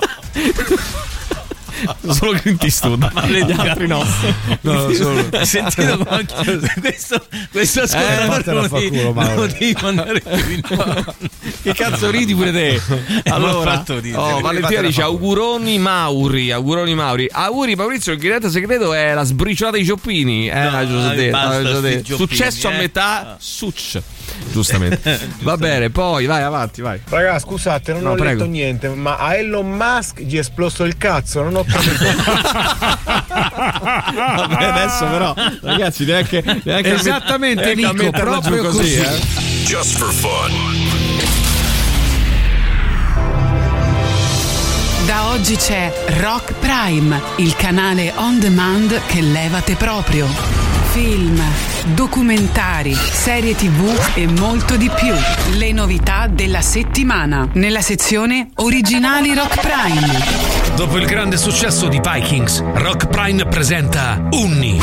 [SPEAKER 3] Solo Clint Eastwood, gli altri no.
[SPEAKER 5] No,
[SPEAKER 3] solo-
[SPEAKER 5] Sentito come- questo, questo
[SPEAKER 3] Eh,
[SPEAKER 5] ascoltatore
[SPEAKER 3] vattene a
[SPEAKER 5] lo
[SPEAKER 3] fa'
[SPEAKER 5] devi-
[SPEAKER 3] culo, Mauro.
[SPEAKER 5] lo devi mandare qui.
[SPEAKER 3] Che cazzo ridi pure te?
[SPEAKER 5] L'ho
[SPEAKER 3] Allora,
[SPEAKER 5] fatto ridere.
[SPEAKER 3] oh, Valentina dice auguroni Mauri, auguroni Mauri. Auguri Maurizio, il grande segreto è la sbriciolata di Gioppini. Eh, l'avevo già detto,
[SPEAKER 5] basta
[SPEAKER 3] l'avevo già
[SPEAKER 5] sti
[SPEAKER 3] detto.
[SPEAKER 5] Gioppini,
[SPEAKER 3] Successo
[SPEAKER 5] eh.
[SPEAKER 3] a metà, succ. Ah. Giustamente. Va bene, poi vai avanti, vai.
[SPEAKER 16] Raga, scusate, non
[SPEAKER 3] No,
[SPEAKER 16] ho
[SPEAKER 3] prego.
[SPEAKER 16] letto niente, ma a Elon Musk gli è esploso il cazzo, non ho capito.
[SPEAKER 3] Vabbè, adesso però, ragazzi, neanche, neanche
[SPEAKER 16] Esattamente,
[SPEAKER 3] neanche
[SPEAKER 16] Nico,
[SPEAKER 3] metterla giù eh.
[SPEAKER 16] proprio così.
[SPEAKER 2] Just for fun.
[SPEAKER 13] Da oggi c'è Rock Prime, il canale on demand che levate proprio. Film, documentari, serie tv e molto di più. Le novità della settimana nella sezione Originali Rock Prime.
[SPEAKER 17] Dopo il grande successo di Vikings, Rock Prime presenta Unni,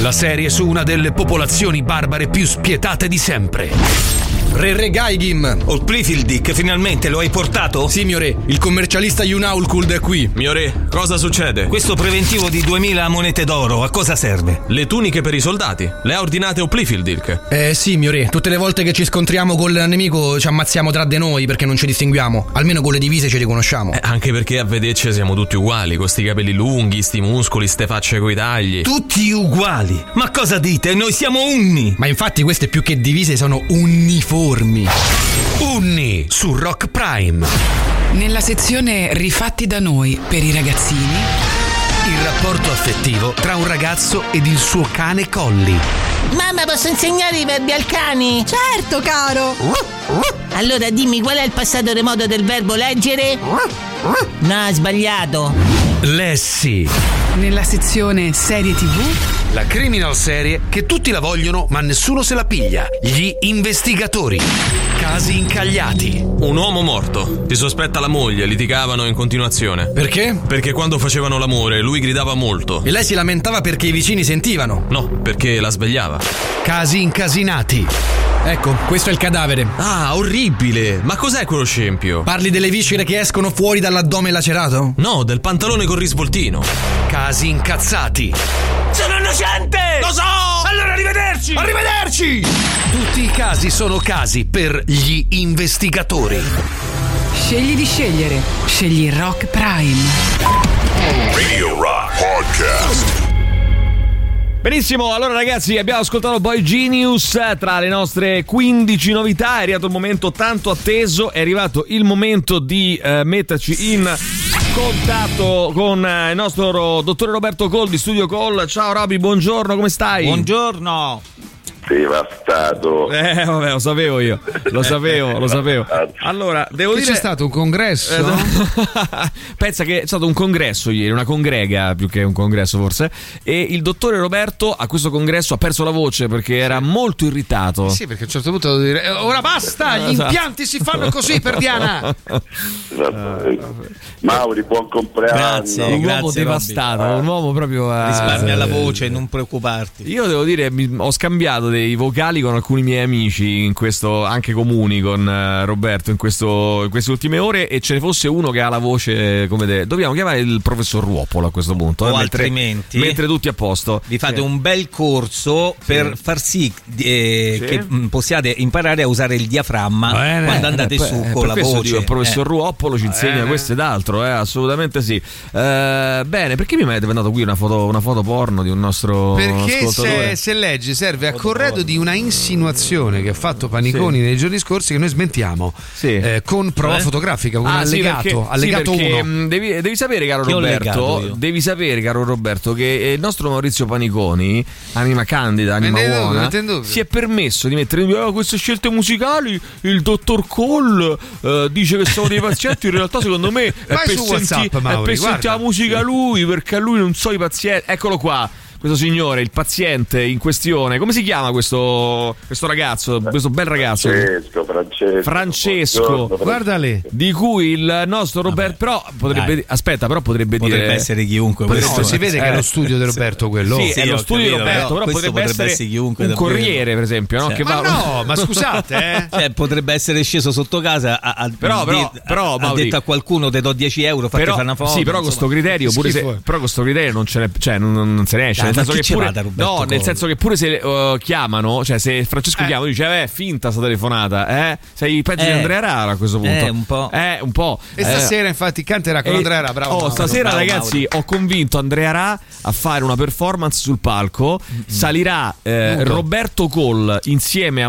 [SPEAKER 17] la serie su una delle popolazioni barbare più spietate di sempre.
[SPEAKER 29] Re Re Gaigim! Olplifildic, finalmente lo hai portato? Sì, mio re, il commercialista Yunaulkuld è qui. Mio re, cosa succede?
[SPEAKER 5] Questo preventivo di 2000 monete d'oro a cosa serve?
[SPEAKER 29] Le tuniche per i soldati. Le ha ordinate Oplifieldirk. Eh sì, mio re, tutte le volte che ci scontriamo col nemico ci ammazziamo tra di noi perché non ci distinguiamo. Almeno con le divise ci riconosciamo.
[SPEAKER 30] Eh, Anche perché a vederci siamo tutti uguali, con sti capelli lunghi, sti muscoli, ste facce coi tagli.
[SPEAKER 29] Tutti uguali! Ma cosa dite? Noi siamo unni! Ma infatti queste più che divise sono uniformi. Dormi.
[SPEAKER 17] Unni su Rock Prime.
[SPEAKER 13] Nella sezione Rifatti da noi per i ragazzini,
[SPEAKER 17] Il rapporto affettivo tra un ragazzo ed il suo cane Colli.
[SPEAKER 1] Mamma, posso insegnare i verbi al cane? Certo, caro! Allora dimmi qual è il passato remoto del verbo leggere? No, sbagliato!
[SPEAKER 17] Lessi.
[SPEAKER 13] nella sezione Serie TV,
[SPEAKER 17] La criminal serie che tutti la vogliono ma nessuno se la piglia. Gli investigatori. Casi incagliati.
[SPEAKER 30] Un uomo morto. Si sospetta la moglie, litigavano in continuazione.
[SPEAKER 29] Perché?
[SPEAKER 30] Perché quando facevano l'amore lui gridava molto.
[SPEAKER 29] E lei si lamentava perché i vicini sentivano.
[SPEAKER 30] No, perché la svegliava.
[SPEAKER 17] Casi incasinati.
[SPEAKER 29] Ecco, questo è il cadavere.
[SPEAKER 30] Ah, orribile! Ma cos'è quello scempio?
[SPEAKER 29] Parli delle viscere che escono fuori dall'addome lacerato?
[SPEAKER 30] No, del pantalone col risvoltino.
[SPEAKER 17] Casi incazzati.
[SPEAKER 26] Sono innocente!
[SPEAKER 17] Lo so!
[SPEAKER 26] Allora arrivederci!
[SPEAKER 17] Arrivederci! Tutti i casi sono casi per gli investigatori.
[SPEAKER 13] scegli di scegliere. Scegli Rock Prime.
[SPEAKER 2] Radio Rock Podcast.
[SPEAKER 3] Benissimo, allora ragazzi abbiamo ascoltato Boy Genius eh, tra le nostre 15 novità, è arrivato il momento tanto atteso, è arrivato il momento di eh, metterci in contatto con eh, il nostro ro- dottore Roberto Col di Studio Call. Ciao Roby, buongiorno, come stai?
[SPEAKER 5] Buongiorno.
[SPEAKER 3] Devastato. Eh vabbè, lo sapevo io, lo sapevo, lo sapevo. Allora, devo
[SPEAKER 4] Che
[SPEAKER 3] dire...
[SPEAKER 4] c'è stato un congresso?
[SPEAKER 3] Eh, no. Pensa che è stato un congresso ieri, una congrega più che un congresso forse. E il dottore Roberto a questo congresso ha perso la voce perché era molto irritato.
[SPEAKER 4] Sì, perché a un certo punto devo dire, eh, ora basta, gli
[SPEAKER 3] Esatto.
[SPEAKER 4] impianti si fanno così per Diana.
[SPEAKER 3] Ah,
[SPEAKER 6] Esatto. Mauri, buon compleanno.
[SPEAKER 3] un uomo devastato, un uomo proprio. eh,
[SPEAKER 5] Oh, Risparmia la voce, non preoccuparti.
[SPEAKER 3] Io devo dire, mi- ho scambiato dei vocali con alcuni miei amici, in questo, anche comuni con eh, Roberto, in, questo- in queste ultime ore. E ce ne fosse uno che ha la voce eh, come te. Dobbiamo chiamare il professor Ruopolo a questo punto.
[SPEAKER 5] O
[SPEAKER 3] eh, mentre-
[SPEAKER 5] altrimenti-
[SPEAKER 3] Mentre tutti a posto. Eh,
[SPEAKER 5] Vi fate un bel corso per far sì eh,
[SPEAKER 3] Sì.
[SPEAKER 5] che mm, possiate imparare a usare il diaframma quando andate
[SPEAKER 3] Eh,
[SPEAKER 5] su
[SPEAKER 3] per-
[SPEAKER 5] con la
[SPEAKER 3] per questo
[SPEAKER 5] voce.
[SPEAKER 3] dico, il professor
[SPEAKER 5] Eh.
[SPEAKER 3] Ruoppolo ci insegna
[SPEAKER 5] Eh.
[SPEAKER 3] questo ed altro, eh, assolutamente sì. Eh, bene, perché mi avete mandato qui una foto, una foto porno di un nostro
[SPEAKER 4] Perché
[SPEAKER 3] Oh, ascoltatore?
[SPEAKER 4] se, se leggi serve a corredo di una insinuazione che ha fatto Paniconi
[SPEAKER 3] Sì.
[SPEAKER 4] nei giorni scorsi che noi smentiamo eh, con prova
[SPEAKER 3] Eh?
[SPEAKER 4] fotografica, con
[SPEAKER 3] Ah, sì,
[SPEAKER 4] allegato,
[SPEAKER 3] perché- sì,
[SPEAKER 4] allegato
[SPEAKER 3] perché,
[SPEAKER 4] 1.
[SPEAKER 3] mh, Devi, devi sapere, caro
[SPEAKER 4] Che ho legato
[SPEAKER 3] Roberto,
[SPEAKER 4] io.
[SPEAKER 3] devi sapere, caro Roberto, che eh, il nostro Maurizio Paniconi, anima candida, anima
[SPEAKER 4] ne- non
[SPEAKER 3] buona,
[SPEAKER 4] mette in dubbio.
[SPEAKER 3] si è permesso di mettere in dubbio "Ah, queste scelte musicali. Il dottor Cole eh, dice che sono dei pazienti. In realtà, secondo me, è
[SPEAKER 4] Vai
[SPEAKER 3] per,
[SPEAKER 4] su
[SPEAKER 3] senti-
[SPEAKER 4] WhatsApp,
[SPEAKER 3] è
[SPEAKER 4] Mauri,
[SPEAKER 3] per
[SPEAKER 4] guarda.
[SPEAKER 3] sentire la musica lui, perché a lui non so i pazienti. Eccolo qua. Questo signore, il paziente in questione, come si chiama questo, questo ragazzo, questo bel ragazzo?
[SPEAKER 6] Francesco, Francesco.
[SPEAKER 3] Francesco,
[SPEAKER 6] Buongiorno,
[SPEAKER 4] lì.
[SPEAKER 3] Di cui il nostro Roberto. Però potrebbe.
[SPEAKER 5] dai.
[SPEAKER 3] Aspetta, però potrebbe,
[SPEAKER 5] Potrebbe
[SPEAKER 3] dire. eh,
[SPEAKER 5] essere chiunque,
[SPEAKER 3] Potrebbe-
[SPEAKER 5] questo.
[SPEAKER 4] si vede che è lo studio di Roberto quello.
[SPEAKER 3] Eh, Sì, è
[SPEAKER 5] Sì,
[SPEAKER 3] lo
[SPEAKER 5] ho
[SPEAKER 3] studio di
[SPEAKER 5] capito,
[SPEAKER 3] Roberto,
[SPEAKER 5] però
[SPEAKER 3] però
[SPEAKER 5] questo
[SPEAKER 3] potrebbe,
[SPEAKER 5] potrebbe
[SPEAKER 3] essere,
[SPEAKER 5] essere chiunque,
[SPEAKER 3] un
[SPEAKER 5] davvero.
[SPEAKER 3] corriere, per esempio. No?
[SPEAKER 5] Cioè-
[SPEAKER 3] Che
[SPEAKER 5] Ma
[SPEAKER 3] va...
[SPEAKER 5] no, ma
[SPEAKER 4] scusate, eh.
[SPEAKER 5] Cioè, potrebbe essere sceso sotto casa ha, ha-
[SPEAKER 3] Però- però-
[SPEAKER 5] di-
[SPEAKER 3] però,
[SPEAKER 5] ha
[SPEAKER 3] Mauri-
[SPEAKER 5] detto a qualcuno ti do 10 euro fatti
[SPEAKER 3] Però,
[SPEAKER 5] fare una foto
[SPEAKER 3] sì, però con
[SPEAKER 5] questo
[SPEAKER 3] sto criterio, pure se, però con sto criterio non, ce ne, cioè, non, non- non se ne esce.
[SPEAKER 5] Dai,
[SPEAKER 3] nel
[SPEAKER 5] ma
[SPEAKER 3] senso
[SPEAKER 5] chi
[SPEAKER 3] che
[SPEAKER 5] ci
[SPEAKER 3] pure,
[SPEAKER 5] va da Roberto
[SPEAKER 3] no, nel
[SPEAKER 5] Colli?
[SPEAKER 3] senso che pure se eh, chiamano, cioè se Francesco chiama, dice, eh, beh, finta sta telefonata, eh? Sei peggio di
[SPEAKER 4] Eh.
[SPEAKER 3] Andrea Rara a questo punto.
[SPEAKER 4] Eh, un
[SPEAKER 3] po'. Eh, un po'.
[SPEAKER 4] E
[SPEAKER 3] Eh.
[SPEAKER 4] stasera infatti canterà con
[SPEAKER 3] E-
[SPEAKER 4] Andrea Ra, bravo.
[SPEAKER 3] oh,
[SPEAKER 4] Mauro.
[SPEAKER 3] stasera,
[SPEAKER 4] Bravo,
[SPEAKER 3] ragazzi, ho convinto Andrea Ra a fare una performance sul palco.
[SPEAKER 4] Mm-hmm.
[SPEAKER 3] Salirà eh,
[SPEAKER 4] Nudo.
[SPEAKER 3] Roberto Col insieme a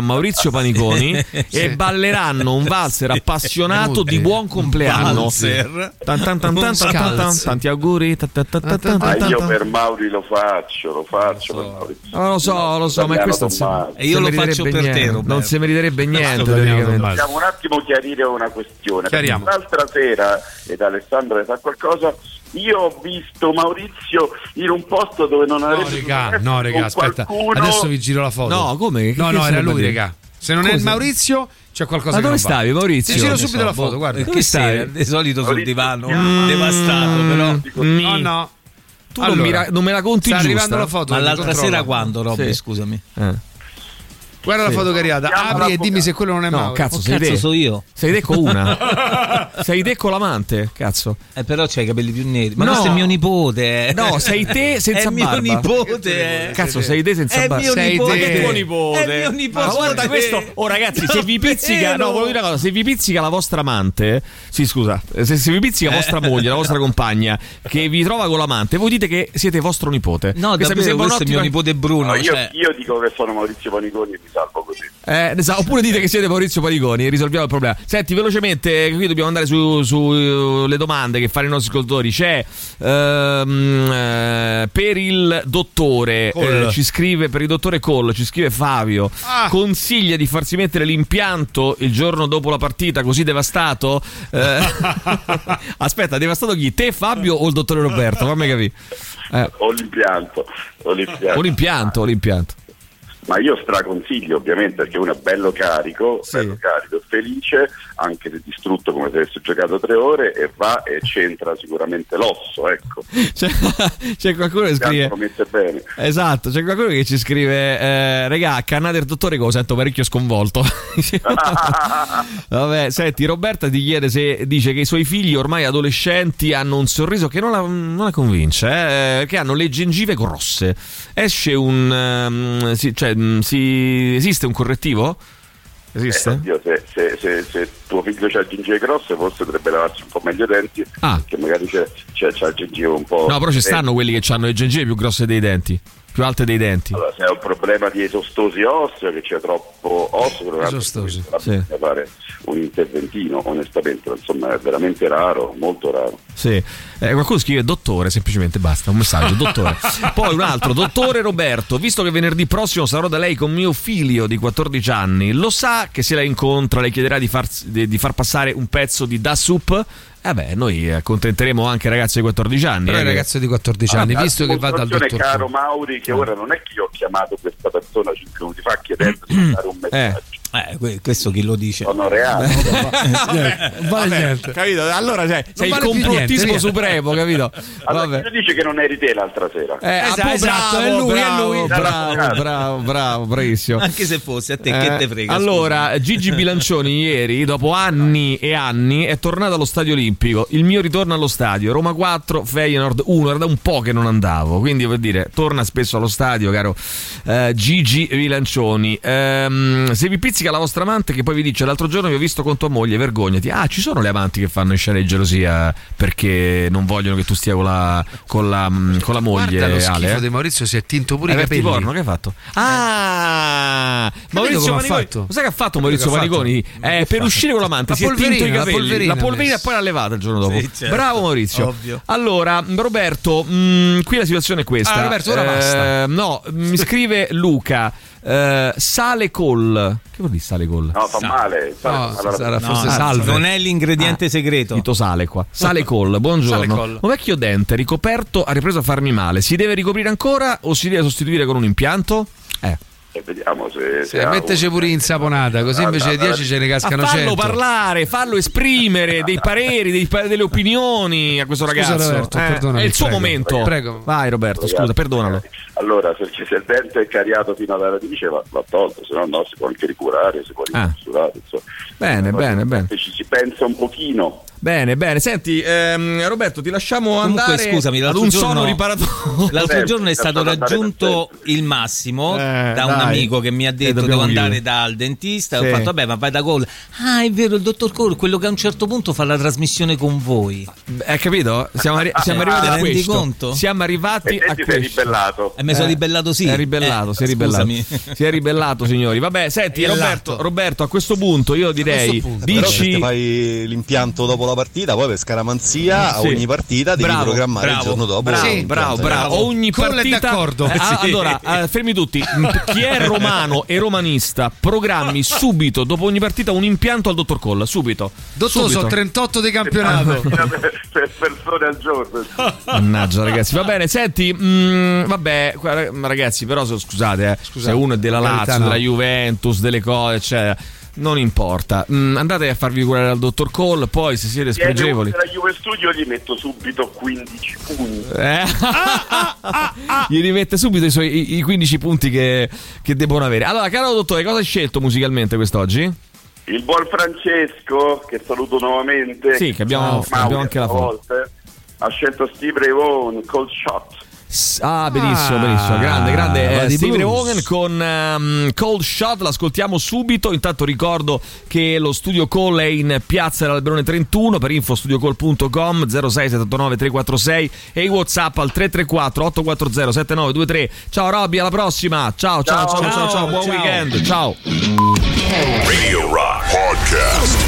[SPEAKER 3] Maurizio Paniconi e balleranno un valzer appassionato di buon compleanno.
[SPEAKER 5] valzer.
[SPEAKER 3] Tan, tan, tan, tan, tan, tan, tan, Tanti auguri. tan, tan, tan,
[SPEAKER 4] Ah,
[SPEAKER 3] tan, tan,
[SPEAKER 6] Ma
[SPEAKER 3] tan,
[SPEAKER 6] Ah, io
[SPEAKER 3] tan.
[SPEAKER 6] per Mauri lo faccio, lo faccio per Mauri.
[SPEAKER 3] Oh, lo so, lo so, ma
[SPEAKER 6] Parliamo
[SPEAKER 3] questo
[SPEAKER 6] con Mauro. E io
[SPEAKER 3] non
[SPEAKER 6] lo
[SPEAKER 3] si
[SPEAKER 6] faccio
[SPEAKER 3] meriterebbe
[SPEAKER 6] per te,
[SPEAKER 3] niente.
[SPEAKER 6] Roberto.
[SPEAKER 3] Non si meriterebbe niente.
[SPEAKER 6] dobbiamo-
[SPEAKER 3] teoricamente.
[SPEAKER 6] Dobbiamo un attimo chiarire una questione. perché
[SPEAKER 3] Chiariamo.
[SPEAKER 6] L'altra sera, ed Alessandro ne sa qualcosa, io ho visto Maurizio in un posto dove non
[SPEAKER 4] No,
[SPEAKER 6] avrebbe
[SPEAKER 4] regà,
[SPEAKER 6] successo
[SPEAKER 4] no, regà,
[SPEAKER 6] con
[SPEAKER 4] aspetta.
[SPEAKER 6] qualcuno-
[SPEAKER 4] Adesso vi giro la foto.
[SPEAKER 6] No,
[SPEAKER 3] come?
[SPEAKER 4] No,
[SPEAKER 6] Che
[SPEAKER 4] no, era
[SPEAKER 6] sarebbe
[SPEAKER 4] lui,
[SPEAKER 6] dire?
[SPEAKER 4] regà. Se non è il
[SPEAKER 6] Cosa?
[SPEAKER 4] Maurizio, c'è qualcosa
[SPEAKER 3] Ma
[SPEAKER 4] che
[SPEAKER 3] dove
[SPEAKER 4] non va.
[SPEAKER 3] stavi, Maurizio?
[SPEAKER 4] Ti giro
[SPEAKER 3] Non ne
[SPEAKER 4] subito
[SPEAKER 3] so,
[SPEAKER 4] la foto,
[SPEAKER 3] boh.
[SPEAKER 4] guarda.
[SPEAKER 3] Dove stavi?
[SPEAKER 5] Eh, di solito sul divano
[SPEAKER 3] Mm.
[SPEAKER 5] devastato però
[SPEAKER 3] Mm.
[SPEAKER 4] No, no.
[SPEAKER 3] Tu non mi ra- non me la conti
[SPEAKER 4] Sta
[SPEAKER 3] giusta? Eh.
[SPEAKER 4] arrivando la foto.
[SPEAKER 5] ma
[SPEAKER 4] quindi
[SPEAKER 5] l'altra
[SPEAKER 4] controlla.
[SPEAKER 5] sera quando Robby
[SPEAKER 3] Sì.
[SPEAKER 5] scusami
[SPEAKER 4] Guarda la
[SPEAKER 5] Sì.
[SPEAKER 4] foto che è arrivata.
[SPEAKER 5] Chiama
[SPEAKER 4] Apri e
[SPEAKER 5] l'avvocato.
[SPEAKER 4] dimmi se quello non è
[SPEAKER 3] No,
[SPEAKER 4] Mauro.
[SPEAKER 5] Oh,
[SPEAKER 3] cazzo, sei te. Sei te con una. sei te con l'amante, cazzo.
[SPEAKER 5] Eh, però c'hai i capelli più neri ma
[SPEAKER 3] No.
[SPEAKER 5] questo è mio nipote eh.
[SPEAKER 3] No, sei te senza
[SPEAKER 5] è mio
[SPEAKER 3] barba.
[SPEAKER 5] nipote eh.
[SPEAKER 3] Cazzo, sei te senza
[SPEAKER 5] è
[SPEAKER 3] barba.
[SPEAKER 5] mio
[SPEAKER 3] Sei
[SPEAKER 5] nipote
[SPEAKER 3] te. È tuo nipote.
[SPEAKER 5] è mio nipote
[SPEAKER 3] Ma guarda questo, oh ragazzi, se vi pizzica, no, volevo dire una cosa, se vi pizzica la vostra amante, sì, scusa, eh, se, se vi pizzica vostra
[SPEAKER 5] Eh.
[SPEAKER 3] moglie, la vostra compagna che vi trova con l'amante, voi dite che siete vostro nipote.
[SPEAKER 5] No,
[SPEAKER 3] Questa mi
[SPEAKER 5] davvero,
[SPEAKER 3] sembra
[SPEAKER 5] questo è mio
[SPEAKER 3] un'ottima-
[SPEAKER 5] nipote Bruno.
[SPEAKER 6] No, io,
[SPEAKER 5] cioè-
[SPEAKER 6] io dico che sono Maurizio Paniconi e mi salvo così.
[SPEAKER 3] Eh, ne sa, oppure dite che siete Maurizio Parigoni e risolviamo il problema. Senti, velocemente, qui dobbiamo andare sulle domande che fanno i nostri ascoltatori. C'è ehm, eh, per il dottore,
[SPEAKER 9] Col.
[SPEAKER 3] eh, ci scrive per il dottore Collo, ci scrive Fabio. Consiglia di farsi mettere l'impianto il giorno dopo la partita, così devastato? Eh, aspetta, devastato chi? Te, Fabio o il dottore Roberto? Fammi capire. Eh,
[SPEAKER 6] Ho l'impianto, ho l'impianto.
[SPEAKER 3] o l'impianto, o l'impianto.
[SPEAKER 6] Ma io straconsiglio ovviamente perché uno è bello carico, bello carico, felice, anche se distrutto come se avesse giocato tre ore e va e c'entra sicuramente l'osso, ecco.
[SPEAKER 3] C'è, c'è qualcuno che scrive.
[SPEAKER 6] Lo mette bene.
[SPEAKER 3] Esatto, c'è qualcuno che ci scrive, eh, regà, Cannader dottore che lo sento parecchio sconvolto. Vabbè, senti, Roberta ti chiede se dice che i suoi figli ormai adolescenti hanno un sorriso che non la, non la convince, eh, che hanno le gengive grosse. Esce un... ehm, sì, cioè, mm, si- esiste un correttivo? Esiste?
[SPEAKER 6] Eh, Oddio, se, se- se- se tuo figlio ha il gengive grosso forse dovrebbe lavarsi un po' meglio i denti,
[SPEAKER 3] Ah.
[SPEAKER 6] perché magari c'è, c'è, c'ha il gengive un po'...
[SPEAKER 3] no, però ci stanno
[SPEAKER 6] Eh,
[SPEAKER 3] quelli che hanno le gengive più grosse dei denti, più alte dei denti.
[SPEAKER 6] Allora, se è un problema di esostosi ossea, che c'è troppo osso, probabilmente
[SPEAKER 3] Esostosi,
[SPEAKER 6] bisogna fare un interventino, onestamente, insomma è veramente raro, molto raro.
[SPEAKER 3] Sì. Eh, qualcuno scrive dottore, semplicemente basta, un messaggio, dottore. Poi un altro, dottore Roberto, visto che venerdì prossimo sarò da lei con mio figlio di 14 anni, lo sa che se la incontra le chiederà di far, di- di far passare un pezzo di Da Soup? Eh beh, noi accontenteremo anche i ragazzi di 14 anni.
[SPEAKER 10] Però
[SPEAKER 3] eh,
[SPEAKER 10] il
[SPEAKER 3] che-
[SPEAKER 10] ragazzo di 14 anni,
[SPEAKER 6] Allora,
[SPEAKER 10] visto che va dal
[SPEAKER 6] dimostrazione,
[SPEAKER 10] dottor
[SPEAKER 6] caro Mauri, che ora non è che io ho chiamato questa persona 5 minuti fa chiedendo di fare un
[SPEAKER 3] Eh.
[SPEAKER 6] messaggio.
[SPEAKER 5] questo chi lo dice?
[SPEAKER 6] Sono reale.
[SPEAKER 3] Eh, capito? Allora, cioè, sei
[SPEAKER 6] vale
[SPEAKER 3] il
[SPEAKER 6] più niente,
[SPEAKER 3] complottismo
[SPEAKER 6] niente.
[SPEAKER 3] supremo, capito?
[SPEAKER 6] Allora,
[SPEAKER 3] Vabbè.
[SPEAKER 6] chi lo dice che non eri te l'altra sera?
[SPEAKER 3] Eh, ah, esatto, è lui, è lui. Bravo, bravo, bravo, bravissimo.
[SPEAKER 5] Anche se fosse a te, che te frega.
[SPEAKER 3] Eh, Allora, Gigi Bilancioni ieri, dopo anni e anni, è tornato allo stadio olimpico. Il mio ritorno allo stadio, Roma 4, Feyenoord 1. Era da un po' che non andavo, quindi per dire, torna spesso allo stadio, caro eh, Gigi Bilancioni. Ehm, se vi pizzica la vostra amante che poi vi dice l'altro giorno vi ho visto con tua moglie, vergognati. Ah, ci sono le amanti che fanno scene di gelosia eh, perché non vogliono che tu stia con la, con la, mm, con la moglie.
[SPEAKER 10] Guarda lo
[SPEAKER 3] Ale,
[SPEAKER 10] schifo
[SPEAKER 3] eh.
[SPEAKER 10] di Maurizio si è tinto pure
[SPEAKER 3] Eh,
[SPEAKER 10] i
[SPEAKER 3] Verti
[SPEAKER 10] capelli. Eh.
[SPEAKER 3] Porno, che hai fatto? Ah, Maurizio
[SPEAKER 10] come ha
[SPEAKER 3] Manigoni.
[SPEAKER 10] fatto?
[SPEAKER 3] Lo sai che ha
[SPEAKER 10] Capito
[SPEAKER 3] fatto Maurizio
[SPEAKER 10] che ha fatto?
[SPEAKER 3] Manigoni? Eh, per uscire con l'amante,
[SPEAKER 10] La
[SPEAKER 3] si è tinto i
[SPEAKER 10] polverina, la
[SPEAKER 3] capelli.
[SPEAKER 10] polverina
[SPEAKER 3] la polverina
[SPEAKER 10] ha messo.
[SPEAKER 3] poi l'ha levata il giorno dopo.
[SPEAKER 10] Sì, certo.
[SPEAKER 3] Bravo Maurizio.
[SPEAKER 10] Ovvio.
[SPEAKER 3] Allora, mm, Roberto, mh, qui la situazione è questa.
[SPEAKER 10] Ah, Roberto, ora
[SPEAKER 3] Eh,
[SPEAKER 10] basta.
[SPEAKER 3] No, mm, mi scrive Luca. eh, sale col. Che vuol dire sale col?
[SPEAKER 6] No, fa male. fa- allora-
[SPEAKER 3] ah,
[SPEAKER 5] Non è l'ingrediente segreto.
[SPEAKER 3] Dito sale qua. Sale col, buongiorno.
[SPEAKER 5] Sale Col.
[SPEAKER 3] Un vecchio dente ricoperto ha ripreso a farmi male. Si deve ricoprire ancora o si deve sostituire con un impianto? Eh.
[SPEAKER 6] E vediamo se... Ah,
[SPEAKER 10] Se metteci Eh, pure in saponata, così invece di 10 ce ne cascano
[SPEAKER 3] Ah, fallo
[SPEAKER 10] 100.
[SPEAKER 3] parlare, fallo esprimere dei pareri, dei pa- delle opinioni a questo
[SPEAKER 10] Scusa,
[SPEAKER 3] ragazzo.
[SPEAKER 10] Roberto,
[SPEAKER 3] Eh,
[SPEAKER 10] perdonami,
[SPEAKER 3] è il suo
[SPEAKER 10] prego.
[SPEAKER 3] momento.
[SPEAKER 10] Prego.
[SPEAKER 3] Vai Roberto, scusa, perdonalo.
[SPEAKER 6] Allora, se se il dente è cariato fino alla radice va, va tolto, se no, no si può anche ricurare, si può
[SPEAKER 3] Ah.
[SPEAKER 6] riconsulare. insomma.
[SPEAKER 3] Bene, bene, bene.
[SPEAKER 5] eh,
[SPEAKER 6] Se ci si pensa un pochino,
[SPEAKER 3] Bene, bene. Senti, ehm, Roberto, ti lasciamo
[SPEAKER 5] Comunque,
[SPEAKER 3] andare
[SPEAKER 5] scusami,
[SPEAKER 3] ad
[SPEAKER 5] l'altro
[SPEAKER 3] un
[SPEAKER 5] giorno-
[SPEAKER 3] sono riparatore.
[SPEAKER 5] L'altro giorno è stato raggiunto il massimo da un
[SPEAKER 3] Eh, dai.
[SPEAKER 5] amico che mi ha
[SPEAKER 3] Eh,
[SPEAKER 5] detto
[SPEAKER 3] dobbiamo
[SPEAKER 5] devo andare
[SPEAKER 3] chiudere."
[SPEAKER 5] dal dentista.
[SPEAKER 3] Sì.
[SPEAKER 5] Ho fatto vabbè ma vai da Cole. Ah è vero il dottor Cole, quello che a un certo punto fa la trasmissione con voi.
[SPEAKER 3] Hai capito? Siamo, arri- siamo
[SPEAKER 5] Ah,
[SPEAKER 3] arrivati
[SPEAKER 5] ti
[SPEAKER 3] a
[SPEAKER 5] rendi
[SPEAKER 3] questo.
[SPEAKER 5] conto?
[SPEAKER 3] Siamo arrivati
[SPEAKER 5] E te
[SPEAKER 3] a
[SPEAKER 5] ti sei
[SPEAKER 3] questo.
[SPEAKER 5] ribellato. Eh, mi sono ribellato, sì.
[SPEAKER 3] Si è ribellato,
[SPEAKER 5] Eh,
[SPEAKER 3] si è ribellato.
[SPEAKER 5] scusami.
[SPEAKER 3] Si è ribellato, signori. Vabbè, senti,
[SPEAKER 5] Ribellato.
[SPEAKER 3] Roberto, Roberto, a questo punto io direi,
[SPEAKER 15] Però se
[SPEAKER 3] dici
[SPEAKER 15] ti fai l'impianto dopo la partita, poi per scaramanzia a
[SPEAKER 3] Sì.
[SPEAKER 15] ogni partita devi
[SPEAKER 3] Bravo,
[SPEAKER 15] programmare il
[SPEAKER 3] bravo,
[SPEAKER 15] giorno dopo.
[SPEAKER 3] Bravo,
[SPEAKER 15] l'impianto.
[SPEAKER 3] bravo, bravo. Ogni
[SPEAKER 15] Col è
[SPEAKER 3] partita
[SPEAKER 15] d'accordo.
[SPEAKER 3] Eh, ah,
[SPEAKER 15] Sì.
[SPEAKER 3] Allora, eh, fermi tutti. Chi è romano e romanista, programmi subito dopo ogni partita un impianto al dottor Coll, subito.
[SPEAKER 10] Dottor,
[SPEAKER 3] Subito.
[SPEAKER 10] so 38 di
[SPEAKER 3] Ah, Eh,
[SPEAKER 10] campionato.
[SPEAKER 6] per persone al giorno.
[SPEAKER 3] Mannaggia ragazzi, va bene, senti, mm, vabbè, guarda, ma ragazzi, però so- scusate, eh, se uno è della
[SPEAKER 10] in realtà
[SPEAKER 3] Lazio,
[SPEAKER 10] no.
[SPEAKER 3] della Juventus, delle cose, eccetera, non importa. Mm, andate a farvi curare dal dottor Cole, poi se siete
[SPEAKER 6] Chiede uno
[SPEAKER 3] spregevoli...
[SPEAKER 6] della Juve Studio gli metto subito 15 punti.
[SPEAKER 3] Eh. Gli rimette subito i, suoi, i- i 15 punti che, che devono avere. Allora, caro dottore, cosa hai scelto musicalmente quest'oggi?
[SPEAKER 6] Il buon Francesco, che saluto nuovamente.
[SPEAKER 3] Sì, che abbiamo-
[SPEAKER 6] Ciao,
[SPEAKER 3] abbiamo anche la
[SPEAKER 6] Mauro,
[SPEAKER 3] foto.
[SPEAKER 6] stavolta, Ha scelto Steve Ray Vaughan, Cold Shot.
[SPEAKER 3] S- Ah, benissimo,
[SPEAKER 9] Ah,
[SPEAKER 3] benissimo. Grande, grande.
[SPEAKER 9] va
[SPEAKER 3] Eh,
[SPEAKER 9] di
[SPEAKER 3] Stevie Ray
[SPEAKER 9] blues.
[SPEAKER 3] Vaughan con ehm, Cold Shot, l'ascoltiamo subito. Intanto ricordo che lo studio call è in piazza dell'Alberone 31 per info studiocall.com 0679 346 e i WhatsApp al 334 840 7923. Ciao Robby, alla prossima. Ciao, ciao, ciao, ciao, ciao, buon weekend. Ciao.
[SPEAKER 2] Radio Rock Podcast.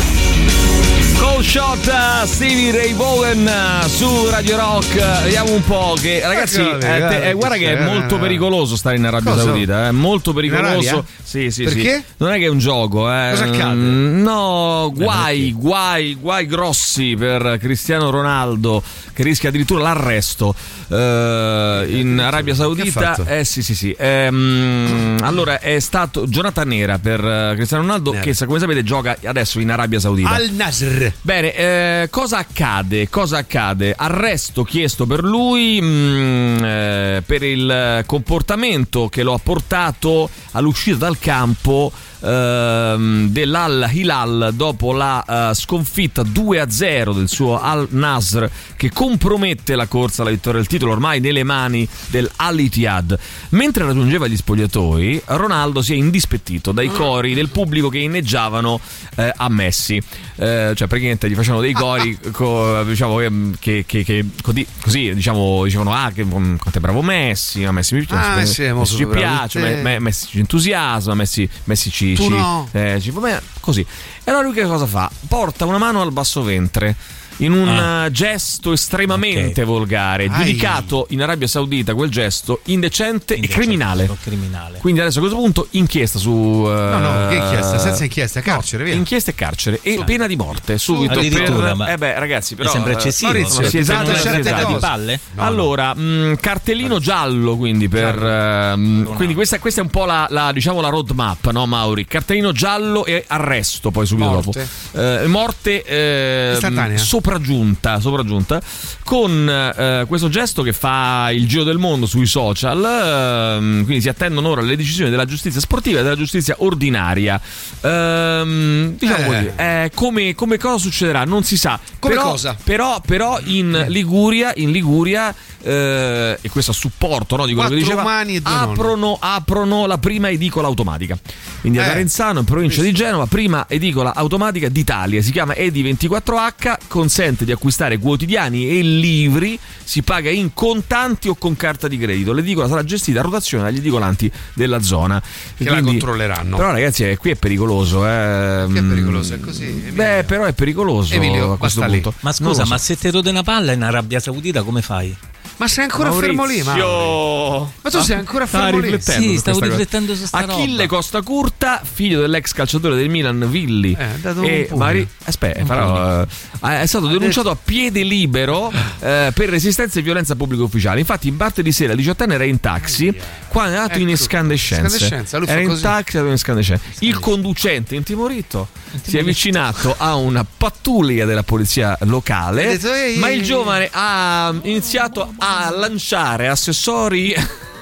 [SPEAKER 3] Cold Shot, eh, Stevie Ray Vaughan eh, su Radio Rock. Eh, Vediamo un po' che ragazzi,
[SPEAKER 9] Guarda,
[SPEAKER 3] eh, te-
[SPEAKER 9] guarda
[SPEAKER 3] eh, guarda
[SPEAKER 9] che
[SPEAKER 3] che è
[SPEAKER 9] c'è,
[SPEAKER 3] molto
[SPEAKER 9] eh.
[SPEAKER 3] pericoloso stare in Arabia
[SPEAKER 9] Cosa?
[SPEAKER 3] Saudita, eh, è molto
[SPEAKER 9] Arabia?
[SPEAKER 3] pericoloso. Sì, sì, sì.
[SPEAKER 9] Perché?
[SPEAKER 3] Non è che è un gioco, eh.
[SPEAKER 9] Cosa accade? Eh,
[SPEAKER 3] Mm, No, guai, guai, guai grossi per Cristiano Ronaldo che rischia addirittura l'arresto eh, in Arabia Saudita.
[SPEAKER 9] fatto?
[SPEAKER 3] Eh sì, sì, sì. Ehm, allora è stato giornata nera per eh, Cristiano Ronaldo che sa- come sapete gioca adesso in Arabia Saudita.
[SPEAKER 9] Al Nasr.
[SPEAKER 3] Bene, eh, cosa accade? Cosa accade? Arresto chiesto per lui mh, eh, per il comportamento che lo ha portato all'uscita dal campo ehm, dell'Al Hilal dopo la eh, sconfitta 2-0 del suo Al Nasr che compromette la corsa alla vittoria del titolo ormai nelle mani dell'Al Ittihad. Mentre raggiungeva gli spogliatoi, Ronaldo si è indispettito dai cori del pubblico che inneggiavano eh, a Messi. Eh, cioè, praticamente gli facevano dei cori, co- diciamo, che, che- che- che- così, così, diciamo, dicevano: Ah, che, mm, quanto è bravo Messi! A Messi, mi-
[SPEAKER 9] Ah, Messi è molto
[SPEAKER 3] ci
[SPEAKER 9] bravo di
[SPEAKER 3] piace,
[SPEAKER 9] te."
[SPEAKER 3] Me- Me- Messi ci entusiasma, Messi, Messi ci.
[SPEAKER 9] Tu
[SPEAKER 3] ci-
[SPEAKER 9] no.
[SPEAKER 3] eh, ci fa bene, così. E allora lui che cosa fa? Porta una mano al basso ventre. In un eh, gesto estremamente volgare,
[SPEAKER 5] Ai.
[SPEAKER 3] giudicato in Arabia Saudita quel gesto indecente, e criminale.
[SPEAKER 5] criminale.
[SPEAKER 3] Quindi adesso a questo punto inchiesta su... eh,
[SPEAKER 10] No, no, che inchiesta? Senza inchiesta, carcere, via.
[SPEAKER 3] Inchiesta e carcere e pena di morte subito.
[SPEAKER 5] Addirittura,
[SPEAKER 3] per-
[SPEAKER 5] ma-
[SPEAKER 3] Eh beh, ragazzi, però...
[SPEAKER 5] mi sembra
[SPEAKER 3] eh,
[SPEAKER 5] eccessivo.
[SPEAKER 3] Maurizio,
[SPEAKER 5] Ma
[SPEAKER 3] si
[SPEAKER 5] perché
[SPEAKER 3] esagera,
[SPEAKER 5] non
[SPEAKER 3] si
[SPEAKER 5] certe
[SPEAKER 3] esagera.
[SPEAKER 5] cose. Di palle? No,
[SPEAKER 3] allora, mh, cartellino giallo quindi per... ehm, quindi questa, questa è un po' la, la, diciamo, la roadmap, no Mauri? Cartellino giallo e arresto poi subito
[SPEAKER 9] Morte.
[SPEAKER 3] dopo. Eh, morte eh,
[SPEAKER 9] Istantanea.
[SPEAKER 3] sopraggiunta, sopraggiunta con eh, questo gesto che fa il giro del mondo sui social. ehm, quindi si attendono ora le decisioni della giustizia sportiva e della giustizia ordinaria. Ehm, diciamo
[SPEAKER 9] Eh.
[SPEAKER 3] così, eh, come, come cosa succederà? Non si sa.
[SPEAKER 9] Come
[SPEAKER 3] però,
[SPEAKER 9] cosa? Eh.
[SPEAKER 3] Però, però in Liguria, in Liguria eh, e questo a supporto no, di quello
[SPEAKER 9] Quattro
[SPEAKER 3] che diceva,
[SPEAKER 9] umani e due nonni.
[SPEAKER 3] aprono, aprono la prima edicola automatica. Quindi a
[SPEAKER 9] Eh.
[SPEAKER 3] Arenzano, in provincia di Genova, prima edicola automatica d'Italia. Si chiama Edi24H, consente di acquistare quotidiani e libri, si paga in contanti o con carta di credito. L'edicola sarà gestita a rotazione dagli edicolanti della zona. Che
[SPEAKER 10] la controlleranno.
[SPEAKER 3] Però ragazzi, eh, qui è pericoloso. Eh. Che è
[SPEAKER 10] pericoloso, è così,
[SPEAKER 3] Beh, però è pericoloso
[SPEAKER 10] Emilio,
[SPEAKER 3] a questo
[SPEAKER 10] basta lì.
[SPEAKER 3] punto.
[SPEAKER 5] Ma
[SPEAKER 3] Non lo
[SPEAKER 5] scusa,
[SPEAKER 3] so. Eh,
[SPEAKER 5] ma se te rode una palla in Arabia Saudita come fai?
[SPEAKER 10] Ma sei ancora fermo lì, ma. Ma tu sei ancora
[SPEAKER 5] Stava
[SPEAKER 10] fermo lì?
[SPEAKER 5] riflettendo
[SPEAKER 10] Sì,
[SPEAKER 5] su
[SPEAKER 10] stavo
[SPEAKER 5] questa cosa.
[SPEAKER 10] riflettendo su sta
[SPEAKER 3] Achille Costa Curta, figlio dell'ex calciatore del Milan Villi
[SPEAKER 10] dato Eh, un
[SPEAKER 3] e
[SPEAKER 10] pugno.
[SPEAKER 3] Mari- aspetta,
[SPEAKER 10] Un
[SPEAKER 3] però, eh, è stato denunciato a piede libero eh, per resistenza e violenza pubblica ufficiale. Infatti, in parte di sera il 18enne era in taxi quando è andato in
[SPEAKER 10] Ecco. Escandescenza,
[SPEAKER 3] escandescenza.
[SPEAKER 10] lui fa
[SPEAKER 3] Era in
[SPEAKER 10] così.
[SPEAKER 3] taxi, è andato in escandescenza. Il conducente intimorito si è avvicinato a una pattuglia della polizia locale,
[SPEAKER 9] Ha detto, "Ehi".
[SPEAKER 3] ma il giovane ha iniziato a lanciare accessori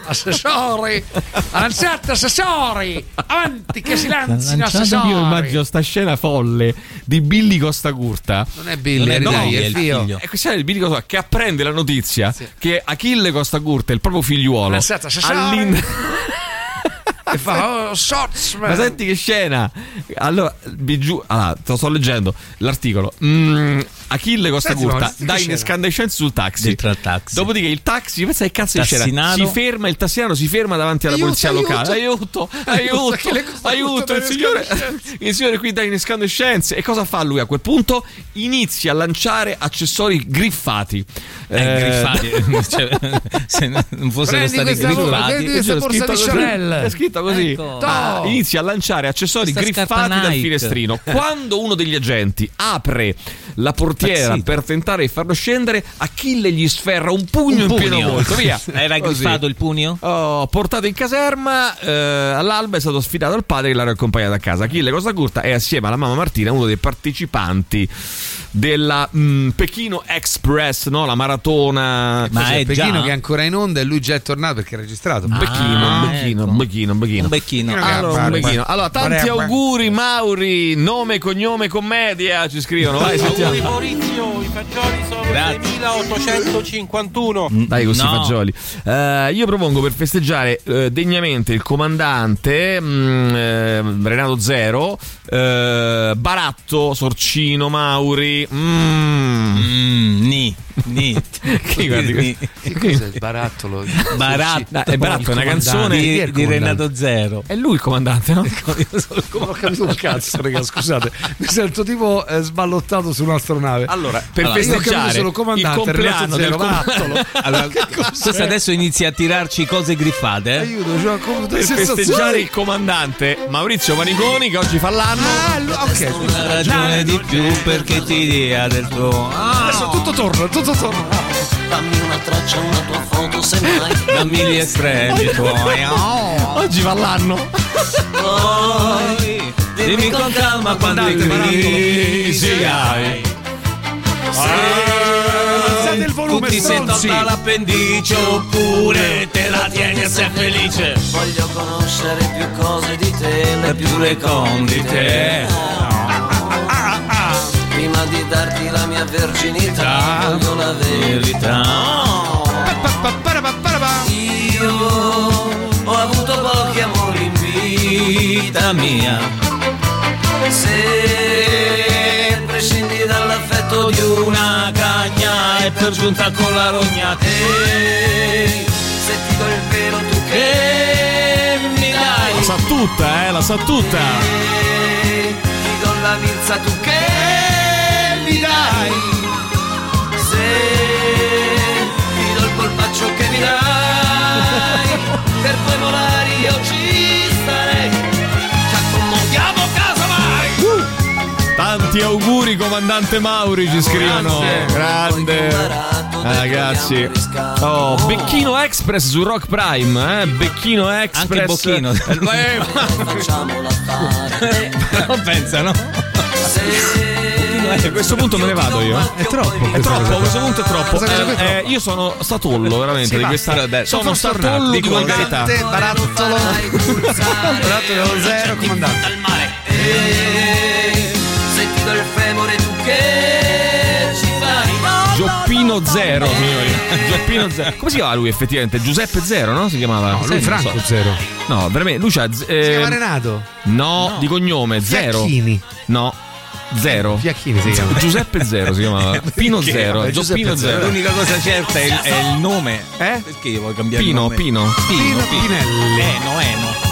[SPEAKER 4] Assessori, lanciate assessori, avanti che si lanzino
[SPEAKER 3] Lanciando io
[SPEAKER 4] assessori.
[SPEAKER 3] immagino sta scena folle di Billy Costa Curta.
[SPEAKER 10] Non è Billy, Non è dai, Billy, è il è il figlio. figlio.
[SPEAKER 3] E questo è il Billy Costa che apprende la notizia che Achille Costa Curta, il proprio figliuolo,
[SPEAKER 4] Lanciate assessori.
[SPEAKER 10] eh.
[SPEAKER 3] all'in-
[SPEAKER 4] E fa, oh, Swordsman.
[SPEAKER 3] Ma senti che scena! Allora, vi giu- allora, te lo sto leggendo l'articolo. Mm, Achille Costa
[SPEAKER 9] Senti, ma
[SPEAKER 3] Curta
[SPEAKER 9] senti che
[SPEAKER 3] dà in
[SPEAKER 9] scena.
[SPEAKER 3] escandescenza sul taxi. Dopodiché il taxi, pensa che cazzo di scena.
[SPEAKER 9] Tassinaro.
[SPEAKER 3] Si ferma, il tassinato si ferma davanti alla
[SPEAKER 9] Aiuto,
[SPEAKER 3] polizia
[SPEAKER 9] aiuto.
[SPEAKER 3] locale. Aiuto, aiuto,
[SPEAKER 9] Achille
[SPEAKER 3] aiuto,
[SPEAKER 9] Costa Curta
[SPEAKER 3] il
[SPEAKER 9] dà in
[SPEAKER 3] signore. Il signore qui dà in escandescenze. E cosa fa lui a quel punto? Inizia a lanciare accessori griffati. Eh,
[SPEAKER 5] griffati, cioè, se non fossero
[SPEAKER 3] Prendi
[SPEAKER 5] stati
[SPEAKER 3] questa-
[SPEAKER 5] griffati,
[SPEAKER 3] prendi questa
[SPEAKER 5] C'è
[SPEAKER 3] borsa di
[SPEAKER 5] Ah, scritto così.
[SPEAKER 3] Chanel. È scritto così.
[SPEAKER 5] Ecco.
[SPEAKER 3] Ah, inizia a lanciare accessori
[SPEAKER 5] Questa scarpa
[SPEAKER 3] griffati dal
[SPEAKER 5] Nike.
[SPEAKER 3] finestrino. Quando uno degli agenti apre la portiera
[SPEAKER 5] Impazzito.
[SPEAKER 3] per tentare di farlo scendere, Achille gli sferra un pugno, in pieno volto. Via.
[SPEAKER 5] Era
[SPEAKER 3] Così.
[SPEAKER 5] griffato il pugno?
[SPEAKER 3] Oh, portato in caserma, eh, all'alba è stato sfidato al padre che l'ha accompagnato a casa. Achille Costa Curta è assieme alla mamma Martina uno dei partecipanti della mm, Pechino Express, no? la maratona.
[SPEAKER 10] Ma
[SPEAKER 3] Cos'è?
[SPEAKER 10] è Pechino che è ancora in onda e lui già è tornato perché è registrato.
[SPEAKER 3] Ah, Becchino,
[SPEAKER 5] ah,
[SPEAKER 3] becchino,
[SPEAKER 5] ecco.
[SPEAKER 3] becchino, becchino. Allora, un becchino. Allora, tanti auguri, Mauri. Nome, cognome, commedia. Ci eh, scrivono. Vai, sentiamo.
[SPEAKER 18] Maurizio, i fagioli sono
[SPEAKER 11] 2851.
[SPEAKER 3] Dai, così
[SPEAKER 11] No.
[SPEAKER 3] fagioli. Eh, io propongo per festeggiare eh, degnamente il comandante mm, eh, Renato Zero, eh, Baratto, Sorcino, Mauri. Mm. ni. Ni. che guardi,
[SPEAKER 28] Cos'è il barattolo?
[SPEAKER 3] Barat-
[SPEAKER 28] Sì,
[SPEAKER 3] Dai, è Baratto, è una canzone
[SPEAKER 5] di, di Renato Zero.
[SPEAKER 3] È lui il comandante, no?
[SPEAKER 4] Non ho capito un cazzo, raga, scusate. Mi sento tipo eh, sballottato su un'astronave.
[SPEAKER 3] Allora, per
[SPEAKER 4] Io ho capito
[SPEAKER 3] festeggiare
[SPEAKER 4] solo comandante,
[SPEAKER 3] il
[SPEAKER 4] Renato
[SPEAKER 3] compleanno del
[SPEAKER 4] Zero,
[SPEAKER 3] comandante.
[SPEAKER 4] vattolo.
[SPEAKER 5] Allora,
[SPEAKER 4] Che
[SPEAKER 3] Eh,
[SPEAKER 4] cos'è?
[SPEAKER 5] questo adesso inizia a tirarci cose griffate. eh.
[SPEAKER 4] Aiuto, cioè, come
[SPEAKER 3] Per festeggiare il comandante Maurizio Paniconi che oggi fa l'anno.
[SPEAKER 4] Ah,
[SPEAKER 5] Una ragione di più perché ti dia del tuo. ah,
[SPEAKER 4] Adesso tutto torna, tutto torna.
[SPEAKER 9] Dammi una traccia, una tua foto, se mai.
[SPEAKER 5] Dammi gli estremi tuoi. Oh.
[SPEAKER 4] Oggi va l'anno.
[SPEAKER 5] Poi, dimmi con calma quando è crisi hai.
[SPEAKER 4] Alzate il
[SPEAKER 5] Tu
[SPEAKER 4] volume,
[SPEAKER 5] ti sei
[SPEAKER 4] stronzi.
[SPEAKER 5] tolta l'appendice oppure te la tieni e sei felice.
[SPEAKER 9] Voglio conoscere più cose di te, le più
[SPEAKER 5] recondite.
[SPEAKER 9] Prima di darti la mia
[SPEAKER 5] Ah.
[SPEAKER 9] verginità, voglio la verità. Io ho avuto pochi amori in vita
[SPEAKER 5] Vita mia,
[SPEAKER 9] Se prescindi dall'affetto di una cagna e per giunta con la rogna te Se ti do il vero tu che mi dai
[SPEAKER 3] La sa tutta, eh, la sa tutta.
[SPEAKER 9] Ti do la milza tu che mi dai Se ti do il colpaccio che mi dai Per poi volare io ci starei Ci accomodiamo casomai
[SPEAKER 3] Tanti auguri comandante Mauri ci scrivono. Grande. Ah, ragazzi. Oh, Becchino Express su Rock Prime, eh? Becchino Express.
[SPEAKER 5] Bocchino.
[SPEAKER 3] Eh,
[SPEAKER 9] Facciamola fare
[SPEAKER 5] non pensa, no?
[SPEAKER 3] Cioè, ma- A questo punto me ne vado io. È troppo. È troppo, a questo punto è troppo.
[SPEAKER 5] Questa cosa
[SPEAKER 3] Eh,
[SPEAKER 5] qui è
[SPEAKER 3] eh, io sono statollo, veramente.
[SPEAKER 5] Sì,
[SPEAKER 3] di
[SPEAKER 5] basta.
[SPEAKER 3] questa,
[SPEAKER 5] Vabbè,
[SPEAKER 3] sono eh.
[SPEAKER 5] sono
[SPEAKER 3] statollo di volgarità.
[SPEAKER 5] comandante,
[SPEAKER 9] Barattolo
[SPEAKER 4] Barattolo zero comandante
[SPEAKER 9] Eh, Se ti do il femore tu che ci fai
[SPEAKER 3] Gioppino Zero, signori. Gioppino Zero. Come si chiama lui effettivamente? Giuseppe Zero, no? Si chiamava?
[SPEAKER 4] No, lui è Franco Zero. Ehm,
[SPEAKER 3] No, veramente, lui c'ha...
[SPEAKER 4] Si
[SPEAKER 3] z- eh,
[SPEAKER 4] chiama Renato.
[SPEAKER 3] No, di cognome, Zero.
[SPEAKER 4] Fiacchini.
[SPEAKER 3] No. Zero.
[SPEAKER 4] Fiacchini si chiama.
[SPEAKER 3] Giuseppe Zero si chiamava. Pino
[SPEAKER 5] Perché?
[SPEAKER 3] Zero.
[SPEAKER 5] Vabbè, Giuseppe
[SPEAKER 3] Gioppino Zero.
[SPEAKER 5] L'unica cosa certa è il, è il nome.
[SPEAKER 3] Eh?
[SPEAKER 5] Perché io voglio cambiare il
[SPEAKER 3] Pino,
[SPEAKER 5] nome? Eh,
[SPEAKER 3] Pino.
[SPEAKER 5] Pino, Pinelli. Eno, Eno.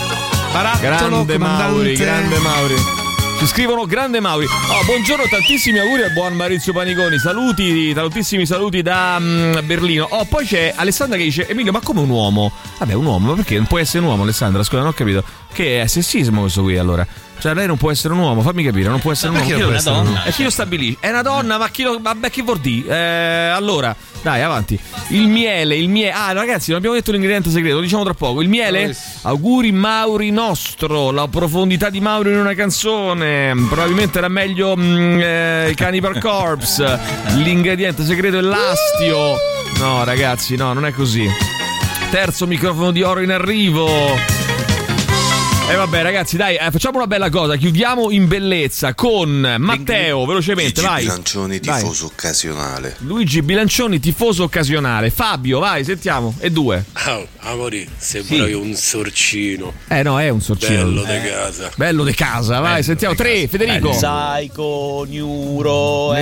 [SPEAKER 5] Barattolo,
[SPEAKER 3] grande Mauri,
[SPEAKER 5] comandante.
[SPEAKER 3] grande Mauri. Ci scrivono grande Mauri. Oh, buongiorno, tantissimi auguri a buon Maurizio Paniconi. Saluti, tantissimi saluti da mm, Berlino. Oh, poi c'è Alessandra che dice: Emilio, ma come un uomo? Vabbè, un uomo, ma perché non può essere un uomo, Alessandra? Scusa, non ho capito. Che è sessismo questo qui allora? Cioè, lei non può essere un uomo, fammi capire, non può essere
[SPEAKER 5] Ma
[SPEAKER 3] un uomo.
[SPEAKER 5] perché non
[SPEAKER 3] Chi
[SPEAKER 5] può
[SPEAKER 3] lo-
[SPEAKER 5] essere un uomo?
[SPEAKER 3] E chi lo stabilisce? È una donna, ma chi lo. Vabbè, che vuol dire? Eh, allora, dai, avanti. Il miele, il miele. Ah, ragazzi, non abbiamo detto l'ingrediente segreto, lo diciamo tra poco. Il miele? Auguri Mauri nostro, la profondità di Mauri in una canzone. Probabilmente era meglio mm, eh, i Cannibal Corpse. L'ingrediente segreto è l'astio. No, ragazzi, no, non è così. Terzo microfono di oro in arrivo. E vabbè ragazzi dai eh, facciamo una bella cosa Chiudiamo in bellezza con Matteo Velocemente
[SPEAKER 18] Luigi
[SPEAKER 3] vai
[SPEAKER 18] Bilancioni,
[SPEAKER 3] Vai.
[SPEAKER 18] tifoso occasionale.
[SPEAKER 3] Luigi Bilancioni tifoso occasionale Fabio vai sentiamo E due
[SPEAKER 19] Oh, amori, sembra
[SPEAKER 3] Sì.
[SPEAKER 19] un sorcino.
[SPEAKER 3] Eh no è un sorcino
[SPEAKER 19] Bello de
[SPEAKER 3] Eh.
[SPEAKER 19] casa.
[SPEAKER 3] Bello de casa vai sentiamo Tre Federico
[SPEAKER 20] Saico, neuro,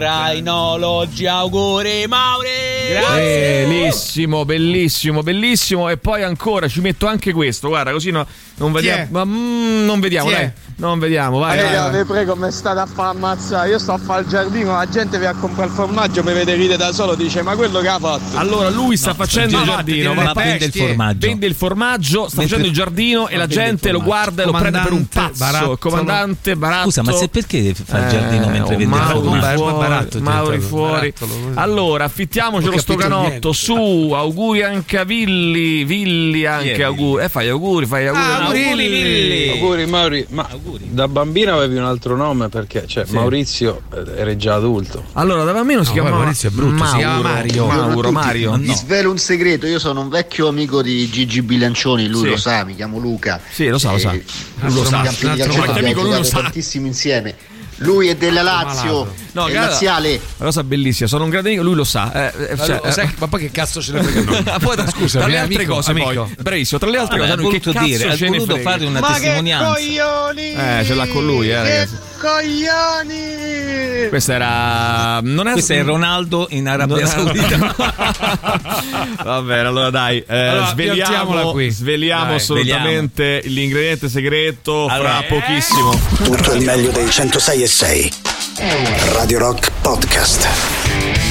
[SPEAKER 20] endocrinologi, auguri Mauri!
[SPEAKER 3] Bellissimo, bellissimo, bellissimo. E poi ancora ci metto anche questo. Guarda, così no- non
[SPEAKER 20] Chi
[SPEAKER 3] vediamo.
[SPEAKER 20] è?
[SPEAKER 3] Ma, mm, non vediamo,
[SPEAKER 20] Chi è?
[SPEAKER 3] dai. Non vediamo, vai. vai,
[SPEAKER 20] Raga,
[SPEAKER 3] vai.
[SPEAKER 20] vi prego, mi state a far ammazzare. Io sto a fare il giardino, la gente vi a comprare il formaggio, mi vede ridere da solo, dice ma quello che ha fatto?
[SPEAKER 3] Allora lui sta facendo il giardino,
[SPEAKER 5] ma
[SPEAKER 3] va-
[SPEAKER 5] vende il
[SPEAKER 3] bestie.
[SPEAKER 5] formaggio.
[SPEAKER 3] Vende il formaggio, sta
[SPEAKER 5] Mentre-
[SPEAKER 3] facendo il giardino e
[SPEAKER 5] Ma
[SPEAKER 3] la
[SPEAKER 5] vende il
[SPEAKER 3] gente lo
[SPEAKER 5] formaggio.
[SPEAKER 3] guarda e lo prende per un
[SPEAKER 5] Comandante,
[SPEAKER 3] pazzo.
[SPEAKER 5] barattolo.
[SPEAKER 3] Comandante Baratto. Eh,
[SPEAKER 5] Scusa, ma se perché fa il giardino mentre vende il
[SPEAKER 3] Mauri
[SPEAKER 5] formaggio?
[SPEAKER 3] fuori,
[SPEAKER 5] Baratto è
[SPEAKER 3] Mauri
[SPEAKER 5] diventato
[SPEAKER 3] fuori.
[SPEAKER 5] barattolo.
[SPEAKER 3] Allora, affittiamocelo
[SPEAKER 5] Ho
[SPEAKER 3] sto
[SPEAKER 5] capito
[SPEAKER 3] canotto su, auguri anche a Villi, Villi anche auguri. Eh fai gli auguri, fai gli auguri.
[SPEAKER 20] Auguri Mauri, ma da bambino avevi un altro nome perché cioè, Maurizio eh, era già adulto.
[SPEAKER 3] Allora, da bambino si
[SPEAKER 20] No,
[SPEAKER 3] chiamava
[SPEAKER 20] poi Maurizio è brutto, si chiama Mario.
[SPEAKER 3] Mauro,
[SPEAKER 20] Buongiorno a
[SPEAKER 3] Mario.
[SPEAKER 21] Vi svelo un segreto, io sono un vecchio amico di Gigi Bilancioni, lui
[SPEAKER 3] Sì.
[SPEAKER 21] lo sa, mi chiamo Luca.
[SPEAKER 3] Sì, lo sa, lo sa.
[SPEAKER 21] Eh,
[SPEAKER 3] Lui
[SPEAKER 21] siamo
[SPEAKER 3] lo sa.
[SPEAKER 21] campioni di calcio,
[SPEAKER 3] L'altro vecchio
[SPEAKER 21] abbiamo
[SPEAKER 3] amico, lui lo
[SPEAKER 21] giocato
[SPEAKER 3] sa. Ah,
[SPEAKER 21] tantissimo insieme.
[SPEAKER 7] Lui è della Lazio.
[SPEAKER 3] No,
[SPEAKER 7] è
[SPEAKER 3] guarda,
[SPEAKER 7] laziale.
[SPEAKER 3] Una cosa bellissima, sono un grande amico, lui lo sa. eh, eh,
[SPEAKER 4] Ma
[SPEAKER 3] cioè,
[SPEAKER 4] lo- sai-
[SPEAKER 3] eh.
[SPEAKER 4] ma poi che cazzo ce ne frega noi?
[SPEAKER 3] Ah, poi, tra-
[SPEAKER 4] Scusa,
[SPEAKER 3] tra le
[SPEAKER 4] mio
[SPEAKER 3] altre
[SPEAKER 4] amico,
[SPEAKER 3] cose,
[SPEAKER 4] amico.
[SPEAKER 3] poi, bravissimo, tra le altre
[SPEAKER 4] Vabbè,
[SPEAKER 3] cose, a noi
[SPEAKER 4] ha
[SPEAKER 3] che
[SPEAKER 4] voluto
[SPEAKER 3] cazzo
[SPEAKER 4] dire, ha
[SPEAKER 3] ce ne
[SPEAKER 4] voluto
[SPEAKER 3] frega?
[SPEAKER 4] fare una
[SPEAKER 3] Ma che
[SPEAKER 4] testimonianza.
[SPEAKER 3] coglioni! Eh, ce l'ha con lui, eh, ragazzi.
[SPEAKER 7] coglioni!
[SPEAKER 3] Questa era. Non è...
[SPEAKER 5] Questo è Ronaldo in Arabia
[SPEAKER 3] Non
[SPEAKER 5] Saudita.
[SPEAKER 3] Va bene, allora dai, eh,
[SPEAKER 5] Allora,
[SPEAKER 3] sveliamo,
[SPEAKER 5] piantiamola qui.
[SPEAKER 3] sveliamo
[SPEAKER 5] Dai,
[SPEAKER 3] assolutamente l'ingrediente segreto fra pochissimo.
[SPEAKER 1] Tutto il meglio dei 106 e 6. Radio Rock Podcast.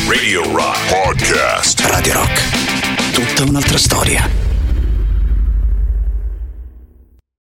[SPEAKER 31] Radio Rock Podcast.
[SPEAKER 1] Radio Rock. Tutta un'altra storia.